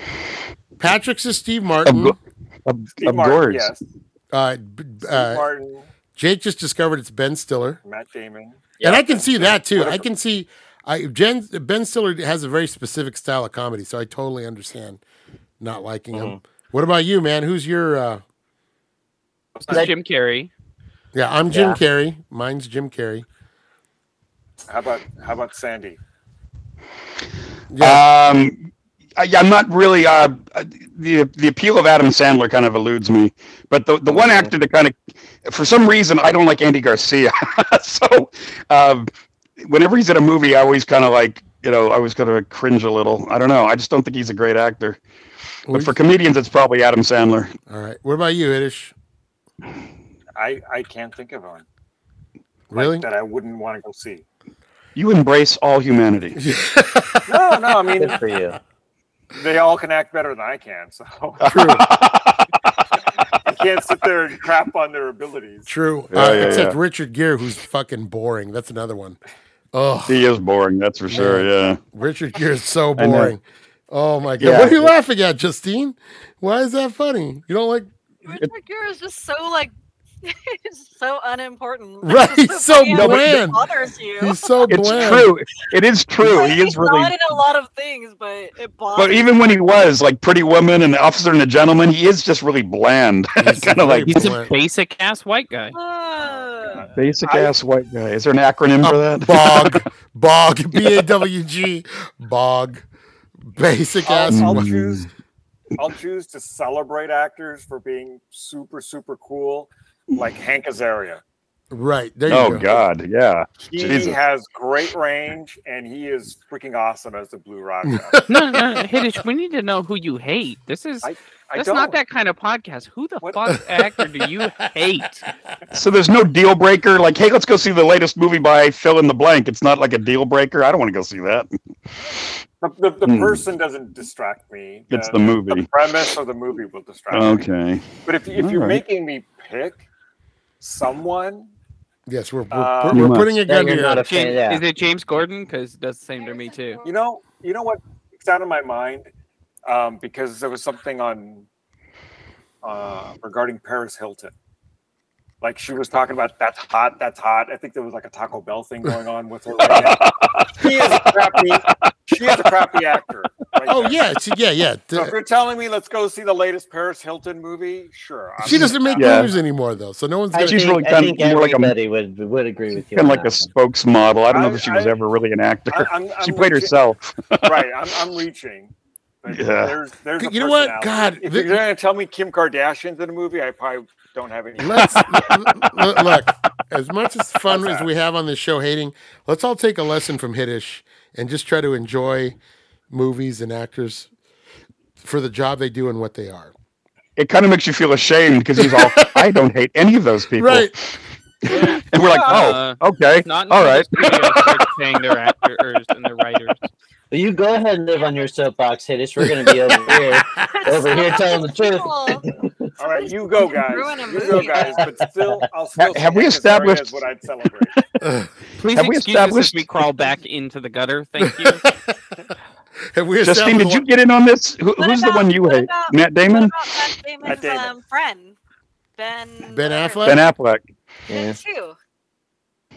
Speaker 1: Patrick's is Steve Martin
Speaker 4: Of, of,
Speaker 6: Mm-hmm. Steve
Speaker 4: of
Speaker 6: Martin,
Speaker 4: course.
Speaker 6: yes.
Speaker 1: uh, b-
Speaker 6: Steve
Speaker 1: uh,
Speaker 6: Martin,
Speaker 1: Jake just discovered it's Ben Stiller
Speaker 6: Matt Damon.
Speaker 1: and I can see that too. I
Speaker 6: Whatever.
Speaker 1: can see I Jen Ben Stiller has a very specific style of comedy, so I totally understand not liking him.
Speaker 6: Mm-hmm.
Speaker 1: What about you, man? Who's your uh
Speaker 5: It's Jim Carrey.
Speaker 1: yeah, I'm Jim
Speaker 3: Yeah.
Speaker 1: Carrey. Mine's Jim Carrey.
Speaker 6: How about how about Sandy?
Speaker 4: Uh,
Speaker 1: Yeah.
Speaker 4: Um, I, I'm not really uh, the the appeal of Adam Sandler kind of eludes me, but the the one actor that kind of, for some reason, I don't like Andy Garcia. so, um, whenever he's in a movie, I always kind of like you know I was going to cringe a little. I don't know. I just don't think he's a great actor. But for comedians, it's probably Adam Sandler.
Speaker 1: All right. What about you, Idish?
Speaker 6: I I can't think of one like,
Speaker 1: Really?
Speaker 6: that I wouldn't want to go see.
Speaker 4: You embrace all humanity.
Speaker 6: No, no. I mean,
Speaker 3: Good for you.
Speaker 6: they all can act better than I can, so
Speaker 1: True.
Speaker 6: I can't sit there and crap on their abilities.
Speaker 1: True.
Speaker 4: Yeah,
Speaker 1: uh,
Speaker 4: yeah,
Speaker 1: except
Speaker 4: yeah.
Speaker 1: Richard Gere, who's fucking boring. That's another one. Oh,
Speaker 4: he is boring, that's for sure. Yeah.
Speaker 1: Richard Gere is so
Speaker 4: I know.
Speaker 1: boring. Oh my god.
Speaker 4: Yeah.
Speaker 1: What are you laughing at, Justine? Why is that funny? You don't like
Speaker 2: Richard Gere is just so like, he's so unimportant.
Speaker 1: Right,
Speaker 2: It's just
Speaker 1: so
Speaker 2: bland that
Speaker 1: bland.
Speaker 2: bothers you.
Speaker 1: he's so
Speaker 4: It's
Speaker 1: bland.
Speaker 4: true. It is true.
Speaker 2: Like,
Speaker 4: He is
Speaker 2: he's
Speaker 4: really
Speaker 2: not in a lot of things, but it bothers.
Speaker 4: But even when he was like Pretty Woman and Officer and a Gentleman, he is just really bland.
Speaker 1: He's
Speaker 4: kind of like
Speaker 1: very
Speaker 5: He's a
Speaker 1: What?
Speaker 5: basic ass white guy.
Speaker 2: Ah.
Speaker 4: basic
Speaker 6: I-
Speaker 4: ass white guy. Is there an acronym for that?
Speaker 1: Bog. Bog. B A W G. Bog. Basic ass.
Speaker 6: I'll,
Speaker 4: Mm.
Speaker 6: I'll
Speaker 1: wa-
Speaker 6: choose. I'll choose to celebrate actors for being super super cool, like Hank Azaria.
Speaker 1: Right. There you
Speaker 4: oh
Speaker 1: go.
Speaker 4: God, yeah.
Speaker 6: He
Speaker 4: Jesus.
Speaker 6: has great range, and he is freaking awesome as the Blue Rock. Guy.
Speaker 5: No, no, no, Hiddish, we need to know who you hate. This is
Speaker 6: I
Speaker 5: that's
Speaker 6: don't.
Speaker 5: not that kind of podcast. Who the
Speaker 6: What-
Speaker 5: fuck actor do you hate?
Speaker 4: So there's no deal breaker. Like, hey, let's go see the latest movie by fill in the blank. It's not like a deal breaker. I don't want to go see that.
Speaker 6: the, the, the
Speaker 4: Hmm.
Speaker 6: person doesn't distract me.
Speaker 4: It's the movie.
Speaker 6: The premise of the movie will distract me.
Speaker 4: Okay.
Speaker 6: But if, if
Speaker 4: All
Speaker 6: you're
Speaker 4: right.
Speaker 6: making me pick someone,
Speaker 1: Yes, we're, we're,
Speaker 6: Uh,
Speaker 1: we're
Speaker 4: You
Speaker 1: putting a
Speaker 3: Yeah,
Speaker 1: gun to
Speaker 3: you're
Speaker 1: your
Speaker 3: not a fan.
Speaker 5: James,
Speaker 3: Yeah.
Speaker 5: Is it James Gordon? Because that's the same to me too.
Speaker 6: you know, you know what sticks out of my mind um, because there was something on uh, regarding Paris Hilton. Like she was talking about that's hot, that's hot. I think there was like a Taco Bell thing going on with her. Right now. She is a crappy. She is a crappy actor. right
Speaker 1: Oh
Speaker 6: there.
Speaker 1: yeah, she, yeah, yeah.
Speaker 6: So if you're telling me let's go see the latest Paris Hilton movie, sure. I'm-
Speaker 1: She doesn't make
Speaker 4: Yeah.
Speaker 1: movies anymore though, so no one's
Speaker 3: I
Speaker 1: gonna.
Speaker 4: She's
Speaker 3: think,
Speaker 4: really
Speaker 3: I
Speaker 4: kind of
Speaker 3: think
Speaker 4: more like a-
Speaker 3: everybody would would agree with you.
Speaker 4: Kind of
Speaker 3: on
Speaker 4: like a
Speaker 3: that one.
Speaker 4: spokesmodel. I don't know
Speaker 6: I-
Speaker 4: if she was
Speaker 6: I-
Speaker 4: ever really an actor.
Speaker 6: I- I'm-
Speaker 4: she
Speaker 6: I'm
Speaker 4: played
Speaker 6: reaching-
Speaker 4: herself.
Speaker 6: Right, I'm, I'm reaching. But
Speaker 4: Yeah.
Speaker 6: There's, there's a
Speaker 1: You know what?
Speaker 6: personality.
Speaker 1: God,
Speaker 6: if
Speaker 1: th-
Speaker 6: you're gonna tell me Kim Kardashian's in a movie, I probably don't have any.
Speaker 1: Let's look, look. As much as fun
Speaker 6: How's
Speaker 1: as
Speaker 6: that?
Speaker 1: we have on this show hating, let's all take a lesson from Hiddish and just try to enjoy movies and actors for the job they do and what they are.
Speaker 4: It kind of makes you feel ashamed because he's all, I don't hate any of those people.
Speaker 1: Right.
Speaker 4: And we're like,
Speaker 5: Uh,
Speaker 4: oh, okay.
Speaker 5: Not
Speaker 4: All right.
Speaker 5: saying they're actors and they're writers.
Speaker 3: Well, you go ahead and live on your soapbox, Hiddish. We're gonna be over here, over here telling the truth.
Speaker 2: Cool.
Speaker 6: All right, you go, guys.
Speaker 2: Ruin a
Speaker 6: You go,
Speaker 2: movie.
Speaker 6: guys. But still, I'll still.
Speaker 4: Ha- have
Speaker 6: say
Speaker 4: we
Speaker 6: Hank Azaria
Speaker 4: established-
Speaker 6: is what I'd celebrate?
Speaker 1: Ugh.
Speaker 5: Please
Speaker 4: Have
Speaker 5: excuse
Speaker 4: we
Speaker 5: us
Speaker 4: established-
Speaker 5: as we crawl back into into the gutter. Thank you.
Speaker 1: Have we
Speaker 4: Justine, did
Speaker 1: established-
Speaker 4: you get in on this? Who,
Speaker 2: What
Speaker 4: who's the
Speaker 2: about-
Speaker 4: one you
Speaker 2: what
Speaker 4: hate?
Speaker 2: about-
Speaker 4: Matt
Speaker 2: What
Speaker 4: Damon?
Speaker 2: about Matt Damon's
Speaker 6: Matt Damon.
Speaker 2: Um, friend? Ben.
Speaker 1: Ben
Speaker 2: whatever.
Speaker 1: Affleck?
Speaker 4: Ben Affleck.
Speaker 2: Them
Speaker 3: Yeah.
Speaker 2: two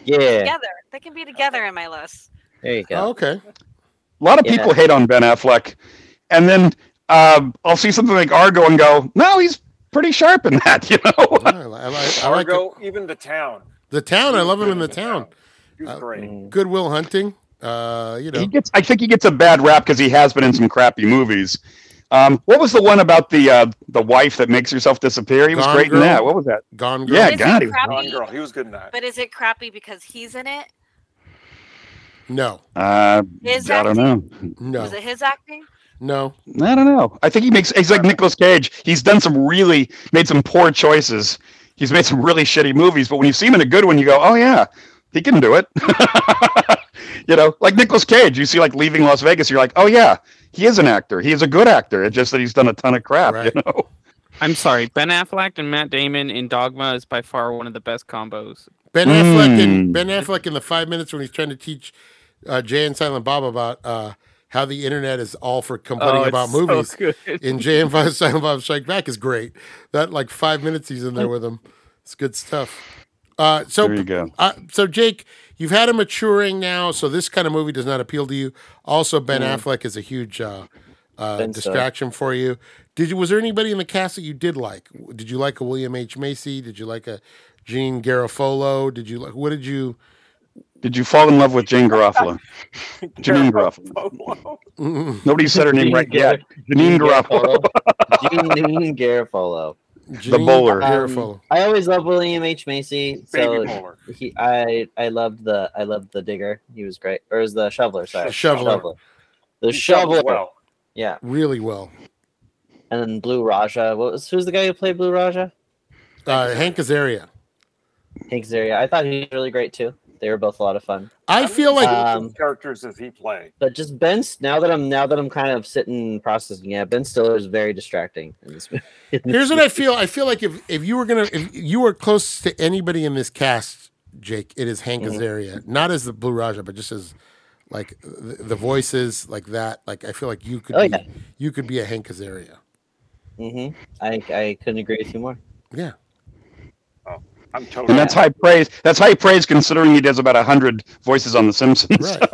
Speaker 3: yeah,
Speaker 2: together. They can be together in my list.
Speaker 3: there you
Speaker 1: Oh,
Speaker 3: go.
Speaker 1: okay.
Speaker 4: A lot of
Speaker 3: Yeah.
Speaker 4: people hate on Ben Affleck, and then um, I'll see something like Argo and go, "No, he's pretty sharp in that." You know,
Speaker 1: I, li- I, li- I like it.
Speaker 6: Argo, even the town.
Speaker 1: the town. I love him in the town.
Speaker 6: He was
Speaker 1: Uh,
Speaker 6: great.
Speaker 3: Mm.
Speaker 1: Goodwill Hunting. Uh, you know,
Speaker 4: he gets. I think he gets a bad rap because he has been in some crappy movies. Um, what was the one about the uh, the wife that makes herself disappear? He was
Speaker 1: Gone
Speaker 4: great
Speaker 1: Girl?
Speaker 4: in that. What was that?
Speaker 1: Gone Girl.
Speaker 4: Yeah,
Speaker 2: Is it
Speaker 4: God, he was
Speaker 6: Gone
Speaker 2: crappy,
Speaker 6: Girl. He was good in that.
Speaker 2: But is it crappy because he's in it?
Speaker 1: No,
Speaker 4: Uh,
Speaker 2: His
Speaker 4: I don't know.
Speaker 1: no,
Speaker 2: Was it his acting?
Speaker 1: no.
Speaker 4: I don't know. I think he makes. He's like Nicolas Cage. He's done some really made some poor choices. He's made some really shitty movies. But when you see him in a good one, you go, "Oh yeah, he can do it." you know, like Nicolas Cage. You see, like Leaving Las Vegas. You're like, "Oh yeah, he is an actor. He is a good actor." It's just that he's done a ton of crap.
Speaker 1: Right.
Speaker 4: You know.
Speaker 5: I'm sorry. Ben Affleck and Matt Damon in Dogma is by far one of the best combos.
Speaker 1: Ben Affleck in
Speaker 4: Mm.
Speaker 1: Ben Affleck in the five minutes when he's trying to teach uh, Jay and Silent Bob about uh, how the internet is all for complaining
Speaker 5: Oh, it's
Speaker 1: about
Speaker 5: so
Speaker 1: movies.
Speaker 5: good.
Speaker 1: in Jay and Silent Bob Strike Back is great. That like five minutes he's in there with him. It's good stuff. Uh, so
Speaker 4: There you go.
Speaker 1: Uh, so Jake, you've had a maturing now, so this kind of movie does not appeal to you. Also, Ben Affleck is a huge uh, uh,
Speaker 3: Ben sucks.
Speaker 1: distraction for you. Did you was there anybody in the cast that you did like? Did you like a William H Macy? Did you like a Gene Garofalo? Did you like what did you
Speaker 4: Did you fall in love with Jane Garofalo? Janine Garofalo.
Speaker 6: Polo.
Speaker 1: Mm-mm.
Speaker 4: Nobody said her name right yet. Janine Garofalo.
Speaker 3: Janine Garofalo.
Speaker 1: Janine
Speaker 4: bowler.
Speaker 1: Garofalo.
Speaker 3: I always loved William H Macy.
Speaker 6: Um, Baby
Speaker 3: So
Speaker 6: bowler.
Speaker 3: he, I, I loved the, I loved the digger. He was great, or is the shoveler? Sorry,
Speaker 1: Shoveler.
Speaker 3: The
Speaker 6: He shoveled
Speaker 3: shoveler.
Speaker 6: Well,
Speaker 3: Yeah,
Speaker 1: Really well.
Speaker 3: and then Blue Raja. What was who's the guy who played Blue Raja?
Speaker 1: Uh, Hank Azaria.
Speaker 3: Hank Zaria. I thought he was really great too. They were both a lot of fun.
Speaker 1: I feel like
Speaker 3: Um,
Speaker 6: characters does he play?
Speaker 3: But just Ben. S- Now that I'm now that I'm kind of sitting and processing, yeah, Ben Stiller is very distracting. In this, in this
Speaker 1: Here's what I feel. I feel like if, if you were gonna if you were close to anybody in this cast, Jake, it is Hank
Speaker 3: Mhm.
Speaker 1: Azaria, not as the Blue Raja, but just as like the, the voices like that. Like I feel like you could
Speaker 3: Oh,
Speaker 1: be,
Speaker 3: yeah.
Speaker 1: you could be a Hank Azaria.
Speaker 3: hmm I I couldn't agree with you more.
Speaker 1: Yeah,
Speaker 6: I'm
Speaker 4: And
Speaker 6: totally.
Speaker 4: that's high praise. That's high praise considering he does about 100 voices on The Simpsons.
Speaker 1: right.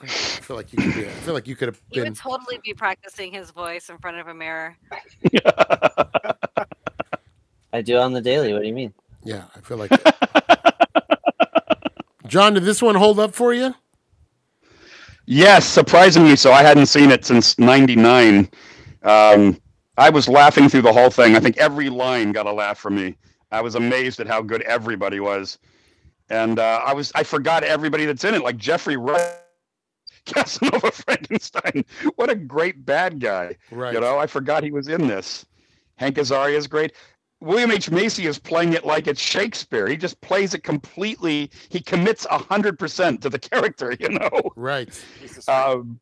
Speaker 1: I feel like you could be. I feel like you could have
Speaker 2: He would
Speaker 1: been.
Speaker 2: totally be practicing his voice in front of a mirror.
Speaker 3: I do on the daily. What do you mean?
Speaker 1: Yeah, I feel like. John, did this one hold up for you?
Speaker 4: Yes, surprisingly so. I hadn't seen it since '99. Um, I was laughing through the whole thing. I think every line got a laugh from me. I was amazed at how good everybody was, and uh, I was I forgot everybody that's in it, like Jeffrey Wright, Casanova Frankenstein. What a great bad guy!
Speaker 1: Right.
Speaker 4: You know, I forgot he was in this. Hank Azaria is great. William H. Macy is playing it like it's Shakespeare. He just plays it completely. He commits 100% to the character, you know?
Speaker 1: Right.
Speaker 6: Jesus
Speaker 3: uh,
Speaker 6: Christ.
Speaker 4: um,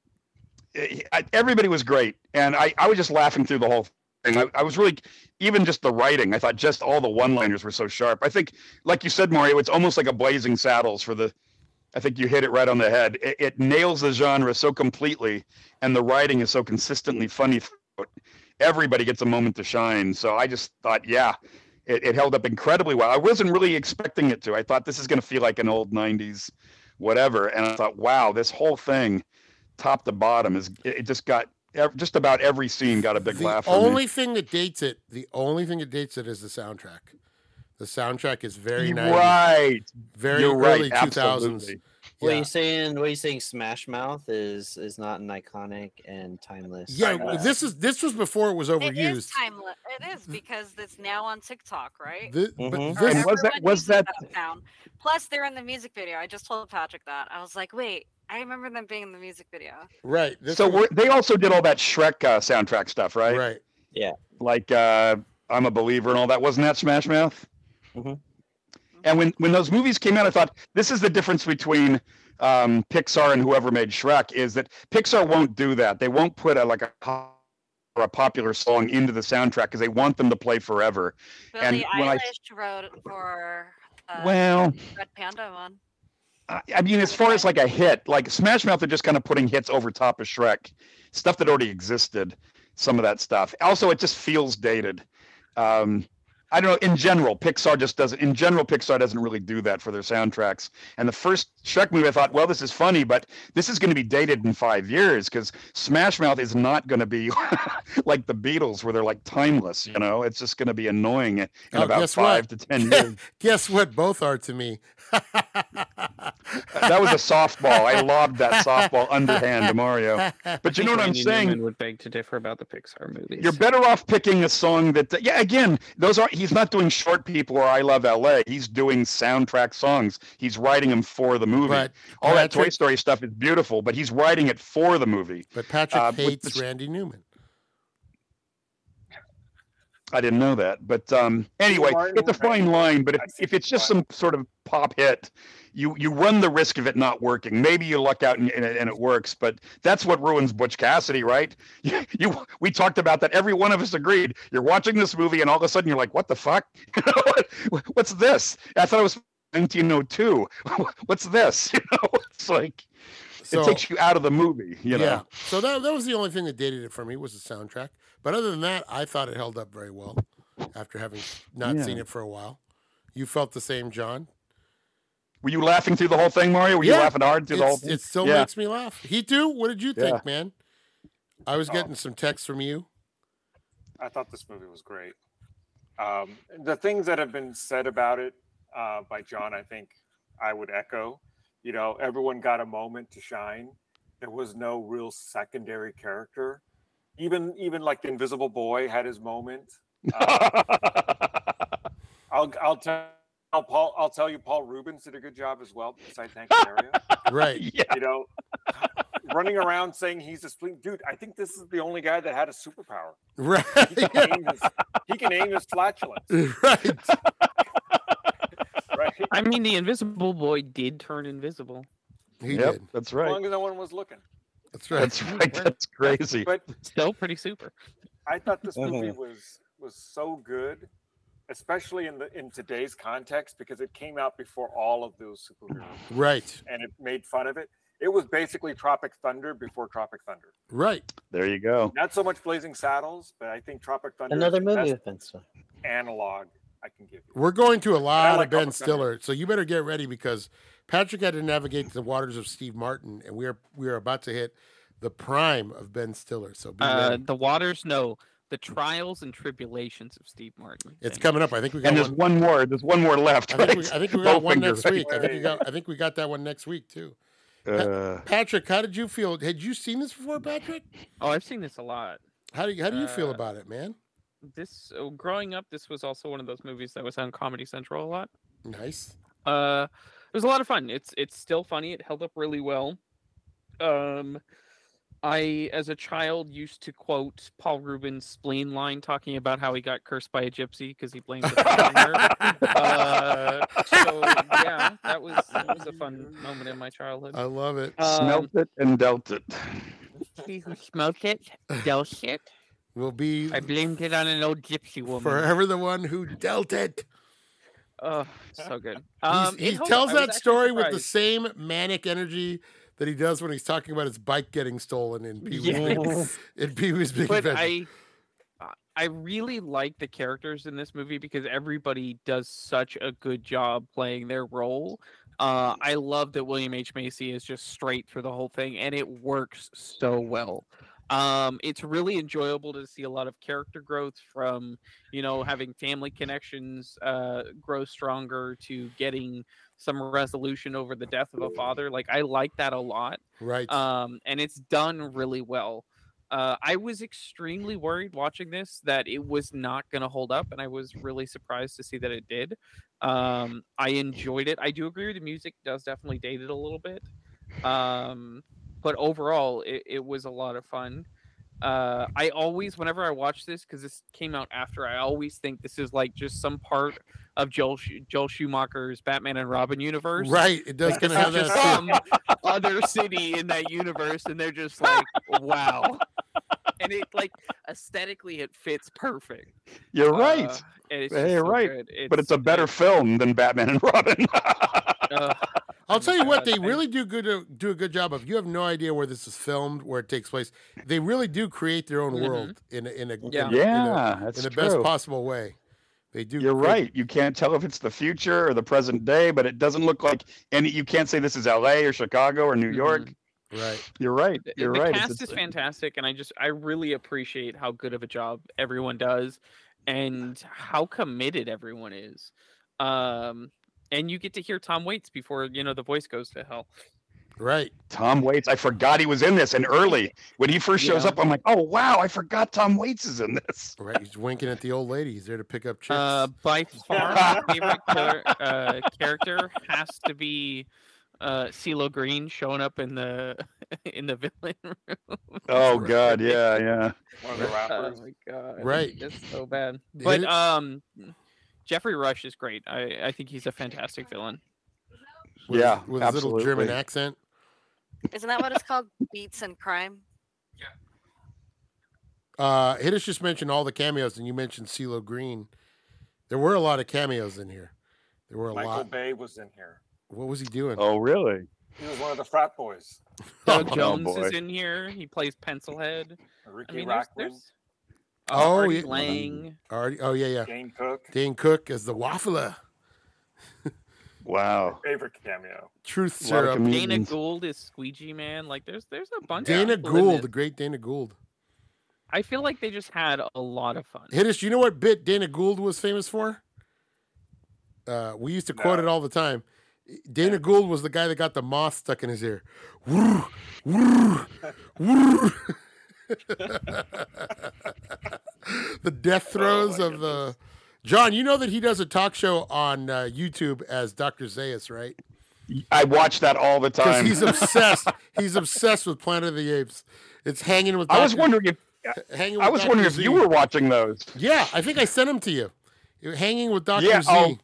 Speaker 4: I- I- everybody was great, and I, I was just laughing through the whole thing. I, I was really, even just the writing. I thought just all the one-liners were so sharp. I think, like you said, Mario, it's almost like a Blazing Saddles for the. I think you hit it right on the head. It, it nails the genre so completely, and the writing is so consistently funny. throughout. Everybody gets a moment to shine. So I just thought, yeah, it, it held up incredibly well. I wasn't really expecting it to. I thought this is going to feel like an old '90s, whatever. And I thought, wow, this whole thing top to bottom is it, it just got ev- just about every scene got a big
Speaker 1: the
Speaker 4: laugh. from me.
Speaker 1: only thing that dates it, the only thing that dates it is the soundtrack. The soundtrack is very
Speaker 4: You're
Speaker 1: nice,
Speaker 4: right,
Speaker 1: very
Speaker 4: you're
Speaker 1: early
Speaker 4: right,
Speaker 1: two thousands.
Speaker 4: absolutely.
Speaker 3: What are
Speaker 1: Yeah,
Speaker 3: you saying? What are you saying? Smash Mouth is is not an iconic and timeless.
Speaker 1: yeah.
Speaker 3: uh,
Speaker 1: This is this was before it was
Speaker 2: It is
Speaker 1: overused.
Speaker 2: timeless. It is because it's now on TikTok, right?
Speaker 1: Thi-
Speaker 3: Mhm.
Speaker 1: But
Speaker 2: Or
Speaker 4: Mm-hmm. And
Speaker 1: Mm-hmm. this,
Speaker 4: was that-
Speaker 2: everyone
Speaker 4: was
Speaker 2: uses
Speaker 4: that-
Speaker 2: sound. Plus, they're in the music video. I just told Patrick that. I was like, wait, I remember them being in the music video.
Speaker 1: right? This
Speaker 4: So
Speaker 1: was-
Speaker 4: we're, they also did all that Shrek uh, soundtrack stuff, right?
Speaker 1: right.
Speaker 4: Like uh, I'm a believer and all that. Wasn't that Smash Mouth?
Speaker 3: Mhm.
Speaker 4: And when when those movies came out, I thought this is the difference between um, Pixar and whoever made Shrek is that Pixar won't do that. They won't put a, like a pop- or a popular song into the soundtrack because they want them to play forever.
Speaker 2: Billie
Speaker 4: And when I-
Speaker 2: Eilish wrote for uh,
Speaker 4: Well,
Speaker 2: Red Panda one.
Speaker 4: I I mean, as far as like a hit, like Smash Mouth are just kind of putting hits over top of Shrek, stuff that already existed. Some of that stuff. Also, it just feels dated. Um, I don't know. In general, Pixar just doesn't. In general, Pixar doesn't really do that for their soundtracks. And the first Shrek movie, I thought, well, this is funny, but this is going to be dated in five years because Smash Mouth is not going to be like the Beatles, where they're like timeless. You know, it's just going to be annoying in
Speaker 1: Oh,
Speaker 4: about
Speaker 1: guess what?
Speaker 4: five to ten years.
Speaker 1: Guess what? Both are to me.
Speaker 4: that was a softball. I lobbed that softball underhand to Mario. But you know what I'm saying?
Speaker 5: Newman would beg to differ about the Pixar movies.
Speaker 4: You're better off picking a song that, yeah, again, those are, he's not doing Short People or I Love LA. He's doing soundtrack songs. He's writing them for the movie.
Speaker 1: But
Speaker 4: All that Toy
Speaker 1: Patrick-
Speaker 4: Story stuff is beautiful, but he's writing it for the movie.
Speaker 1: But Patrick
Speaker 4: Uh, with
Speaker 1: hates
Speaker 4: the-
Speaker 1: Randy Newman.
Speaker 4: I didn't know that. But um, anyway,
Speaker 6: Martin
Speaker 4: it's a fine line. But if,
Speaker 6: I see
Speaker 4: if it's just
Speaker 6: why.
Speaker 4: some sort of pop hit, you you run the risk of it not working. Maybe you luck out and, and, it- and it works, but that's what ruins Butch Cassidy, right? You, you we talked about that. Every one of us agreed. You're watching this movie, and all of a sudden you're like, "What the fuck? What- What's this?" I thought it was 1902. What's this? You know, it's like
Speaker 1: So
Speaker 4: it takes you out of the movie. You know.
Speaker 1: yeah. So that that was the only thing that dated it for me was the soundtrack. But other than that, I thought it held up very well after having not
Speaker 4: Yeah.
Speaker 1: seen it for a while. You felt the same, John.
Speaker 4: Were you laughing through the whole thing, Mario? Were
Speaker 1: Yeah.
Speaker 4: you laughing hard through the whole
Speaker 1: It's,
Speaker 4: thing?
Speaker 1: it still
Speaker 4: Yeah.
Speaker 1: makes me laugh. He too. What did you
Speaker 4: Yeah.
Speaker 1: think, man? I was
Speaker 6: Oh.
Speaker 1: getting some texts from you.
Speaker 6: I thought this movie was great. Um, the things that have been said about it uh, by John, I think I would echo. you know, everyone got a moment to shine. There was no real secondary character. Even even like the Invisible Boy had his moment. Uh, I'll I'll tell I'll, Paul I'll tell you Paul Rubens did a good job as well. Besides Hank Area,
Speaker 1: Right.
Speaker 5: yeah.
Speaker 6: you know, running around saying he's a spleen dude. I think this is the only guy that had a superpower.
Speaker 1: Right.
Speaker 6: He can aim his, he can aim his flatulence,
Speaker 1: right.
Speaker 6: right?
Speaker 5: I mean, the Invisible Boy did turn invisible.
Speaker 1: He
Speaker 4: yep,
Speaker 1: did.
Speaker 4: that's
Speaker 6: As
Speaker 4: right.
Speaker 6: long as no one was looking.
Speaker 1: That's right.
Speaker 4: That's right. That's crazy.
Speaker 6: But
Speaker 5: Still pretty super.
Speaker 6: I thought this
Speaker 1: Uh-huh.
Speaker 6: movie
Speaker 3: Mhm.
Speaker 6: was was so good, especially in the in today's context because it came out before all of those superheroes
Speaker 1: right.
Speaker 6: and it made fun of it. It was basically Tropic Thunder before Tropic Thunder.
Speaker 1: Right.
Speaker 4: There you go.
Speaker 6: Not so much Blazing Saddles, but I think Tropic Thunder
Speaker 3: Another
Speaker 6: is the
Speaker 3: movie
Speaker 6: best
Speaker 3: with Ben Stiller.
Speaker 6: analog I can give you.
Speaker 1: We're going to a lot
Speaker 6: like
Speaker 1: of Ben
Speaker 6: Comic Con.
Speaker 1: Stiller, so you better get ready because Patrick had to navigate the waters of Steve Martin, and we are we are about to hit the prime of Ben Stiller. So be
Speaker 5: Uh,
Speaker 1: ready.
Speaker 5: the waters, no. The trials and tribulations of Steve Martin.
Speaker 1: it's coming up. I think we got
Speaker 4: And there's
Speaker 1: one.
Speaker 4: one more. There's one more left.
Speaker 1: I think we,
Speaker 4: right?
Speaker 1: I think we got one
Speaker 4: Bowfinger,
Speaker 1: next
Speaker 4: right?
Speaker 1: week. I think we got I think we got that one next week too.
Speaker 4: Uh,
Speaker 1: Patrick, how did you feel? Had you seen this before, Patrick?
Speaker 5: Oh, I've seen this a lot.
Speaker 1: How do you, how do you feel
Speaker 5: Uh,
Speaker 1: about it, man?
Speaker 5: This oh, growing up, this was also one of those movies that was on Comedy Central a lot.
Speaker 1: Nice.
Speaker 5: Uh, it was a lot of fun. It's it's still funny. It held up really well. Um, I as a child used to quote Paul Rubin's spleen line talking about how he got cursed by a gypsy because he blamed it on her. Uh, so yeah, that was that was a fun moment in my childhood.
Speaker 1: I love it.
Speaker 5: Um,
Speaker 4: Uh, smelt it and dealt it.
Speaker 5: he smelt it, dealt it.
Speaker 1: We'll be
Speaker 5: I blamed it on an old gypsy woman.
Speaker 1: forever the one who dealt it.
Speaker 5: Oh, so good.
Speaker 1: He's-
Speaker 5: Um, it
Speaker 1: he
Speaker 5: held-
Speaker 1: tells
Speaker 5: I was
Speaker 1: that
Speaker 5: actually
Speaker 1: story with the
Speaker 5: surprised.
Speaker 1: same manic energy that he does when he's talking about his bike getting stolen in Pee Wee's
Speaker 5: Yes.
Speaker 1: Big, in Pee Wee's Big
Speaker 5: but
Speaker 1: Adventure.
Speaker 5: I, I really like the characters in this movie because everybody does such a good job playing their role. Uh, I love that William H Macy is just straight through the whole thing, and it works so well. Um, it's really enjoyable to see a lot of character growth from you know having family connections uh, grow stronger to getting some resolution over the death of a father. Like I like that a lot
Speaker 1: right.
Speaker 5: um, and it's done really well. Uh, I was extremely worried watching this that it was not going to hold up, and I was really surprised to see that it did. Um, I enjoyed it. I do agree with the music does definitely date it a little bit, um, but overall, it, it was a lot of fun. Uh, I always, whenever I watch this, because this came out after, I always think this is like just some part of Joel Sch- Joel Schumacher's Batman and Robin universe,
Speaker 1: right. It does kind of have
Speaker 5: just
Speaker 1: that.
Speaker 5: some other city in that universe, and they're just like, wow. And it like aesthetically, it fits perfect.
Speaker 4: You're right.
Speaker 5: Uh, and it's
Speaker 4: Hey,
Speaker 5: just
Speaker 4: you're
Speaker 5: so
Speaker 4: right.
Speaker 5: good.
Speaker 4: but it's a better film than Batman and Robin.
Speaker 5: uh,
Speaker 1: I'll tell you what, they
Speaker 5: Uh,
Speaker 1: really do good do a good job of. You have no idea where this is filmed, where it takes place. They really do create their own
Speaker 5: Mhm.
Speaker 1: world in a, in a
Speaker 5: Yeah.
Speaker 1: in, a-
Speaker 4: yeah,
Speaker 1: in
Speaker 4: that's
Speaker 1: the
Speaker 4: true.
Speaker 1: best possible way. They do.
Speaker 4: You're
Speaker 1: they-
Speaker 4: right. You can't tell if it's the future or the present day, but it doesn't look like any. You can't say this is L.A. or Chicago or New
Speaker 5: Mhm.
Speaker 4: York.
Speaker 1: Right.
Speaker 4: You're right.
Speaker 5: the-
Speaker 4: You're
Speaker 5: the
Speaker 4: right.
Speaker 5: cast is fantastic, and I just I really appreciate how good of a job everyone does, and how committed everyone is. Um, and you get to hear Tom Waits before you know the voice goes to hell.
Speaker 1: Right.
Speaker 4: Tom Waits. I forgot he was in this, and early when he first shows
Speaker 5: Yeah.
Speaker 4: up, I'm like, oh wow, I forgot Tom Waits is in this.
Speaker 1: Right. He's winking at the old lady. He's there to pick up chicks.
Speaker 5: Uh, by far, my favorite char- uh, character has to be uh, CeeLo Green showing up in the in the villain. room.
Speaker 4: Oh god, yeah, yeah.
Speaker 6: One of the
Speaker 1: Uh,
Speaker 6: rappers.
Speaker 5: Oh, my god!
Speaker 1: Right.
Speaker 5: that's so bad.
Speaker 1: It
Speaker 5: But
Speaker 1: is-
Speaker 5: um, Jeffrey Rush is great. I I think he's a fantastic villain.
Speaker 1: with,
Speaker 4: yeah,
Speaker 1: With his little German
Speaker 4: absolutely.
Speaker 1: accent.
Speaker 2: Isn't that what it's called? Beats and crime.
Speaker 1: Uh, Hiddish just mentioned all the cameos, and you mentioned CeeLo Green. There were a lot of cameos in here. There were a
Speaker 6: Michael
Speaker 1: lot.
Speaker 6: Bay was in here.
Speaker 1: What was he doing?
Speaker 4: Oh really?
Speaker 6: He was one of the frat boys.
Speaker 1: Oh,
Speaker 5: Doug Jones is
Speaker 4: boy.
Speaker 5: in here. He plays Pencilhead.
Speaker 6: Ricky
Speaker 5: I mean, there's,
Speaker 6: Rockman,
Speaker 5: there's
Speaker 1: Oh,
Speaker 5: Artie
Speaker 1: yeah.
Speaker 5: Lang.
Speaker 1: Already, oh yeah, yeah.
Speaker 6: Dane Cook.
Speaker 1: Dane Cook as the waffler.
Speaker 4: Wow.
Speaker 6: Favorite cameo.
Speaker 1: Truth
Speaker 4: A lot of
Speaker 1: serum.
Speaker 5: Dana
Speaker 4: comedians.
Speaker 5: Gould is Squeegee Man. Like there's there's a bunch.
Speaker 1: Dana
Speaker 5: of people in
Speaker 1: Gould, the
Speaker 5: this.
Speaker 1: great Dana Gould.
Speaker 5: I feel like they just had a lot of fun.
Speaker 1: Hiddish, you know what bit Dana Gould was famous for? Uh, we used to quote
Speaker 6: No.
Speaker 1: it all the time. Dana Gould was the guy that got the moth stuck in his ear. Wrr, wrr, wrr. the
Speaker 4: Oh
Speaker 1: death throes
Speaker 7: my
Speaker 1: of the. John, you know that he does a talk show on uh, YouTube as Dr. Zayas, right?
Speaker 4: I watch that all the
Speaker 1: Because
Speaker 4: time.
Speaker 1: he's obsessed. he's obsessed with Planet of the Apes. It's hanging with.
Speaker 4: I was
Speaker 1: Dr.
Speaker 4: wondering if
Speaker 1: Hanging with
Speaker 4: I was
Speaker 1: Dr.
Speaker 4: wondering if
Speaker 1: Z.
Speaker 4: you were watching those.
Speaker 1: Yeah, I think I sent him to you. It- Hanging with Dr.
Speaker 4: Yeah,
Speaker 1: Z.
Speaker 4: oh,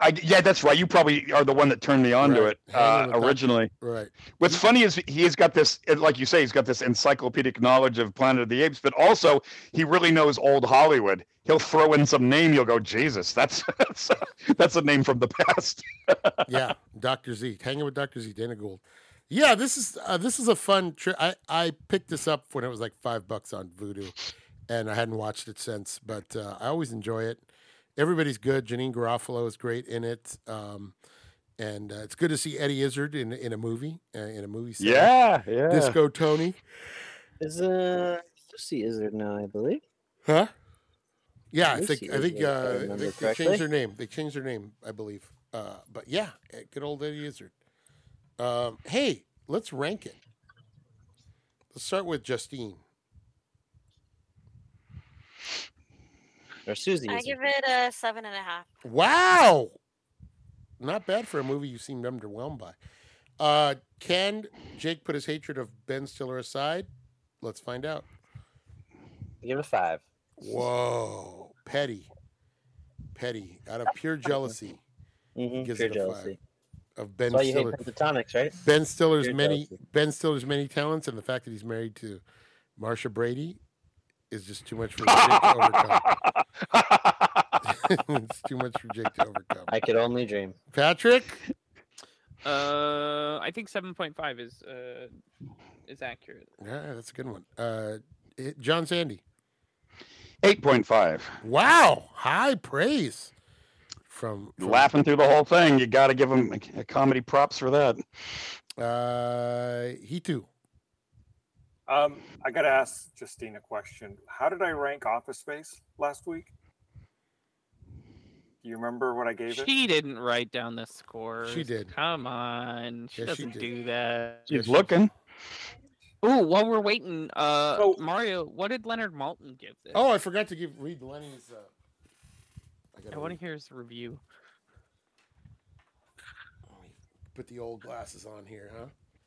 Speaker 4: I, yeah, that's right. You probably are the one that turned me on to
Speaker 1: Right.
Speaker 4: it
Speaker 1: Hanging
Speaker 4: uh,
Speaker 1: with Dr.
Speaker 4: originally.
Speaker 1: Right.
Speaker 4: What's funny is he has got this, like you say, he's got this encyclopedic knowledge of Planet of the Apes, but also he really knows old Hollywood. He'll throw in some name, you'll go, Jesus, that's that's, that's a name from the past.
Speaker 1: yeah, Doctor Z, hanging with Doctor Z, Dana Gould. Yeah, this is uh, this is a fun trip. I I picked this up when it was like five bucks on Voodoo, and I hadn't watched it since. But uh, I always enjoy it. Everybody's good. Janine Garofalo is great in it, um, and uh, it's good to see Eddie Izzard in in a movie uh, in a movie. setting.
Speaker 4: Yeah, yeah.
Speaker 1: Disco Tony,
Speaker 3: Is uh Lucy Izzard now, I believe.
Speaker 1: huh? Yeah, I
Speaker 3: Lucy
Speaker 1: think I think
Speaker 3: Izzard,
Speaker 1: uh,
Speaker 3: if I
Speaker 1: I
Speaker 3: remember
Speaker 1: think they
Speaker 3: correctly.
Speaker 1: changed their name. They changed their name, I believe. Uh, but yeah, eh, good old Eddie Izzard. Um, hey, let's rank it. Let's start with Justine.
Speaker 3: Or Susie
Speaker 8: I
Speaker 3: Izzard.
Speaker 8: give it a seven and a half.
Speaker 1: Wow, not bad for a movie you seemed underwhelmed by. Uh, can Jake put his hatred of Ben Stiller aside? Let's find out.
Speaker 3: I give it a five.
Speaker 1: Whoa, petty, petty, out of pure jealousy
Speaker 3: Mm-hmm.
Speaker 1: Gives
Speaker 3: Pure
Speaker 1: it a
Speaker 3: jealousy.
Speaker 1: of Ben
Speaker 3: That's why you hate
Speaker 1: Stiller.
Speaker 3: pentatonics, right?
Speaker 1: Ben Stiller's
Speaker 3: You're
Speaker 1: many
Speaker 3: joking.
Speaker 1: Ben Stiller's many talents and the fact that he's married to Marsha Brady is just too much for Jake to overcome. it's too much for Jake to overcome.
Speaker 3: I could only dream.
Speaker 1: Patrick,
Speaker 5: Uh, I think seven point five is uh is accurate.
Speaker 1: yeah, that's a good one. Uh, it- John Sandy,
Speaker 4: 8.5.
Speaker 1: wow, high praise from, from
Speaker 4: Laughing through the whole thing. You got to give him a, a comedy props for that.
Speaker 1: uh, he too.
Speaker 6: Um, I got to ask Justine a question. How did I rank Office Space last week? Do you remember what I gave it?
Speaker 5: She didn't write down the score.
Speaker 1: She did.
Speaker 5: Come on, she
Speaker 1: Yes, she
Speaker 5: doesn't
Speaker 1: did.
Speaker 5: do that.
Speaker 4: He's looking.
Speaker 5: Oh, while we're waiting, uh,
Speaker 6: So-
Speaker 5: Mario, what did Leonard Malton give this?
Speaker 1: Oh, I forgot to give read Lenny's. Uh, I
Speaker 5: I
Speaker 1: gotta
Speaker 5: want to
Speaker 1: read,
Speaker 5: hear his review.
Speaker 1: put the old glasses on here, huh?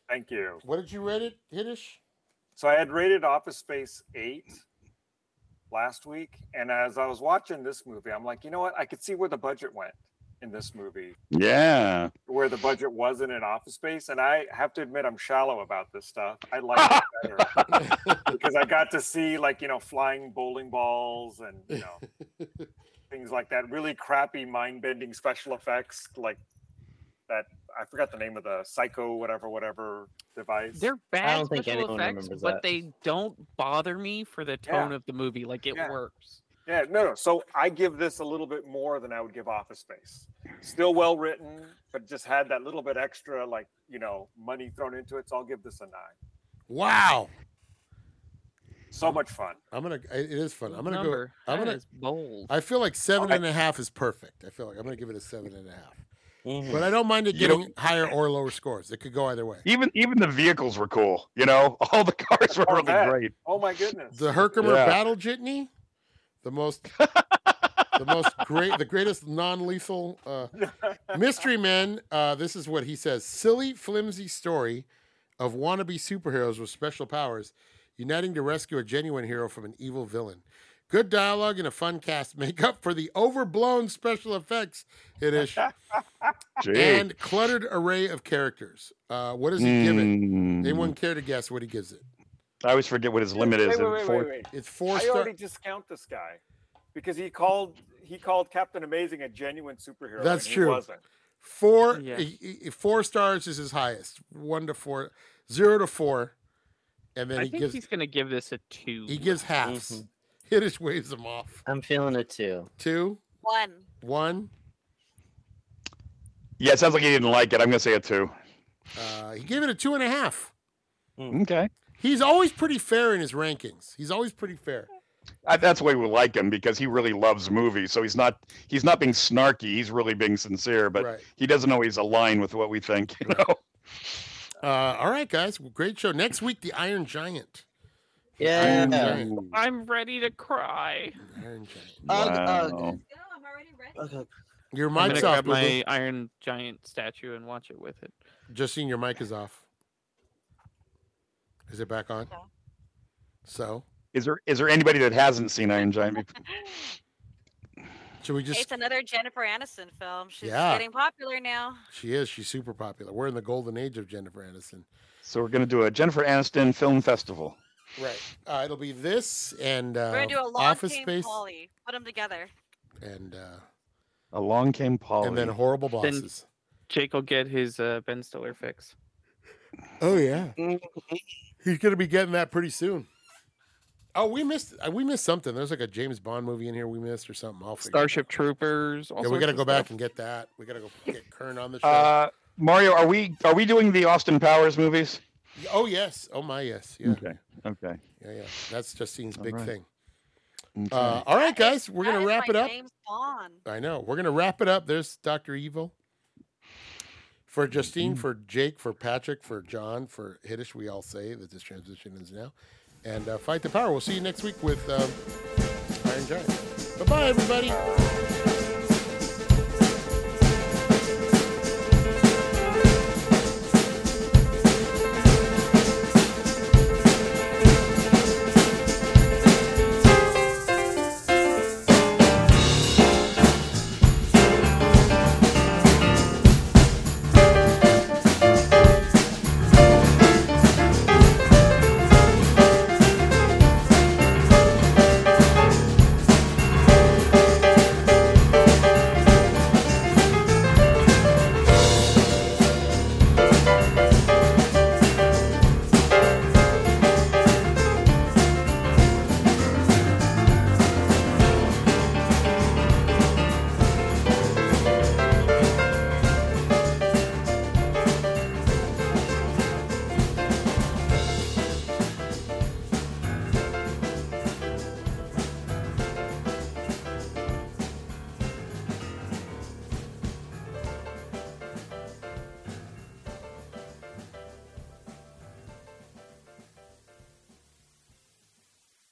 Speaker 6: Thank you.
Speaker 1: What did you rate it, Hiddish?
Speaker 6: So I had rated Office Space eight last week, and as I was watching this movie, I'm like, you know what? I could see where the budget went in this movie,
Speaker 4: Yeah.
Speaker 6: where the budget wasn't in Office Space, and I have to admit I'm shallow about this stuff. I like it better because I got to see like you know flying bowling balls and you know things like that. Really crappy mind bending special effects like that. I forgot the name of the psycho whatever whatever device.
Speaker 5: They're bad
Speaker 3: don't think
Speaker 5: special
Speaker 3: anyone
Speaker 5: effects,
Speaker 3: remembers
Speaker 5: but
Speaker 3: that.
Speaker 5: they don't bother me for the tone of the movie. Like it
Speaker 6: Yeah.
Speaker 5: works.
Speaker 6: Yeah, no, no. So I give this a little bit more than I would give Office Space. Still well written, but just had that little bit extra, like you know, money thrown into it. So I'll give this a nine.
Speaker 1: Wow,
Speaker 6: So much fun.
Speaker 1: I'm gonna. It is fun. I'm gonna
Speaker 5: Number.
Speaker 1: go. I'm
Speaker 5: That
Speaker 1: gonna.
Speaker 5: is bold.
Speaker 1: I feel like seven
Speaker 6: Okay.
Speaker 1: and a half is perfect. I feel like I'm going to give it a seven and a half,
Speaker 3: Mhm.
Speaker 1: but I don't mind it
Speaker 4: You
Speaker 1: getting higher or lower scores. It could go either way.
Speaker 4: Even even the vehicles were cool. You know, all the cars were really
Speaker 6: Corvette.
Speaker 4: great.
Speaker 6: Oh my goodness.
Speaker 1: The Herkimer
Speaker 4: Yeah.
Speaker 1: battle jitney, the most, the most great, the greatest non-lethal uh, mystery men. Uh, this is what he says: silly, flimsy story of wannabe superheroes with special powers uniting to rescue a genuine hero from an evil villain. Good dialogue and a fun cast make up for the overblown special effects. It is.
Speaker 4: Gee.
Speaker 1: and cluttered array of characters. Uh, what does he give it?
Speaker 4: Mm.
Speaker 1: Anyone care to guess what he gives it?
Speaker 4: I always forget what his limit is.
Speaker 6: Wait, wait, wait,
Speaker 4: Four-
Speaker 6: wait, wait.
Speaker 1: It's four
Speaker 6: I
Speaker 1: star.
Speaker 6: already discount this guy because he called he called Captain Amazing a genuine superhero.
Speaker 1: That's
Speaker 6: and he
Speaker 1: true.
Speaker 6: Wasn't.
Speaker 1: Four
Speaker 5: Yeah.
Speaker 1: eh, eh, eh, four stars is his highest. One to four, zero to four, and then
Speaker 5: I
Speaker 1: he
Speaker 5: think
Speaker 1: gives
Speaker 5: he's Mm-hmm. gonna give this a two.
Speaker 1: he gives halves.
Speaker 3: Mhm.
Speaker 1: Hit his waves them off.
Speaker 3: I'm feeling it too.
Speaker 1: Two,
Speaker 8: One.
Speaker 1: one.
Speaker 4: Yeah, it sounds like he didn't like it. I'm gonna say a two.
Speaker 1: Uh, he gave it a two and a half.
Speaker 4: Okay.
Speaker 1: He's always pretty fair in his rankings. He's always pretty fair.
Speaker 4: I, that's why we like him because he really loves movies. So he's not he's not being snarky. He's really being sincere, but
Speaker 1: right.
Speaker 4: he doesn't always align with what we think. You know?
Speaker 1: Uh, all right, guys. Well, Great show. Next week, the Iron Giant.
Speaker 3: Yeah.
Speaker 1: Iron Giant.
Speaker 4: Mm.
Speaker 5: I'm ready to cry.
Speaker 1: Iron Giant.
Speaker 3: Ugh,
Speaker 4: Wow.
Speaker 3: ugh.
Speaker 8: Go, I'm already ready.
Speaker 3: Ugh, ugh.
Speaker 1: Your
Speaker 5: I'm gonna
Speaker 1: mic's off.
Speaker 5: grab my
Speaker 1: My...
Speaker 5: Iron Giant statue and watch it with it.
Speaker 1: Justine, your mic is off. Is it back on?
Speaker 2: No.
Speaker 1: So,
Speaker 4: Is there is there anybody that hasn't seen Iron Giant? before?
Speaker 1: should we just?
Speaker 2: It's another Jennifer Aniston film. She's
Speaker 1: Yeah.
Speaker 2: getting popular now.
Speaker 1: She is. She's super popular. We're in the golden age of Jennifer Aniston.
Speaker 4: So we're gonna do a Jennifer Aniston film festival.
Speaker 1: Right. Uh, it'll be this and uh,
Speaker 2: We're gonna do a long
Speaker 1: Office
Speaker 2: team
Speaker 1: Space
Speaker 2: Polly. Put them together.
Speaker 1: and uh,
Speaker 4: Along came Polly.
Speaker 1: and then horrible bosses.
Speaker 5: Jake will get his uh, Ben Stiller fix.
Speaker 1: Oh yeah. He's gonna be getting that pretty soon. Oh, we missed. uh, We missed something. There's like a James Bond movie in here we missed or something. I'll figure. it out.
Speaker 5: Starship Troopers. all
Speaker 1: Yeah, we
Speaker 5: sorts
Speaker 1: gotta
Speaker 5: of
Speaker 1: go back
Speaker 5: stuff.
Speaker 1: and get that. We gotta go get Kern on the show.
Speaker 4: uh, Mario, are we are we doing the Austin Powers movies?
Speaker 1: oh yes. Oh my yes. Yeah.
Speaker 4: Okay. Okay.
Speaker 1: Yeah. Yeah. That's Justine's big
Speaker 4: Alright.
Speaker 1: thing.
Speaker 4: okay.
Speaker 1: Uh, all right, guys. We're
Speaker 2: That
Speaker 1: gonna
Speaker 2: is
Speaker 1: wrap
Speaker 2: my
Speaker 1: it up.
Speaker 2: James Bond.
Speaker 1: I know. We're gonna wrap it up. There's Doctor Evil. For Justine, for Jake, for Patrick, for John, for Hiddish, we all say that this transition is now. And uh, fight the power. We'll see you next week with um, Iron Giant. Bye bye, everybody.